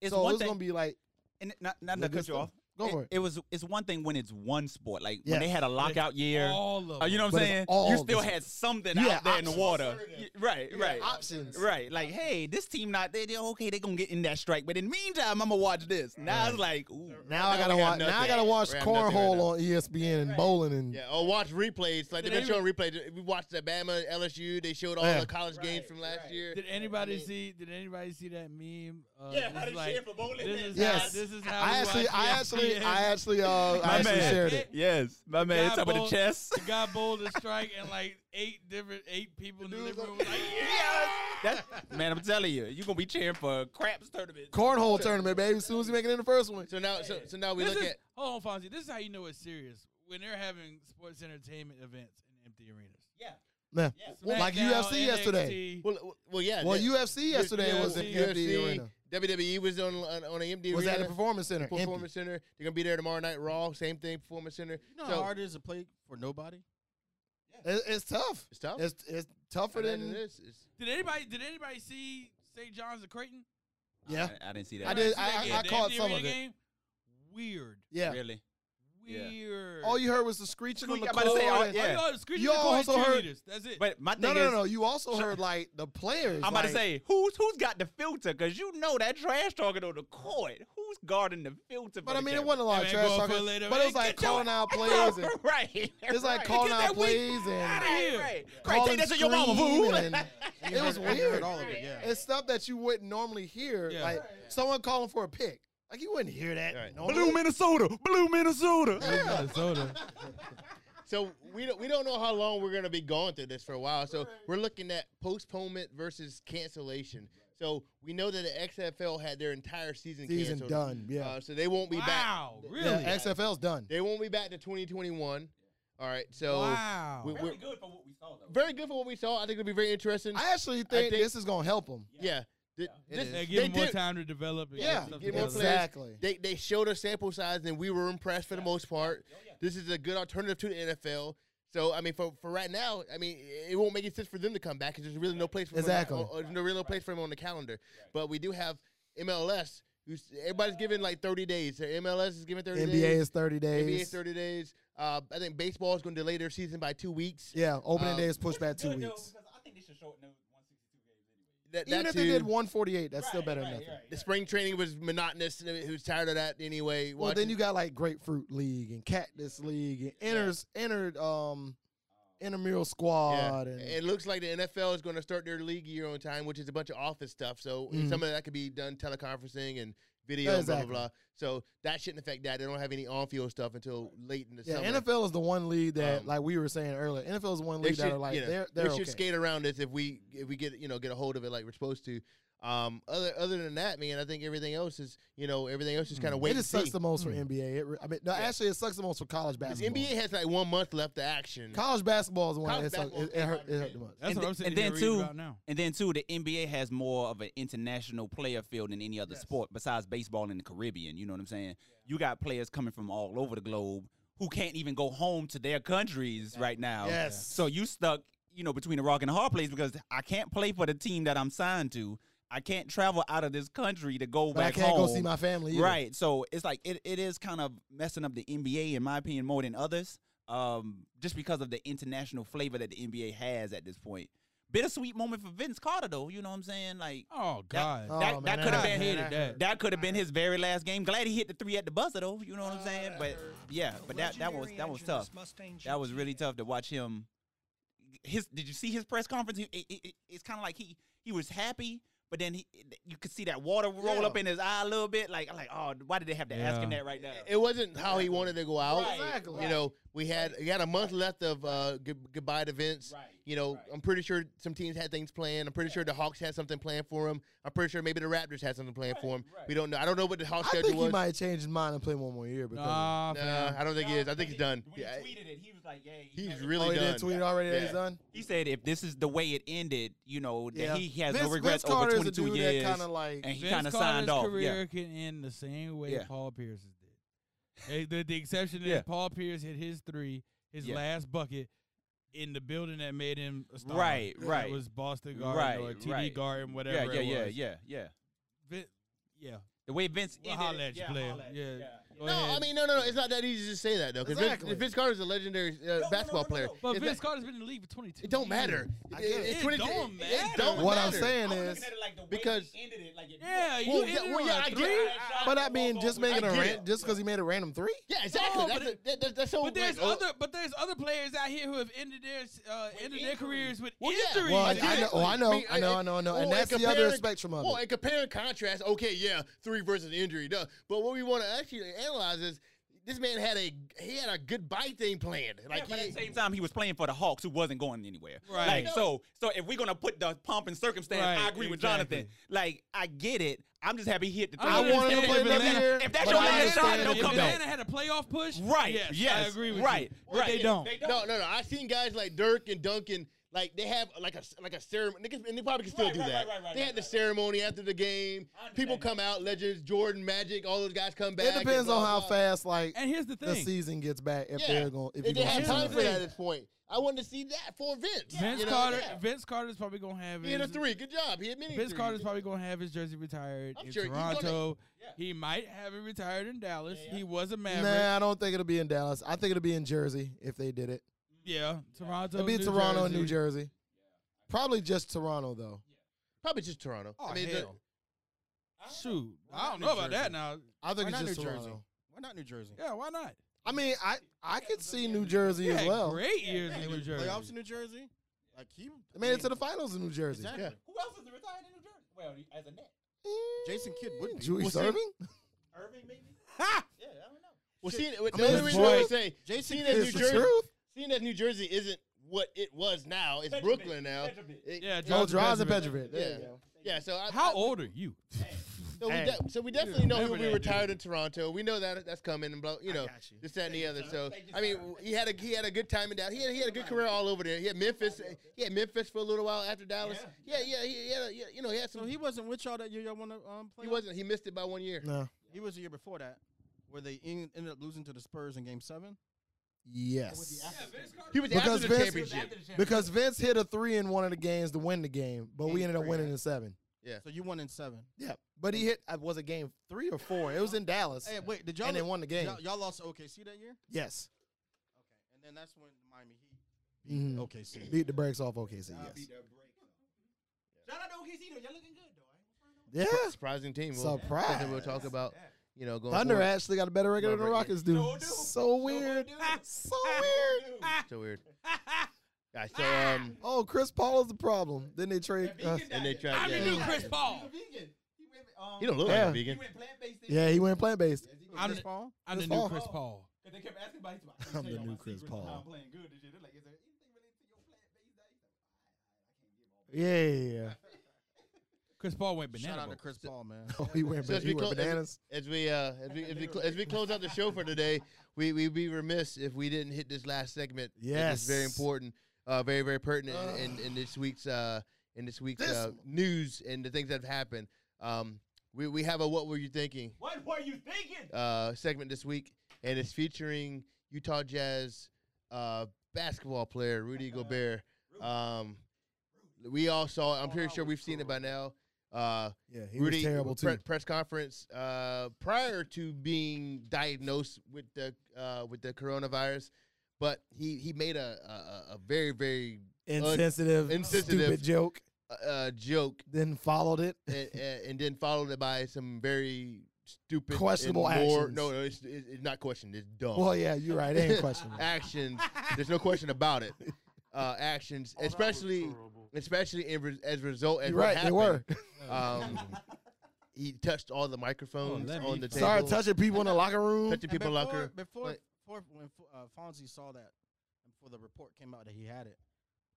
Speaker 5: It's
Speaker 3: so
Speaker 5: one
Speaker 3: it's
Speaker 5: thing.
Speaker 3: gonna be like
Speaker 5: and it- not not
Speaker 3: Look
Speaker 5: to
Speaker 3: at
Speaker 5: cut you
Speaker 3: stuff.
Speaker 5: off.
Speaker 3: go for it.
Speaker 5: It was it's one thing when it's one sport. Like when they
Speaker 3: Yes.
Speaker 5: had a lockout year.
Speaker 2: All of
Speaker 5: Uh, you know what
Speaker 3: But
Speaker 5: I'm
Speaker 3: it's
Speaker 5: saying?
Speaker 3: all
Speaker 5: You
Speaker 3: of
Speaker 5: still
Speaker 3: this.
Speaker 5: had something
Speaker 3: Yeah,
Speaker 5: out there in the water. Y- Right, right.
Speaker 3: options.
Speaker 5: Right. Like, hey, this team not they, they okay, they gonna get in that strike. But in the meantime, I'm gonna watch this. Now it's like ooh.
Speaker 3: Now
Speaker 4: now
Speaker 3: I gotta
Speaker 4: we
Speaker 3: watch.
Speaker 4: have
Speaker 3: Now I
Speaker 4: nothing.
Speaker 3: gotta watch
Speaker 4: We have nothing right
Speaker 3: cornhole
Speaker 4: now.
Speaker 3: on E ESPN and bowling and
Speaker 4: Yeah, or watch replays. Like they've
Speaker 2: Did
Speaker 4: been showing replays. We watched the Bama LSU. They showed all
Speaker 3: Yeah.
Speaker 4: the college games
Speaker 6: Right,
Speaker 4: from last
Speaker 6: right.
Speaker 4: year.
Speaker 2: Did anybody see? Did anybody see that meme? Uh,
Speaker 6: Yeah,
Speaker 2: it's
Speaker 6: how did
Speaker 2: like,
Speaker 6: for bowling?
Speaker 2: this is
Speaker 3: Yes.
Speaker 2: how, this is how
Speaker 3: I
Speaker 2: we
Speaker 3: actually,
Speaker 2: watch E
Speaker 3: I
Speaker 2: the
Speaker 3: actually,
Speaker 2: NBA.
Speaker 3: I actually, uh,
Speaker 5: My
Speaker 3: I actually
Speaker 5: man.
Speaker 3: shared it.
Speaker 5: Yes. My man, it's
Speaker 2: Guy
Speaker 5: up with the
Speaker 2: bowled-
Speaker 5: chess.
Speaker 3: [LAUGHS]
Speaker 2: the guy bowled a strike and like eight different eight people in the living room was like,
Speaker 5: Yes. That- man, I'm telling you, you're gonna be cheering for a craps tournament.
Speaker 3: Cornhole tournament, baby. As soon as you make it in the first one,
Speaker 4: So now, so, so now we
Speaker 2: this
Speaker 4: look
Speaker 2: is,
Speaker 4: at.
Speaker 2: hold on, Fonzie. This is how you know it's serious when they're having sports entertainment events in empty arenas.
Speaker 6: Yeah.
Speaker 3: yeah.
Speaker 2: SmackDown,
Speaker 3: like UFC yesterday.
Speaker 2: NXT,
Speaker 4: Well, well, yeah.
Speaker 3: Well,
Speaker 4: the-
Speaker 3: UFC yesterday was in
Speaker 4: UFC,
Speaker 3: the empty arena.
Speaker 4: WWE E was on on, on an MD
Speaker 3: Was at
Speaker 4: arena.
Speaker 3: the performance center. empty.
Speaker 4: Performance Center. They're gonna be there tomorrow night. Raw, same thing. Performance Center.
Speaker 1: You know
Speaker 4: So-
Speaker 1: how hard it is to play for nobody.
Speaker 3: It, it's tough.
Speaker 4: It's tough.
Speaker 3: It's it's tougher
Speaker 4: Other than
Speaker 3: than
Speaker 4: this, it's-
Speaker 2: Did anybody did anybody see St. John's of Creighton?
Speaker 3: yeah.
Speaker 5: I, I didn't see that.
Speaker 3: I did.
Speaker 2: Did anybody see
Speaker 3: I-
Speaker 2: that
Speaker 3: I caught
Speaker 2: game?
Speaker 3: some
Speaker 2: The
Speaker 3: of it.
Speaker 2: Game? Weird.
Speaker 3: Yeah.
Speaker 5: Really? Yeah.
Speaker 2: Weird.
Speaker 3: All Oh, you heard was the screeching on the
Speaker 5: Squeak, I'm about to
Speaker 3: court.
Speaker 5: say, all-
Speaker 3: and-
Speaker 5: yeah.
Speaker 2: All you, screeching
Speaker 3: You
Speaker 2: the court
Speaker 3: also heard-
Speaker 2: cheerleaders. That's it.
Speaker 5: But my thing
Speaker 3: No, no,
Speaker 5: is,
Speaker 3: no. You also
Speaker 5: Sh-
Speaker 3: heard like the players.
Speaker 5: I'm about to
Speaker 3: like,
Speaker 5: say who's who's got the filter because you know that trash talking on the court. Who's guarding the filter?
Speaker 3: But
Speaker 5: for
Speaker 3: I
Speaker 5: the
Speaker 3: mean, it
Speaker 5: camera?
Speaker 3: wasn't a lot of
Speaker 2: Hey, man,
Speaker 3: trash
Speaker 2: go for
Speaker 3: talking.
Speaker 2: it later,
Speaker 3: But it
Speaker 2: man.
Speaker 3: was like
Speaker 5: Get your- [LAUGHS]
Speaker 3: calling out plays and
Speaker 5: right.
Speaker 3: it's like
Speaker 5: right.
Speaker 3: calling
Speaker 5: Get
Speaker 3: out
Speaker 5: that weak-
Speaker 3: plays and-
Speaker 5: Outta here. Right. Right.
Speaker 3: calling
Speaker 5: Take that to your mama,
Speaker 3: scream
Speaker 5: boo.
Speaker 3: and- It was
Speaker 1: I heard
Speaker 3: weird.
Speaker 1: All of it, yeah.
Speaker 3: It's stuff that you wouldn't normally hear.
Speaker 2: Yeah.
Speaker 3: Like someone calling for a pick. Like you wouldn't hear that.
Speaker 4: Right.
Speaker 3: normally.
Speaker 7: Blue Minnesota. Blue Minnesota.
Speaker 3: Yeah.
Speaker 2: Minnesota.
Speaker 4: so we don't we don't know how long we're gonna be going through this for a while. So we're looking at postponement versus cancellation. So we know that the XFL had their entire season
Speaker 3: Season
Speaker 4: canceled.
Speaker 3: done. Yeah.
Speaker 4: Uh, so they won't be back.
Speaker 2: wow. Really?
Speaker 3: Yeah, XFL's done.
Speaker 4: They won't be back to 2021. All right. So
Speaker 2: wow.
Speaker 4: we,
Speaker 6: Very
Speaker 4: we're
Speaker 6: good for what we saw, though.
Speaker 4: very good for what we saw. I think it'll be very interesting.
Speaker 3: I actually
Speaker 4: think-
Speaker 3: think, this is gonna help them.
Speaker 4: yeah. Th-
Speaker 1: It
Speaker 4: this-
Speaker 1: is.
Speaker 2: they
Speaker 1: They
Speaker 2: give
Speaker 4: they
Speaker 2: them more
Speaker 4: did-
Speaker 2: time to develop. And
Speaker 3: Yeah,
Speaker 2: get stuff
Speaker 4: give more
Speaker 2: together.
Speaker 4: players.
Speaker 3: exactly.
Speaker 4: They they showed a sample size and we were impressed for the most part. This is a good alternative to the NFL. So I mean, for, for right now, I mean, it won't make any sense for them to come back because there's really no place for
Speaker 3: Exactly.
Speaker 4: Them on, the- or- or there's really no place for them on the calendar. But we do have MLS. Who's everybody's giving like 30 days. So MLS is giving 30
Speaker 3: NBA
Speaker 4: days.
Speaker 3: is thirty days.
Speaker 4: NBA is 30 days. Uh, I think baseball is going to delay their season by two weeks.
Speaker 3: Yeah, opening
Speaker 4: Um,
Speaker 3: day is
Speaker 6: Which
Speaker 3: pushed back
Speaker 6: is
Speaker 3: two
Speaker 6: good, though,
Speaker 3: weeks.
Speaker 6: because I think they should shorten those 162 games anyway.
Speaker 4: That,
Speaker 3: Even
Speaker 4: that
Speaker 3: if they
Speaker 4: too.
Speaker 3: did one forty eight, that's still
Speaker 6: Right,
Speaker 3: better
Speaker 6: right,
Speaker 3: than nothing.
Speaker 6: right,
Speaker 4: The
Speaker 6: right.
Speaker 4: spring training was monotonous. and Who's tired of that anyway?
Speaker 3: Well, then
Speaker 4: watching-
Speaker 3: you got like grapefruit league and cactus league and enters entered um intramural squad and
Speaker 4: It looks like the NFL is going to start their league year on time, which is a bunch of office stuff. So
Speaker 3: Mhm.
Speaker 4: some of that could be done teleconferencing and video, and
Speaker 3: Exactly.
Speaker 4: blah, blah, blah. So that shouldn't affect that. They don't have any on field stuff until late in the
Speaker 3: yeah,
Speaker 4: summer.
Speaker 3: NFL is the one league that
Speaker 4: Um,
Speaker 3: like we were saying earlier. NFL is one
Speaker 4: they
Speaker 3: league
Speaker 4: should,
Speaker 3: that are like
Speaker 4: you know,
Speaker 3: they're
Speaker 4: they
Speaker 3: they're
Speaker 4: should
Speaker 3: okay.
Speaker 4: skate around this if we if we get you know get a hold of it like we're supposed to. Um, other other than that, man, I think everything else is you know everything else is kind of wait
Speaker 3: Mm-hmm. It
Speaker 4: and
Speaker 3: just sucks
Speaker 4: see.
Speaker 3: the most for NBA. It, re- I mean, no, actually, it sucks the most for college basketball.
Speaker 4: NBA has like one month left to action.
Speaker 3: college basketball is the one
Speaker 4: College
Speaker 3: that sucks.
Speaker 4: basketball
Speaker 3: It, it hurt. It
Speaker 4: is
Speaker 3: hurt the most.
Speaker 2: That's
Speaker 5: And
Speaker 2: what
Speaker 5: th-
Speaker 2: I'm sitting
Speaker 5: and then
Speaker 2: here reading
Speaker 5: too-
Speaker 2: about now.
Speaker 5: And then too, the NBA has more of an international player field than any other sport besides baseball in the Caribbean. You know what I'm saying? You got players coming from all over the globe who can't even go home to their countries right now.
Speaker 3: Yes.
Speaker 5: So you stuck, you know, between a rock and a hard place because I can't play for the team that I'm signed to. I can't travel out of this country to go
Speaker 3: But I
Speaker 5: back
Speaker 3: can't
Speaker 5: home.
Speaker 3: go see my family. Either.
Speaker 5: Right. So it's like it, it is kind of messing up the NBA in my opinion more than others. Um, just because of the international flavor that the NBA has at this point. Bittersweet moment for Vince Carter though, you know what I'm saying? Like
Speaker 2: Oh
Speaker 5: that,
Speaker 2: God.
Speaker 3: Oh,
Speaker 5: that,
Speaker 3: man,
Speaker 5: that
Speaker 3: that
Speaker 5: could have
Speaker 3: hurt.
Speaker 5: been
Speaker 2: hated
Speaker 3: Man, that
Speaker 2: that.
Speaker 5: that could have been his very last game. Glad he hit the three at the buzzer though, you know what I'm saying? But yeah, but that that was that was tough. That was really tough to watch him his did you see his press conference? He, it, it- it's kind of like he he was happy, but then he you could see that water roll
Speaker 4: Yeah.
Speaker 5: up in his eye a little bit. Like I'm like, oh, why did they have to ask him
Speaker 2: Yeah.
Speaker 5: that right now?
Speaker 4: It wasn't how he wanted to go out.
Speaker 5: Right,
Speaker 4: You know, we had we had a month left of uh, good, goodbye events.
Speaker 6: Right.
Speaker 4: You know,
Speaker 6: right.
Speaker 4: I'm pretty sure some teams had things planned. I'm pretty sure the Hawks had something planned for him. I'm pretty sure maybe the Raptors had something planned for him.
Speaker 6: right.
Speaker 4: We don't know. I don't know what the Hawks
Speaker 3: I
Speaker 4: schedule
Speaker 3: think he
Speaker 4: was.
Speaker 3: might change his mind and play one more year because
Speaker 2: Nah,
Speaker 4: Nah,
Speaker 2: fam.
Speaker 4: I don't think he
Speaker 6: Nah,
Speaker 4: is. I think he's
Speaker 6: when
Speaker 4: done.
Speaker 6: he- When
Speaker 4: Yeah,
Speaker 6: he tweeted it, he was like, "Yeah, you know,
Speaker 4: he's
Speaker 6: it's
Speaker 3: oh,
Speaker 4: really
Speaker 3: he did
Speaker 4: done.
Speaker 3: tweet already that
Speaker 4: Yeah.
Speaker 3: he's done.
Speaker 5: He said if this is the way it ended, you know, that
Speaker 3: Yeah.
Speaker 5: he has
Speaker 3: Vince,
Speaker 5: no regrets
Speaker 3: Vince
Speaker 5: over
Speaker 3: Carter is a
Speaker 5: 22
Speaker 3: dude
Speaker 5: years,
Speaker 3: that kind of like
Speaker 5: and he
Speaker 2: Vince
Speaker 5: kind of signed
Speaker 2: Carter's
Speaker 5: off.
Speaker 2: career
Speaker 5: Yeah.
Speaker 2: can end the same way
Speaker 5: Yeah.
Speaker 2: Paul Pierce's did. Hey, the, the exception
Speaker 5: Yeah.
Speaker 2: is Paul Pierce hit his three, his
Speaker 5: Yeah.
Speaker 2: last bucket, in the building that made him a star.
Speaker 5: Right,
Speaker 2: That
Speaker 5: right.
Speaker 2: was Boston Garden or
Speaker 5: Right,
Speaker 2: TD
Speaker 5: right.
Speaker 2: Garden, whatever.
Speaker 5: yeah, yeah,
Speaker 2: it
Speaker 5: yeah,
Speaker 2: was.
Speaker 5: yeah, yeah.
Speaker 2: Vin- yeah.
Speaker 5: The way Vince
Speaker 2: We'll
Speaker 5: ended
Speaker 2: holler
Speaker 5: it,
Speaker 2: at you,
Speaker 5: yeah,
Speaker 2: player.
Speaker 5: holler at you,
Speaker 2: yeah.
Speaker 6: yeah.
Speaker 2: Go
Speaker 4: No, I
Speaker 2: ahead.
Speaker 4: mean, no, no, no. It's not that easy to just say that though, because
Speaker 3: Exactly.
Speaker 4: Vince, Carter's a legendary uh,
Speaker 6: no,
Speaker 4: basketball
Speaker 6: no, no,
Speaker 4: player.
Speaker 6: no.
Speaker 2: But
Speaker 4: It's
Speaker 2: Vince
Speaker 4: not-
Speaker 2: Carter's been in the league for 22
Speaker 4: it don't
Speaker 2: years.
Speaker 4: matter.
Speaker 3: I get it.
Speaker 4: it's
Speaker 2: It
Speaker 4: 22
Speaker 2: don't
Speaker 4: It
Speaker 2: matter.
Speaker 4: don't
Speaker 3: What I'm
Speaker 4: matter.
Speaker 3: saying
Speaker 6: I was
Speaker 3: is,
Speaker 6: looking at it like the way
Speaker 4: because-
Speaker 6: he ended it, like it
Speaker 2: Yeah, you
Speaker 4: Well,
Speaker 2: ended
Speaker 4: yeah,
Speaker 2: it
Speaker 4: well,
Speaker 2: on
Speaker 4: yeah,
Speaker 2: a
Speaker 4: I get-
Speaker 2: three?
Speaker 6: I- I-
Speaker 3: but I mean, just making a
Speaker 4: I get
Speaker 3: ran-
Speaker 4: it.
Speaker 3: just because he made a random three.
Speaker 4: Yeah, exactly.
Speaker 2: No,
Speaker 4: that's,
Speaker 2: but
Speaker 4: a, that, that's- that's so.
Speaker 2: But there's
Speaker 4: like, oh,
Speaker 2: other, but there's other players out here who have ended their uh, ended their
Speaker 6: injury.
Speaker 2: careers with
Speaker 4: Well, yeah.
Speaker 2: injuries.
Speaker 3: Well, I,
Speaker 4: I get
Speaker 3: know,
Speaker 4: it.
Speaker 3: oh, I know,
Speaker 4: Me-
Speaker 3: I know, I know, I know, and
Speaker 4: well,
Speaker 3: that's
Speaker 4: and
Speaker 3: the other
Speaker 4: comparing-
Speaker 3: spectrum of
Speaker 4: Well,
Speaker 3: it.
Speaker 4: Oh, and compare and contrast. Okay, yeah, three versus injury. Duh. But what we want to actually analyze is this man had a he had a goodbye thing planned. Like
Speaker 5: but
Speaker 4: he,
Speaker 5: at the same time, he was playing for the Hawks, who wasn't going anywhere.
Speaker 2: Right.
Speaker 5: Like so, so if we're gonna put the pomp and circumstance, I
Speaker 2: Right,
Speaker 5: agree with
Speaker 2: exactly.
Speaker 5: Jonathan. Like I get it. I'm just happy he hit the.
Speaker 2: I
Speaker 5: three.
Speaker 2: wanted him to
Speaker 5: If
Speaker 2: play
Speaker 5: that-
Speaker 2: another
Speaker 3: year,
Speaker 5: If that's
Speaker 3: but
Speaker 5: your
Speaker 3: I
Speaker 5: last shot,
Speaker 3: understand
Speaker 5: don't
Speaker 3: if
Speaker 5: come
Speaker 2: Atlanta
Speaker 5: back.
Speaker 2: had a playoff push,
Speaker 5: Right.
Speaker 2: Yes, I
Speaker 5: yes,
Speaker 2: agree with
Speaker 5: right,
Speaker 2: you. But
Speaker 5: Right.
Speaker 2: they don't.
Speaker 6: They don't.
Speaker 4: no, no, no. I've seen guys like Dirk and Duncan. Like they have like a like a ceremony, and they probably can still
Speaker 6: Right,
Speaker 4: do
Speaker 6: right,
Speaker 4: that.
Speaker 6: right, right, right,
Speaker 4: they had
Speaker 6: right,
Speaker 4: the
Speaker 6: right.
Speaker 4: ceremony after the game.
Speaker 6: I understand
Speaker 4: People
Speaker 6: that.
Speaker 4: come out, legends, Jordan, Magic, all those guys come back.
Speaker 3: It
Speaker 4: and
Speaker 3: depends
Speaker 4: blah,
Speaker 3: on how
Speaker 4: blah.
Speaker 3: fast like
Speaker 2: And here's the
Speaker 3: the
Speaker 2: thing:
Speaker 3: season gets back. If
Speaker 4: Yeah.
Speaker 3: they're going, if,
Speaker 4: If
Speaker 3: you're
Speaker 4: they
Speaker 3: gonna
Speaker 4: had
Speaker 2: Here's the
Speaker 4: time for
Speaker 3: see
Speaker 4: that
Speaker 2: thing.
Speaker 4: at this point, I wanted to see that for Vince.
Speaker 2: Vince
Speaker 4: you know?
Speaker 2: Carter,
Speaker 4: Yeah.
Speaker 2: Vince Carter's probably gonna have
Speaker 4: He hit a
Speaker 2: his
Speaker 4: three. Good job. He hit many.
Speaker 2: Vince
Speaker 4: threes.
Speaker 2: Carter's probably gonna have his jersey retired
Speaker 4: I'm
Speaker 2: in
Speaker 4: sure he's gonna-
Speaker 2: Toronto.
Speaker 6: Yeah.
Speaker 2: He might have it retired in Dallas.
Speaker 6: Yeah, yeah.
Speaker 2: He was a
Speaker 3: it.
Speaker 2: Maverick.
Speaker 3: Nah, I don't think it'll be in Dallas. I think it'll be in Jersey if they did it.
Speaker 2: Yeah, Toronto.
Speaker 3: It'll be
Speaker 2: New
Speaker 3: Toronto
Speaker 2: Jersey.
Speaker 3: and New Jersey. Probably just Toronto though.
Speaker 4: probably just Toronto.
Speaker 1: Oh,
Speaker 4: I mean, the-
Speaker 1: hell.
Speaker 2: Shoot,
Speaker 1: not
Speaker 2: I don't
Speaker 1: New
Speaker 2: know about
Speaker 1: Jersey?
Speaker 2: that now.
Speaker 3: I think
Speaker 1: Why not
Speaker 3: it's just
Speaker 1: New Jersey?
Speaker 3: Toronto.
Speaker 1: Why not New Jersey?
Speaker 2: Yeah, why not?
Speaker 3: I mean, I I could see New Jersey
Speaker 2: He
Speaker 3: as
Speaker 2: had
Speaker 3: well.
Speaker 2: great
Speaker 6: Yeah,
Speaker 2: years
Speaker 1: Yeah,
Speaker 2: in
Speaker 1: they
Speaker 2: New
Speaker 1: went to playoffs
Speaker 2: Jersey.
Speaker 1: in New Jersey. Like he
Speaker 3: They made it to the finals in New Jersey.
Speaker 1: Exactly.
Speaker 4: Yeah.
Speaker 6: Who else is retired in New Jersey? Well, he- as a net,
Speaker 1: Jason Kidd would be.
Speaker 3: Jewish
Speaker 1: Well, see-
Speaker 3: serving.
Speaker 6: Irving maybe. Yeah, I don't know.
Speaker 4: well, seeing the
Speaker 3: mean,
Speaker 4: only
Speaker 3: it's
Speaker 4: reason why I
Speaker 3: true.
Speaker 4: say
Speaker 1: Jason
Speaker 4: seeing
Speaker 1: Kidd
Speaker 4: as
Speaker 3: It's
Speaker 4: New
Speaker 3: the
Speaker 1: Jer-
Speaker 4: Jersey,
Speaker 3: truth.
Speaker 4: seeing as New Jersey isn't what it was now, it's
Speaker 6: Benjamin,
Speaker 4: Brooklyn now.
Speaker 6: Benjamin.
Speaker 4: It-
Speaker 2: Yeah,
Speaker 3: Joe
Speaker 2: Jordan
Speaker 3: Drazen
Speaker 2: Benjamin.
Speaker 3: Petrovic. There you
Speaker 4: Yeah.
Speaker 3: go.
Speaker 4: yeah. So I,
Speaker 2: How
Speaker 4: I-
Speaker 2: old are you?
Speaker 4: So we,
Speaker 3: Hey.
Speaker 4: de- so we definitely know he'll
Speaker 2: remember
Speaker 4: be
Speaker 2: that, dude.
Speaker 4: retired in Toronto. We know that that's coming, and blow, you know,
Speaker 1: got you.
Speaker 4: this that and the other. So
Speaker 6: Thank you,
Speaker 4: I mean,
Speaker 6: sir.
Speaker 4: w- he had a he had a good time in Dallas. He had he had a good career all over there. He had Memphis. He had Memphis for a little while after Dallas. Yeah, yeah, he, he had a, yeah, you know he had some.
Speaker 1: So he wasn't with y'all that year. Y'all won the um, playoff.
Speaker 4: he wasn't. He missed it by one year.
Speaker 3: No.
Speaker 1: He was the year before that, where they en- ended up losing to the Spurs in Game Seven.
Speaker 3: Yes.
Speaker 4: He was
Speaker 3: Because
Speaker 4: after the
Speaker 3: Vince-
Speaker 4: championship.
Speaker 3: Because Vince hit a three in one of the games to win the game, but we ended up winning in seven.
Speaker 1: So you won in seven.
Speaker 3: Yeah, but he hit. uh, Was it game three or four? It was in Dallas,
Speaker 1: Hey, wait, did y'all
Speaker 3: and they won the game.
Speaker 1: Y'all, y'all lost to OKC that year.
Speaker 3: Yes,
Speaker 1: Okay, and then that's when Miami Heat
Speaker 3: Mhm.
Speaker 1: OKC.
Speaker 3: beat the brakes off OKC. Yes,
Speaker 6: Shout out to OKC though. Y'all looking good though.
Speaker 3: yeah.
Speaker 4: Surprising team. We'll,
Speaker 3: Surprise.
Speaker 4: we'll talk about you know going
Speaker 3: Thunder
Speaker 4: forward.
Speaker 3: actually got a better record than the
Speaker 4: Well,
Speaker 3: Rockets do.
Speaker 6: Sure do.
Speaker 3: So weird. [LAUGHS]
Speaker 6: [LAUGHS]
Speaker 3: So weird.
Speaker 2: [LAUGHS]
Speaker 4: So weird. Yeah, so um,
Speaker 3: Oh, Chris Paul is the problem. Then they trade. Uh,
Speaker 4: and they tried.
Speaker 2: I'm the
Speaker 4: Yeah,
Speaker 2: new Chris Paul.
Speaker 6: um,
Speaker 4: you don't look
Speaker 3: Yeah.
Speaker 4: like a vegan.
Speaker 3: yeah, he went plant based.
Speaker 2: I'm
Speaker 1: Chris
Speaker 2: the-
Speaker 1: Paul.
Speaker 2: I'm the
Speaker 3: Chris
Speaker 2: new
Speaker 3: Paul.
Speaker 2: Chris Paul.
Speaker 6: Cause they kept asking about it.
Speaker 3: I'm the new Chris Paul.
Speaker 6: I'm playing good this year. They're like, is there anything related to your plant based diet?
Speaker 3: Yeah, yeah, yeah. [LAUGHS]
Speaker 2: Chris Paul went banana.
Speaker 1: Shout out to
Speaker 2: boat.
Speaker 1: Chris Paul, man.
Speaker 3: Oh, he went.
Speaker 4: So as
Speaker 3: he
Speaker 4: we
Speaker 3: went
Speaker 4: clo-
Speaker 3: bananas.
Speaker 4: As we uh, as we as we, cl- as we close out the show for today, we we be remiss if we didn't hit this last segment. it's very
Speaker 3: Yes.
Speaker 4: important, uh, very very pertinent in, in, in this week's uh in this week's
Speaker 3: This
Speaker 4: uh,
Speaker 3: one.
Speaker 4: news and the things that have happened. Um, we we have a what were you thinking
Speaker 6: What were you thinking?
Speaker 4: uh segment this week, and it's featuring Utah Jazz uh basketball player [LAUGHS] Rudy Gobert. Um, we all saw. it. I'm pretty sure we've seen it by now. Uh.
Speaker 3: Yeah, he was terrible too.
Speaker 4: pre- press conference uh, prior to being diagnosed with the uh, with the coronavirus, but he he made a a- a, a very very
Speaker 3: Insensitive,
Speaker 4: insensitive.
Speaker 3: stupid joke.
Speaker 4: uh, uh, joke
Speaker 3: Then followed it. [LAUGHS]
Speaker 4: and, and then followed it by some very stupid
Speaker 3: Questionable
Speaker 4: and more-
Speaker 3: actions.
Speaker 4: No, no, it's, it's it's not questioned. It's dumb. [LAUGHS]
Speaker 3: Well, yeah, you're right. It ain't questionable.
Speaker 4: actions. There's no question about it. uh,
Speaker 6: Oh,
Speaker 4: actions, especially especially in re- as a result as [LAUGHS]
Speaker 3: You're
Speaker 4: what
Speaker 3: right, they
Speaker 4: happened.
Speaker 3: were.
Speaker 4: Um, he touched all the microphones
Speaker 2: let
Speaker 4: on
Speaker 2: me
Speaker 4: the table.
Speaker 3: Sorry, touching people in the locker room.
Speaker 4: touching people
Speaker 1: before,
Speaker 4: locker.
Speaker 1: Before,
Speaker 4: Like-
Speaker 1: before when F- uh, Fonzie saw that, and before the report came out that he had it,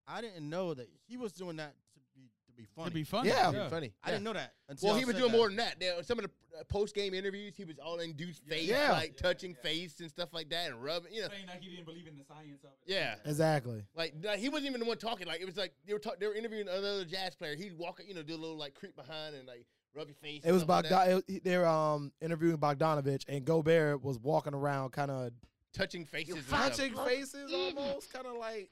Speaker 1: I didn't know that he was doing that to be to be funny.
Speaker 2: It'd be funny.
Speaker 3: Yeah.
Speaker 4: It'd be funny.
Speaker 1: I didn't know that. Until
Speaker 4: Well,
Speaker 1: I
Speaker 4: he was
Speaker 1: said
Speaker 4: doing
Speaker 1: that.
Speaker 4: more than that. There, some of the post game interviews, he was all in dude's face,
Speaker 3: Yeah.
Speaker 4: like touching face and stuff like that, and rubbing. You know,
Speaker 6: Saying like he didn't believe in the science of it.
Speaker 4: yeah.
Speaker 3: Exactly.
Speaker 4: Like, like, he wasn't even the one talking. Like it was like they were talk- they were interviewing another jazz player. He'd walk, you know, do a little like creep behind and like rub your face.
Speaker 3: It was
Speaker 4: about
Speaker 3: Bogdan. it- he- They were um, interviewing Bogdanovich, and Gobert was walking around, kind of
Speaker 4: touching faces. and stuff.
Speaker 3: punching faces, almost kind of like,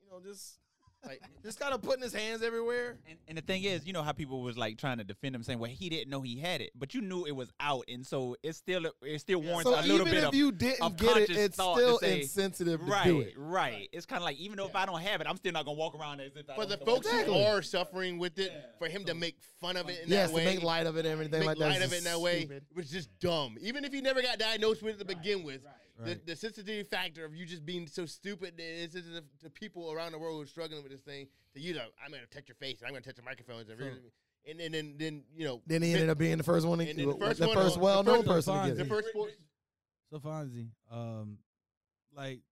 Speaker 3: you know, just
Speaker 4: Like,
Speaker 3: [LAUGHS] just kind of putting his hands everywhere.
Speaker 5: And, and the thing is, you know how people was like trying to defend him, saying, "Well, he didn't know he had it," but you knew it was out, and so it still it still warrants
Speaker 3: So
Speaker 5: a little
Speaker 3: even
Speaker 5: bit
Speaker 3: if
Speaker 5: of
Speaker 3: you didn't
Speaker 5: of
Speaker 3: get it,
Speaker 5: conscious
Speaker 3: it's
Speaker 5: thought to
Speaker 3: still
Speaker 5: say,
Speaker 3: insensitive to do
Speaker 5: right,
Speaker 3: it.
Speaker 5: right. It's kind of like even though if I don't have it, I'm still not gonna walk around as if I.
Speaker 4: for the
Speaker 5: don't know what
Speaker 4: folks
Speaker 5: it is.
Speaker 4: who are suffering with it, for him to make fun of it in that
Speaker 3: Yes, to
Speaker 4: way,
Speaker 3: make light of it and everything
Speaker 4: make
Speaker 3: like that.
Speaker 4: light
Speaker 3: is
Speaker 4: of it in
Speaker 3: just
Speaker 4: that way,
Speaker 3: stupid.
Speaker 4: it was just dumb. Even if you never got diagnosed with it to begin with,
Speaker 1: Right.
Speaker 4: the, the sensitivity factor of you just being so stupid that it's sensitive to people around the world who are struggling with this thing. To you, like, I'm gonna touch your face and I'm gonna touch the microphones, and, really- and then then then you know,
Speaker 3: Then he ended up being the first one, to,
Speaker 4: And then the
Speaker 3: the
Speaker 4: first
Speaker 3: first,
Speaker 4: one- the
Speaker 3: well-known
Speaker 4: first
Speaker 3: person
Speaker 2: one-
Speaker 3: to
Speaker 4: the
Speaker 3: get it.
Speaker 4: first sports.
Speaker 2: So Fonzie, um, like,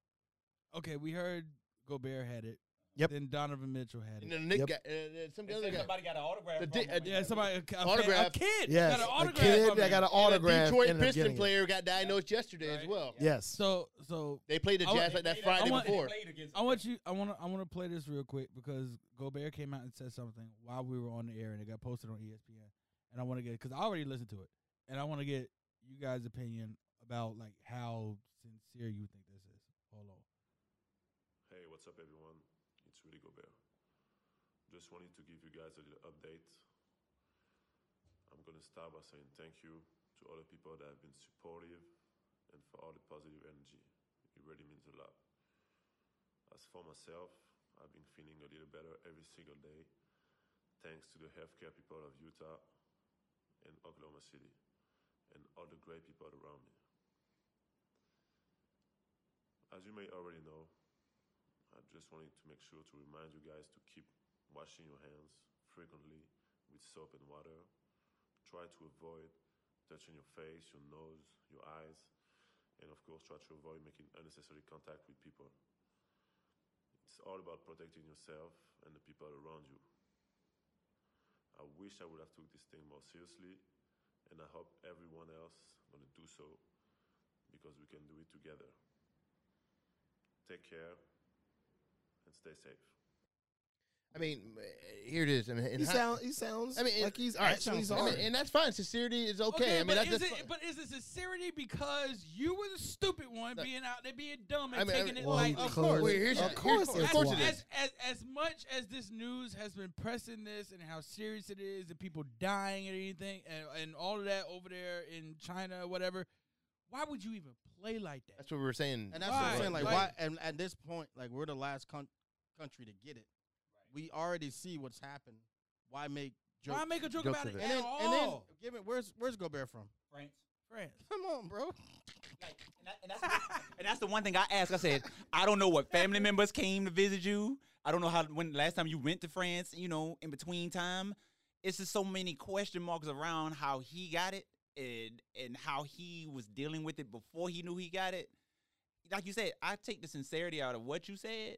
Speaker 2: okay, we heard Gobert had it.
Speaker 3: Yep.
Speaker 2: Then Donovan Mitchell had
Speaker 4: [LAUGHS] And
Speaker 2: it.
Speaker 4: then Nick
Speaker 3: Yep.
Speaker 4: got, and then some
Speaker 5: They
Speaker 4: other
Speaker 5: said
Speaker 4: guy.
Speaker 5: somebody got an autograph.
Speaker 4: The
Speaker 5: from
Speaker 4: dick-
Speaker 5: him.
Speaker 4: a-
Speaker 2: Yeah, somebody a, a,
Speaker 4: Autograph.
Speaker 2: autograph. a kid
Speaker 3: Yes,
Speaker 2: got an
Speaker 3: a
Speaker 2: autograph.
Speaker 3: kid
Speaker 2: from
Speaker 3: that
Speaker 2: him.
Speaker 3: got
Speaker 4: And
Speaker 3: an
Speaker 4: a
Speaker 3: autograph.
Speaker 4: Detroit
Speaker 3: ended up
Speaker 4: Piston
Speaker 3: getting it.
Speaker 4: player got diagnosed yesterday as well.
Speaker 3: Yes.
Speaker 2: So, so
Speaker 4: They played the
Speaker 2: I want-
Speaker 4: Jazz like that
Speaker 5: They
Speaker 4: Friday
Speaker 2: want-
Speaker 4: before.
Speaker 5: played against
Speaker 2: I want you. I want to. I want to play this real quick because Gobert came out and said something while we were on the air, and it got posted on E ESPN. And I want to get because I already listened to it, and I want to get you guys' opinion about like how sincere you think this is. Hold on.
Speaker 8: Hey, what's up, everyone? It's Rudy Gobert. Just wanted to give you guys a little update. I'm going to start by saying thank you to all the people that have been supportive and for all the positive energy. It really means a lot. As for myself, I've been feeling a little better every single day thanks to the healthcare people of Utah and Oklahoma City and all the great people around me. As you may already know, I just wanted to make sure to remind you guys to keep washing your hands frequently with soap and water. Try to avoid touching your face, your nose, your eyes, and of course, try to avoid making unnecessary contact with people. It's all about protecting yourself and the people around you. I wish I would have took this thing more seriously, and I hope everyone else gonna do so because we can do it together. Take care and stay safe.
Speaker 4: I mean, uh, here it is. And, and
Speaker 3: He
Speaker 4: how-
Speaker 3: sounds. He sounds.
Speaker 4: I mean, and-
Speaker 3: like he's
Speaker 4: all right,
Speaker 3: actually
Speaker 4: sounds- I mean,
Speaker 3: sorry.
Speaker 4: and that's fine. Sincerity is okay. I mean,
Speaker 2: but
Speaker 4: that's
Speaker 2: is
Speaker 4: just
Speaker 2: it?
Speaker 4: fine.
Speaker 2: But is it sincerity because you were the stupid one
Speaker 4: Like-
Speaker 2: being out there being dumb and
Speaker 4: I mean, I
Speaker 2: taking
Speaker 4: mean-
Speaker 2: it
Speaker 3: Well,
Speaker 2: like
Speaker 3: he
Speaker 2: of
Speaker 3: clearly-
Speaker 2: course?
Speaker 4: Well, here's-
Speaker 3: of
Speaker 4: here's-
Speaker 3: course,
Speaker 4: of
Speaker 3: it's
Speaker 4: course
Speaker 3: why.
Speaker 4: it is.
Speaker 2: as, as as much as this news has been pressing this and how serious it is and people dying and anything and, and all of that over there in China or whatever, why would you even play like that?
Speaker 4: that's what we were saying.
Speaker 1: And that's what I'm
Speaker 2: Right,
Speaker 1: saying. Like,
Speaker 2: right.
Speaker 1: why? And at this point, like, we're the last coun country to get it. We already see what's happened. Why make jokes?
Speaker 2: Why make a joke
Speaker 4: jokes
Speaker 2: about
Speaker 4: of
Speaker 2: it at
Speaker 4: it.
Speaker 1: and then,
Speaker 2: all?
Speaker 1: and then, give it. Where's Where's Gobert from?
Speaker 5: France.
Speaker 2: France.
Speaker 1: Come on, bro.
Speaker 5: Like, and, that- and that's,
Speaker 2: [LAUGHS]
Speaker 5: and that's the one thing I asked. I said, I don't know what family members came to visit you. I don't know how when the last time you went to France. You know, in between time, it's just so many question marks around how he got it and and how he was dealing with it before he knew he got it. Like you said, I take the sincerity out of what you said.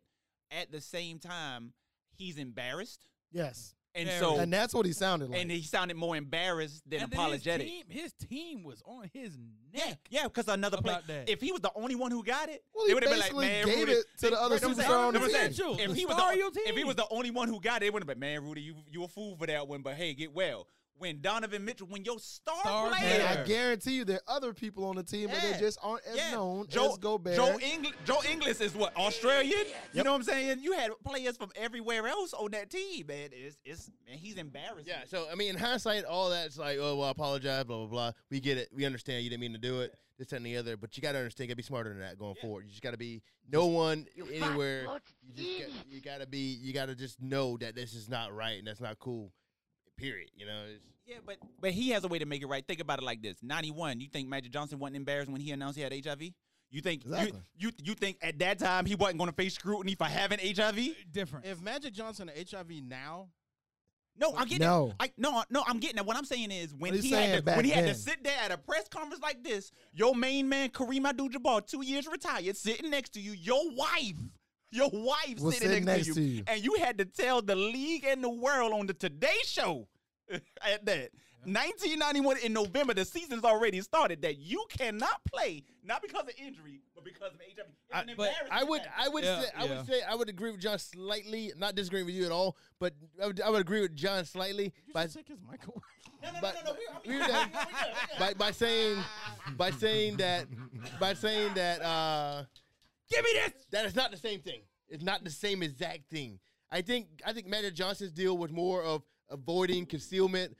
Speaker 5: At the same time, he's embarrassed,
Speaker 3: Yes,
Speaker 5: and
Speaker 2: Very.
Speaker 5: so
Speaker 3: and that's what he sounded like.
Speaker 5: and he sounded more embarrassed than
Speaker 2: And then
Speaker 5: apologetic.
Speaker 2: His team, his team was on his
Speaker 5: Yeah,
Speaker 2: neck.
Speaker 5: yeah, because another player.
Speaker 2: About that.
Speaker 5: If he was the only one who got it,
Speaker 3: Well,
Speaker 5: they
Speaker 3: he
Speaker 5: would have been like,
Speaker 3: basically
Speaker 5: "Man,
Speaker 3: gave
Speaker 5: Rudy."
Speaker 3: it to the other
Speaker 5: That's what I'm
Speaker 2: superstar
Speaker 5: saying.
Speaker 2: on the
Speaker 5: That's what I'm
Speaker 2: team.
Speaker 5: saying. If
Speaker 2: The
Speaker 5: he was
Speaker 2: star of
Speaker 5: the
Speaker 2: your
Speaker 5: if he
Speaker 2: team.
Speaker 5: was the only one who got it, it would have been, "Man, Rudy, you you a fool for that one." But hey, get well. When Donovan Mitchell, when your star,
Speaker 2: Star
Speaker 5: player,
Speaker 3: And
Speaker 2: player.
Speaker 3: I guarantee you, there are other people on the team, but
Speaker 5: Yeah.
Speaker 3: they just aren't as
Speaker 5: yeah,
Speaker 3: known
Speaker 5: Joe,
Speaker 3: as Gobert.
Speaker 5: Joe English, Joe Inglis is what Australian. You know what I'm saying? You had players from everywhere else on that team, man. It's it's man, he's embarrassing.
Speaker 4: Yeah, so I mean, in hindsight, all that's like, oh, well, I apologize, blah blah blah. We get it, we understand you didn't mean to do it, this that, and the other. But you got to understand, you got to be smarter than that going forward. You just got to be no one anywhere. You just got, you got to be, you got to just know that this is not right and that's not cool. Period. You know, it's,
Speaker 5: Yeah, but but he has a way to make it right. Think about it like this: ninety one. You think Magic Johnson wasn't embarrassed when he announced he had HIV? You think you-
Speaker 3: Exactly.
Speaker 5: you, you think at that time he wasn't going to face scrutiny for having HIV?
Speaker 2: Different.
Speaker 1: If Magic Johnson had HIV now,
Speaker 5: No, I get
Speaker 3: No.
Speaker 5: it. I no, no, I'm getting it. What I'm saying is when
Speaker 3: What he's
Speaker 5: he had
Speaker 3: saying
Speaker 5: to,
Speaker 3: back
Speaker 5: when he had
Speaker 3: then.
Speaker 5: to sit there at a press conference like this, your main man Kareem Abdul-Jabbar, two years retired, sitting next to you, your wife, your wife
Speaker 3: Was
Speaker 5: sitting,
Speaker 3: sitting
Speaker 5: next,
Speaker 3: next
Speaker 5: to,
Speaker 3: to
Speaker 5: you,
Speaker 3: you.
Speaker 5: and you had to tell the league and the world on the Today Show [LAUGHS] at that. 1991 in November, the season's already started. That you cannot play not because of injury, but because of HIV. It's
Speaker 4: I-
Speaker 5: an
Speaker 2: but
Speaker 5: embarrassment. [LAUGHS]
Speaker 4: I would, I would,
Speaker 2: Yeah,
Speaker 4: say, I
Speaker 2: yeah.
Speaker 4: would say, I would agree with John slightly. Not disagreeing with you at all, but I would, I would agree with John slightly
Speaker 1: you
Speaker 4: by
Speaker 1: should take his mic
Speaker 4: [LAUGHS]
Speaker 1: away.
Speaker 5: no, no, no,
Speaker 4: but-
Speaker 5: no, no.
Speaker 4: but-
Speaker 5: we- I mean,
Speaker 4: we- that-
Speaker 5: we- we- we-
Speaker 4: by, by saying, by saying that, by saying that, uh,
Speaker 5: Give me this.
Speaker 4: that is not the same thing. It's not the same exact thing. I think, I think Magic Johnson's deal was more of avoiding concealment,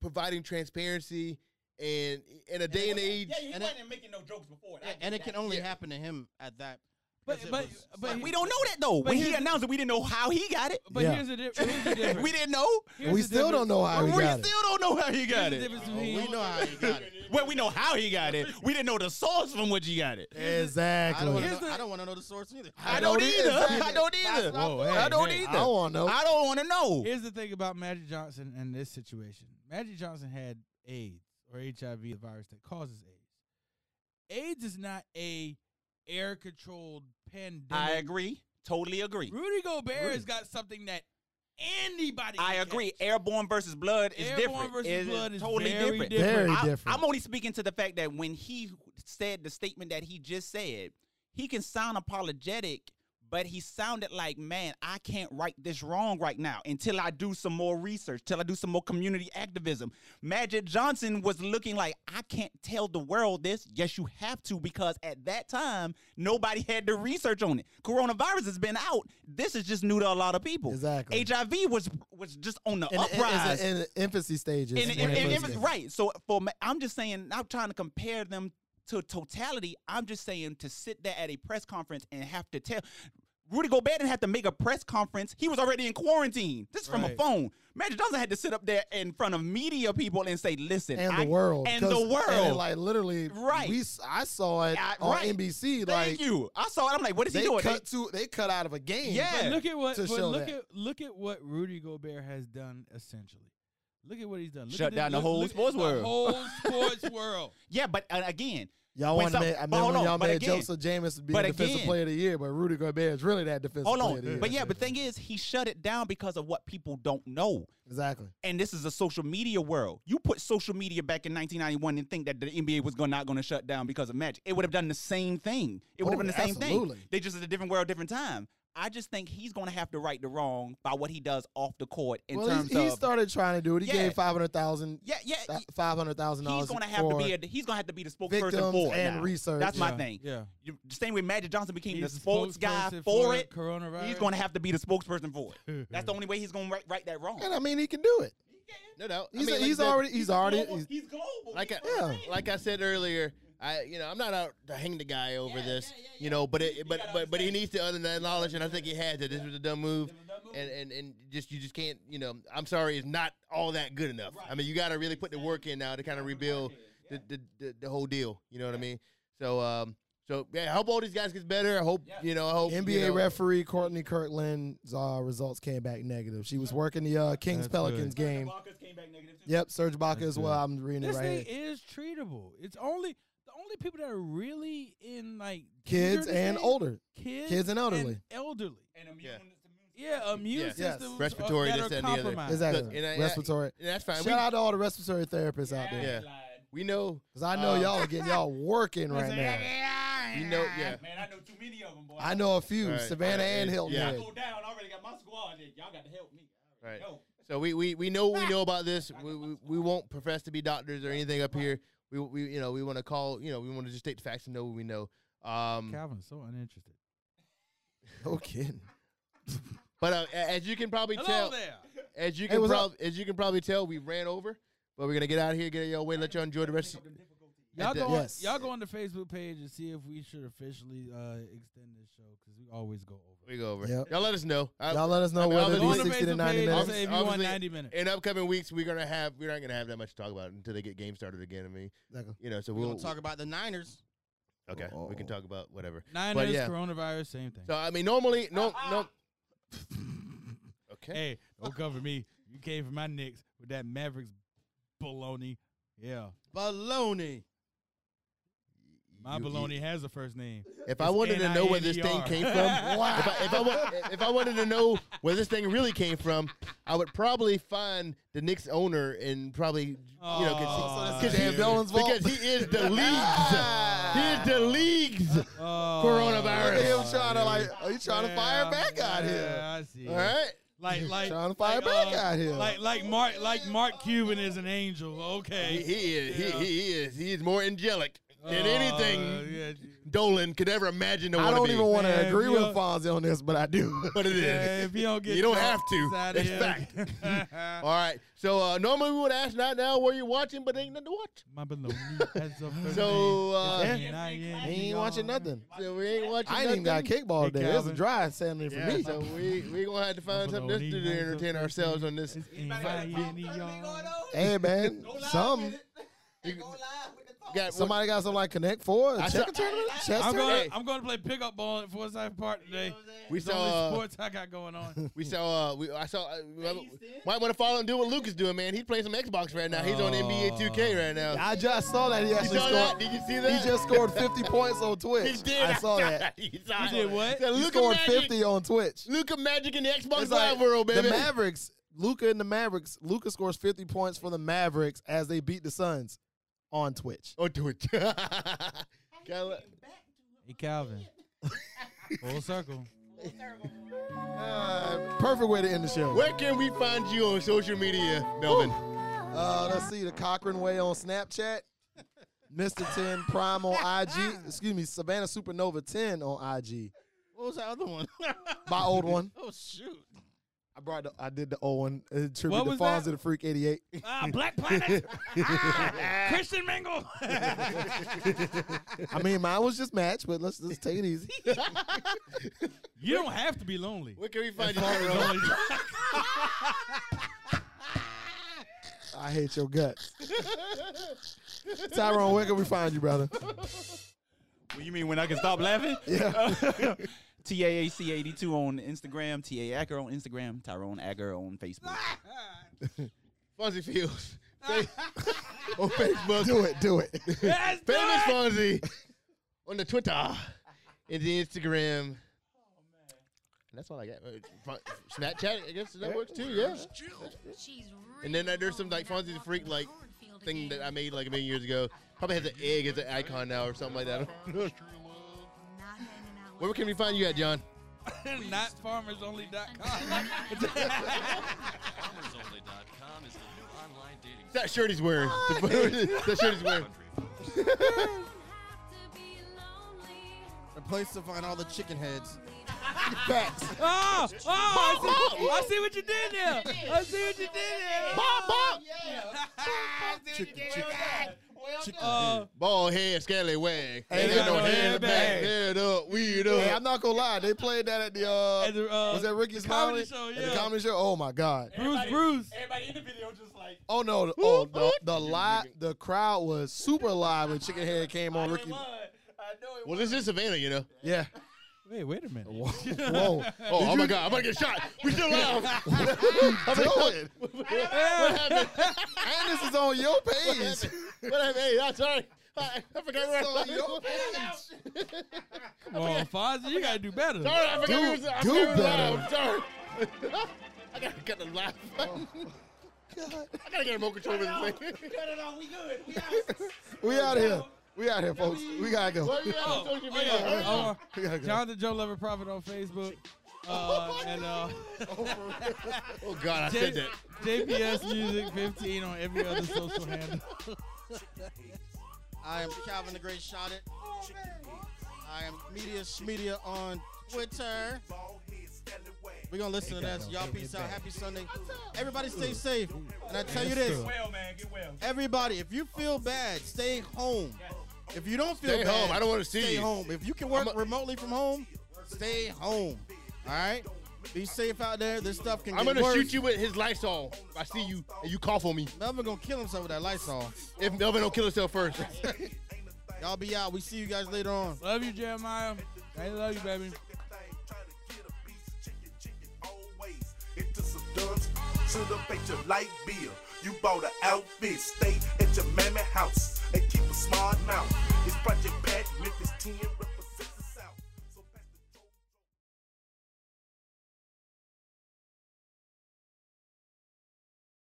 Speaker 4: providing transparency, and in a day and age,
Speaker 5: Yeah, you
Speaker 1: and
Speaker 5: wasn't making no jokes before. it. I get
Speaker 1: and it
Speaker 5: that.
Speaker 1: can only
Speaker 4: Yeah.
Speaker 1: happen to him at that.
Speaker 2: But
Speaker 1: 'cause it
Speaker 2: but
Speaker 1: was-
Speaker 2: but
Speaker 5: But we don't know that though. When he
Speaker 2: here's-
Speaker 5: announced it, we didn't know how he got it.
Speaker 2: But
Speaker 3: Yeah.
Speaker 2: here's the dif- here's the difference.
Speaker 5: we didn't know.
Speaker 2: Here's
Speaker 3: we
Speaker 2: the
Speaker 3: still
Speaker 2: difference-
Speaker 3: don't know how
Speaker 5: Oh, we
Speaker 3: he
Speaker 5: still
Speaker 3: got it.
Speaker 5: don't know how he
Speaker 2: Here's
Speaker 5: got
Speaker 2: the
Speaker 5: it.
Speaker 2: difference
Speaker 1: we
Speaker 2: between
Speaker 1: know how he got it.
Speaker 5: Well, we know how he got it. We didn't know the source from which he got it.
Speaker 1: I
Speaker 2: [LAUGHS]
Speaker 1: don't
Speaker 3: Exactly.
Speaker 1: want
Speaker 3: I
Speaker 1: to
Speaker 2: Here's
Speaker 1: know,
Speaker 2: the-
Speaker 1: I don't want to know the source either.
Speaker 5: I don't
Speaker 3: don't
Speaker 5: either.
Speaker 3: either.
Speaker 5: I don't either.
Speaker 2: Whoa,
Speaker 5: I
Speaker 2: hey,
Speaker 5: don't
Speaker 2: hey.
Speaker 5: either.
Speaker 3: don't want to know.
Speaker 5: I don't want to know.
Speaker 2: Here's the thing about Magic Johnson and this situation. Magic Johnson had AIDS or HIV, the virus that causes AIDS. AIDS is not a air controlled pandemic.
Speaker 5: I agree. Totally agree.
Speaker 2: Rudy Gobert has got something that anybody.
Speaker 5: I
Speaker 2: can
Speaker 5: agree.
Speaker 2: catch.
Speaker 5: Airborne versus blood is
Speaker 2: Airborne
Speaker 5: different.
Speaker 2: versus
Speaker 5: It
Speaker 2: blood is
Speaker 5: totally
Speaker 2: very
Speaker 5: different.
Speaker 2: different.
Speaker 3: Very
Speaker 5: I-
Speaker 3: different.
Speaker 5: I'm only speaking to the fact that when he said the statement that he just said, he can sound apologetic, but he sounded like, man, I can't right this wrong right now until I do some more research, till I do some more community activism. Magic Johnson was looking like, I can't tell the world this. Yes, you have to, because at that time, nobody had the research on it. Coronavirus has been out. This is just new to a lot of people.
Speaker 3: Exactly.
Speaker 5: HIV was was just on the
Speaker 3: And it-
Speaker 5: uprise.
Speaker 3: it's in the infancy stages.
Speaker 5: And,
Speaker 3: When
Speaker 5: and,
Speaker 3: it
Speaker 5: and-
Speaker 3: first
Speaker 5: and-
Speaker 3: came.
Speaker 5: right. So for ma- I'm just saying, I'm trying to compare them to totality. I'm just saying to sit there at a press conference and have to tell. Rudy Gobert didn't have to make a press conference. He was already in quarantine. This is from a
Speaker 2: Right.
Speaker 5: phone. Magic Johnson had to sit up there in front of media people and say, "Listen,
Speaker 3: and
Speaker 5: I-
Speaker 3: the world
Speaker 5: and the
Speaker 3: 'cause-
Speaker 5: world."
Speaker 3: and, like literally
Speaker 5: Right.
Speaker 3: we s- i saw it
Speaker 5: I-
Speaker 3: on
Speaker 5: right.
Speaker 3: nbc
Speaker 5: Thank
Speaker 3: like
Speaker 5: you. I saw it. I'm like, "What is
Speaker 3: they
Speaker 5: he doing?"
Speaker 3: cut to they cut out of a game
Speaker 5: Yeah.
Speaker 2: But look at what
Speaker 3: to
Speaker 2: but
Speaker 3: show
Speaker 2: look
Speaker 3: that.
Speaker 2: at look at what Rudy Gobert has done essentially. Look at what he's done. Look
Speaker 5: Shut
Speaker 2: at
Speaker 5: down the whole
Speaker 2: at
Speaker 5: sports world.
Speaker 2: The whole
Speaker 5: [LAUGHS]
Speaker 2: sports world.
Speaker 5: yeah, but uh, again,
Speaker 3: y'all
Speaker 5: When
Speaker 3: want
Speaker 5: some-
Speaker 3: to i
Speaker 5: but hold
Speaker 3: remember when
Speaker 5: on,
Speaker 3: y'all
Speaker 5: but
Speaker 3: made
Speaker 5: again-
Speaker 3: joseph james being
Speaker 5: but
Speaker 3: defensive
Speaker 5: again-
Speaker 3: player of the year but rudy gobert is really that defensive
Speaker 5: hold
Speaker 3: player of the
Speaker 5: on.
Speaker 3: year
Speaker 5: But yeah, but thing is, he shut it down because of what people don't know.
Speaker 3: exactly
Speaker 5: and this is a social media world. You put social media back in 1991 and think that the NBA was going not going to shut down because of Magic. It would have done the same thing. It would have
Speaker 3: Oh,
Speaker 5: been the same
Speaker 3: absolutely.
Speaker 5: thing. They just at a different world, different time. I just think he's going to have to right the wrong by what he does off the court in
Speaker 3: well
Speaker 5: terms
Speaker 3: he, he
Speaker 5: of
Speaker 3: started trying to do it he
Speaker 5: Yeah.
Speaker 3: gave 500000
Speaker 5: yeah, yeah.
Speaker 3: th- 500000
Speaker 5: He's
Speaker 3: dollars
Speaker 5: going to have to be
Speaker 3: for
Speaker 5: a, he's going to have to be the
Speaker 3: victims
Speaker 5: spokesperson for it
Speaker 3: and
Speaker 5: now.
Speaker 3: research
Speaker 5: That's my
Speaker 2: Yeah,
Speaker 5: thing.
Speaker 2: Yeah.
Speaker 5: You- The same way Magic Johnson became
Speaker 2: He's
Speaker 5: the sports guy
Speaker 2: spokesperson
Speaker 5: for
Speaker 2: the
Speaker 5: it.
Speaker 2: Coronavirus.
Speaker 5: He's going to have to be the spokesperson for it.
Speaker 2: [LAUGHS]
Speaker 5: That's the only way he's going to right, right that wrong.
Speaker 3: and i mean he can do it
Speaker 4: no doubt. I
Speaker 3: he's,
Speaker 4: mean, like
Speaker 3: he's
Speaker 4: you said,
Speaker 3: already he's, already
Speaker 5: global.
Speaker 3: he's-
Speaker 5: He's global.
Speaker 4: like I,
Speaker 5: He's global.
Speaker 3: Yeah.
Speaker 4: like I said earlier, I you know I'm not out to hang the guy over this, you know, but it, but
Speaker 5: gotta
Speaker 4: but but he
Speaker 5: understand.
Speaker 4: needs to other than knowledge, and I think he had that this was a dumb move, and and and just you just can't you know I'm sorry it's not all that good enough. I mean you got to really put the work in now to kind of rebuild the, the, the the whole deal. You know what I mean? So um so yeah, I hope all these guys gets better. I hope you know I hope
Speaker 3: NBA
Speaker 4: you know,
Speaker 3: referee Courtney Kirkland's uh, results came back negative. She was working the uh, Kings
Speaker 2: That's
Speaker 5: Serge
Speaker 3: Pelicans game.
Speaker 5: Ibaka's came back negative too.
Speaker 3: Yep, Serge Ibaka
Speaker 2: That's
Speaker 3: as well. I'm reading
Speaker 2: This
Speaker 3: it
Speaker 2: thing
Speaker 3: right here.
Speaker 2: is treatable. It's only the only people that are really in like danger
Speaker 3: Kids
Speaker 2: of this
Speaker 3: and
Speaker 2: thing,
Speaker 3: older.
Speaker 2: kids,
Speaker 3: Kids and elderly.
Speaker 2: elderly.
Speaker 5: And immune
Speaker 4: Yeah.
Speaker 2: Yeah, immune
Speaker 4: Yes.
Speaker 3: Yes.
Speaker 2: systems,
Speaker 4: Respiratory,
Speaker 2: are, that
Speaker 4: this,
Speaker 2: are
Speaker 4: that, and the other.
Speaker 2: compromised.
Speaker 3: Exactly.
Speaker 4: Look, and I-
Speaker 3: respiratory.
Speaker 4: and that's fine. We,
Speaker 3: Shout out to all the respiratory therapists out there.
Speaker 4: Yeah. we know
Speaker 3: Because I
Speaker 5: Um,
Speaker 3: know y'all are getting
Speaker 5: [LAUGHS]
Speaker 3: y'all working right now.
Speaker 4: you know yeah.
Speaker 5: Man, I know too many of them, boy.
Speaker 3: I know a few,
Speaker 4: Right.
Speaker 3: Savannah
Speaker 4: Yeah,
Speaker 3: and
Speaker 4: yeah.
Speaker 3: Hilton.
Speaker 4: Yeah.
Speaker 5: I
Speaker 3: Head.
Speaker 5: go down. I already got my squad. in. Y'all got to help me. I
Speaker 4: Right.
Speaker 5: already know.
Speaker 4: So we, we, we know what we know about this. We, we, we won't profess to be doctors or anything up here. We, we you know we want to call you know we want to just state the facts and know what we know. Um,
Speaker 2: Calvin's so uninterested.
Speaker 3: No kidding.
Speaker 4: but uh, a- as you can probably
Speaker 2: Hello
Speaker 4: tell,
Speaker 2: there.
Speaker 4: as you
Speaker 3: Hey,
Speaker 4: can
Speaker 3: what's
Speaker 4: prob- as you can probably tell, we ran over. But we're gonna get out of here, get out your way, let y'all enjoy the rest. Of-
Speaker 2: Y'all
Speaker 4: At the-
Speaker 2: go, on,
Speaker 3: Yes.
Speaker 2: y'all go on the Facebook page and see if we should officially uh, extend this show because we always go over.
Speaker 4: we go over.
Speaker 3: Yep.
Speaker 4: Y'all let us know. I-
Speaker 3: Y'all let us know
Speaker 4: I mean,
Speaker 3: whether
Speaker 4: other
Speaker 2: Go
Speaker 4: than-
Speaker 2: on
Speaker 3: these
Speaker 2: the
Speaker 3: 60 to
Speaker 2: Facebook
Speaker 3: 90
Speaker 2: page and
Speaker 3: minutes.
Speaker 2: say if you want
Speaker 4: Obviously-
Speaker 2: 90 minutes.
Speaker 4: in upcoming weeks, we're gonna have we're not gonna have that much to talk about until they get game started again. I mean,
Speaker 3: Exactly.
Speaker 4: you know, so
Speaker 1: We're
Speaker 4: we'll
Speaker 1: gonna talk about the Niners.
Speaker 4: Okay, we can
Speaker 3: Oh.
Speaker 4: talk about whatever.
Speaker 2: Nine
Speaker 4: But
Speaker 2: is
Speaker 4: yeah.
Speaker 2: coronavirus, same thing.
Speaker 4: So I mean, normally, no, no.
Speaker 3: [LAUGHS]
Speaker 4: Okay.
Speaker 2: hey, don't cover me. You came for my Knicks with that Mavericks baloney. Yeah,
Speaker 1: Baloney.
Speaker 2: my
Speaker 4: You- you-
Speaker 2: baloney has a first
Speaker 4: [LAUGHS]
Speaker 2: name.
Speaker 4: If I
Speaker 2: It's
Speaker 4: wanted to know where this thing
Speaker 2: NINER.
Speaker 4: came from, if, I, if, I wa- if I wanted to know where this thing really came from, I would probably find the Knicks owner and probably you know
Speaker 2: Oh,
Speaker 4: cause
Speaker 2: so
Speaker 4: he,
Speaker 2: this is
Speaker 4: cause he, Ah.
Speaker 2: Dan
Speaker 3: Dolan's fault?
Speaker 4: because he is the leagues. he is the leagues.
Speaker 2: Oh,
Speaker 4: Coronavirus.
Speaker 3: Look at him
Speaker 2: yeah,
Speaker 3: trying to like,
Speaker 2: yeah,
Speaker 3: are you trying to fire back out here?
Speaker 2: yeah, I see.
Speaker 4: All right.
Speaker 2: Like, like, uh,
Speaker 3: Trying to fire back out here.
Speaker 2: Like, like Mark, like Mark Cuban is an angel.
Speaker 4: He,
Speaker 2: Okay.
Speaker 4: he is.
Speaker 2: Yeah.
Speaker 4: He, he is. He is more angelic than
Speaker 2: Uh,
Speaker 4: anything
Speaker 2: yeah,
Speaker 4: Dolan could ever imagine. To
Speaker 3: I
Speaker 4: wanna
Speaker 3: don't
Speaker 4: be.
Speaker 3: even want
Speaker 2: Man,
Speaker 3: to
Speaker 2: if
Speaker 3: agree
Speaker 2: you
Speaker 3: with
Speaker 2: don't-
Speaker 3: Fonzie on this, but I do.
Speaker 4: [LAUGHS] But it is.
Speaker 2: Yeah, if you don't get,
Speaker 4: You don't
Speaker 2: drunk,
Speaker 4: have to.
Speaker 2: it's outta
Speaker 4: It's
Speaker 2: here. [LAUGHS]
Speaker 4: All right. So uh, normally we would ask not now where you're watching, but ain't nothing to watch.
Speaker 2: My [LAUGHS] baloney has a first
Speaker 4: So, uh,
Speaker 2: name.
Speaker 4: Yeah.
Speaker 3: I ain't watching nothing.
Speaker 4: So we ain't watching.
Speaker 3: I ain't even got
Speaker 4: nothing.
Speaker 3: kickball
Speaker 2: Hey,
Speaker 3: today. It's a
Speaker 2: Calvin.
Speaker 3: dry Saturday for
Speaker 4: Yeah,
Speaker 3: me.
Speaker 4: so we we gonna have to find something else to do to entertain ourselves on this.
Speaker 3: Hey man, some
Speaker 4: Got
Speaker 3: somebody got some like Connect Four,
Speaker 4: I saw-
Speaker 3: check a tournament, chess
Speaker 2: I'm
Speaker 3: tournament?
Speaker 2: going.
Speaker 4: Hey.
Speaker 2: I'm going to play pickup ball at Forsyth Park today.
Speaker 4: we
Speaker 2: It's the only
Speaker 4: saw uh,
Speaker 2: sports I got going
Speaker 4: [LAUGHS]
Speaker 2: on.
Speaker 4: we saw uh, we I saw uh, we- might want to follow and do what Luke is doing, man. He's playing some Xbox right now. He's on NBA 2K right now.
Speaker 3: Ah. I just saw that he
Speaker 4: you
Speaker 3: actually
Speaker 4: saw that?
Speaker 3: scored.
Speaker 4: Did you see
Speaker 3: He
Speaker 4: that?
Speaker 3: just scored 50 points on
Speaker 4: [LAUGHS]
Speaker 3: Twitch.
Speaker 4: He did. [LAUGHS]
Speaker 3: I saw that.
Speaker 4: You saw
Speaker 2: You did
Speaker 4: it.
Speaker 2: what?
Speaker 4: Said,
Speaker 3: He
Speaker 4: Luka
Speaker 3: scored
Speaker 4: Magic.
Speaker 3: 50 on Twitch.
Speaker 4: Luka Magic in the Xbox
Speaker 3: It's like
Speaker 4: Live world, baby.
Speaker 3: The Mavericks, Luca and the Mavericks. Luca scores 50 points for the Mavericks as they beat the Suns on Twitch.
Speaker 4: on [LAUGHS] Twitch. Gotta let-
Speaker 2: Hey Calvin. Full circle.
Speaker 3: Uh, perfect way to end the show.
Speaker 4: Where can we find you on social media, Melvin?
Speaker 3: Uh, let's see the Cochran Way on
Speaker 2: [LAUGHS]
Speaker 3: Snapchat, Mr. 10 Prime on IG. Excuse me, Savannah Supernova 10 on IG.
Speaker 1: What was that other one?
Speaker 3: My old
Speaker 2: [LAUGHS]
Speaker 3: one.
Speaker 1: oh shoot.
Speaker 3: I brought the, I did the old one. Uh, tribute
Speaker 2: What
Speaker 3: to
Speaker 2: was
Speaker 3: Fonz
Speaker 2: that?
Speaker 3: the Freak 88.
Speaker 2: Ah, Black Planet. ah, Christian Mingle.
Speaker 3: [LAUGHS] I mean, mine was just match, but let's let's take it easy.
Speaker 2: you don't have to be lonely.
Speaker 4: Where can we find you? Melvin?
Speaker 3: I hate
Speaker 2: [LAUGHS]
Speaker 3: your guts. Tyrone, where can we find you, brother?
Speaker 5: Well, you mean when I can stop
Speaker 6: [LAUGHS]
Speaker 5: laughing?
Speaker 3: Yeah.
Speaker 5: [LAUGHS] TAAC82 on Instagram, TA Acker on Instagram, Tyrone Acker on Facebook.
Speaker 6: Ah,
Speaker 4: Fonzie [LAUGHS] Fields. Fa- on Facebook.
Speaker 3: Do it,
Speaker 2: [LAUGHS]
Speaker 3: do it.
Speaker 2: Let's do
Speaker 4: Famous
Speaker 2: it.
Speaker 4: [LAUGHS] Fonzie. On the Twitter. And the Instagram. And that's all I got. Uh, Fon- Snapchat, I guess that works too, yeah.
Speaker 9: And then uh, there's some like Fonzie the Freak like
Speaker 4: Thing that I made like a million years ago. Probably has an egg as an icon now or something like that. I don't know. Where can we find you at, John?
Speaker 2: [LAUGHS] NotFarmersOnly.com.
Speaker 10: FarmersOnly.com is the new online dating
Speaker 4: That shirt he's wearing. that shirt he's [LAUGHS] wearing.
Speaker 1: The place to find all the chicken heads.
Speaker 3: Facts.
Speaker 2: [LAUGHS] [LAUGHS] Oh, oh, I see, I see what you did there. I see what you did there.
Speaker 4: Oh,
Speaker 2: [LAUGHS] Uh,
Speaker 4: Bald head, scallywag. Ain't
Speaker 2: Ain't got
Speaker 4: got no
Speaker 2: no
Speaker 4: head in the back.
Speaker 2: handbag.
Speaker 4: Head up, weed
Speaker 3: Hey, I'm
Speaker 4: up.
Speaker 3: not gonna lie. They played that at the uh,
Speaker 2: At the, uh,
Speaker 3: was that Ricky
Speaker 2: the comedy
Speaker 3: Smiley
Speaker 2: show,
Speaker 3: at the
Speaker 2: yeah.
Speaker 3: comedy show? Oh my god.
Speaker 2: Bruce, Bruce.
Speaker 6: Everybody in the video just like,
Speaker 3: Oh no. the- Oh the the live the crowd was super live when Chicken Head came on Ricky.
Speaker 6: I know it
Speaker 4: Well, this is Savannah, you know.
Speaker 3: Yeah.
Speaker 2: Wait, wait a minute. [LAUGHS]
Speaker 3: Whoa. Whoa.
Speaker 4: Oh, oh my God, I'm about to get shot. We [LAUGHS] still live. I'm [LAUGHS]
Speaker 3: Doing.
Speaker 4: What happened?
Speaker 3: And this is on your page.
Speaker 4: What happened? Hey, I'm sorry. I, I forgot where I
Speaker 3: It's on
Speaker 4: was.
Speaker 3: your
Speaker 2: Come on, Fonzie, you gotta do better.
Speaker 4: Sorry, I forgot
Speaker 3: Do-
Speaker 4: we was. I forgot
Speaker 3: do
Speaker 4: we were
Speaker 3: better.
Speaker 4: live. Sorry. [LAUGHS] I gotta cut the live button. [LAUGHS] I gotta get a remote control with [LAUGHS] this thing.
Speaker 6: Cut it off. We good. We out.
Speaker 5: [LAUGHS]
Speaker 3: [LAUGHS] We out here. We out here, folks. We gotta go.
Speaker 4: Where you at on
Speaker 2: Oh,
Speaker 4: social
Speaker 2: oh,
Speaker 4: media?
Speaker 2: yeah.
Speaker 4: Huh?
Speaker 2: Oh,
Speaker 3: [LAUGHS] We gotta go.
Speaker 2: John the Joe Lover Prophet on Facebook. Uh, [LAUGHS] and uh,
Speaker 4: Oh God, I said
Speaker 2: J-
Speaker 4: that.
Speaker 2: JPS Music 15 on every other social handle.
Speaker 1: I am Calvin the Great Shot It. I am Media Media on Twitter. We're gonna listen to this. Y'all peace out. Happy Sunday. Everybody stay safe. And I tell you this,
Speaker 6: well, man. Get well.
Speaker 1: everybody, if you feel bad, stay home. If you don't feel
Speaker 4: Stay
Speaker 1: bad,
Speaker 4: home. I don't want to see
Speaker 1: stay
Speaker 4: you.
Speaker 1: home. If you can work
Speaker 4: I'm a-
Speaker 1: remotely from home, stay home. All right? Be safe out there. This stuff can
Speaker 4: I'm
Speaker 1: get
Speaker 4: gonna
Speaker 1: worse.
Speaker 4: shoot you with his Lysol. I see you, and you cough on me.
Speaker 1: Melvin gonna kill himself with that Lysol.
Speaker 4: [LAUGHS] If Melvin don't kill himself first.
Speaker 1: Y'all be out. We see you guys later on.
Speaker 2: Love you, Jeremiah. I love you, baby.
Speaker 5: into some dubs, shoot up at your light bill. You bought an outfit, stay at your mammy house, and keep a smart mouth. It's Project Pat, Memphis 10,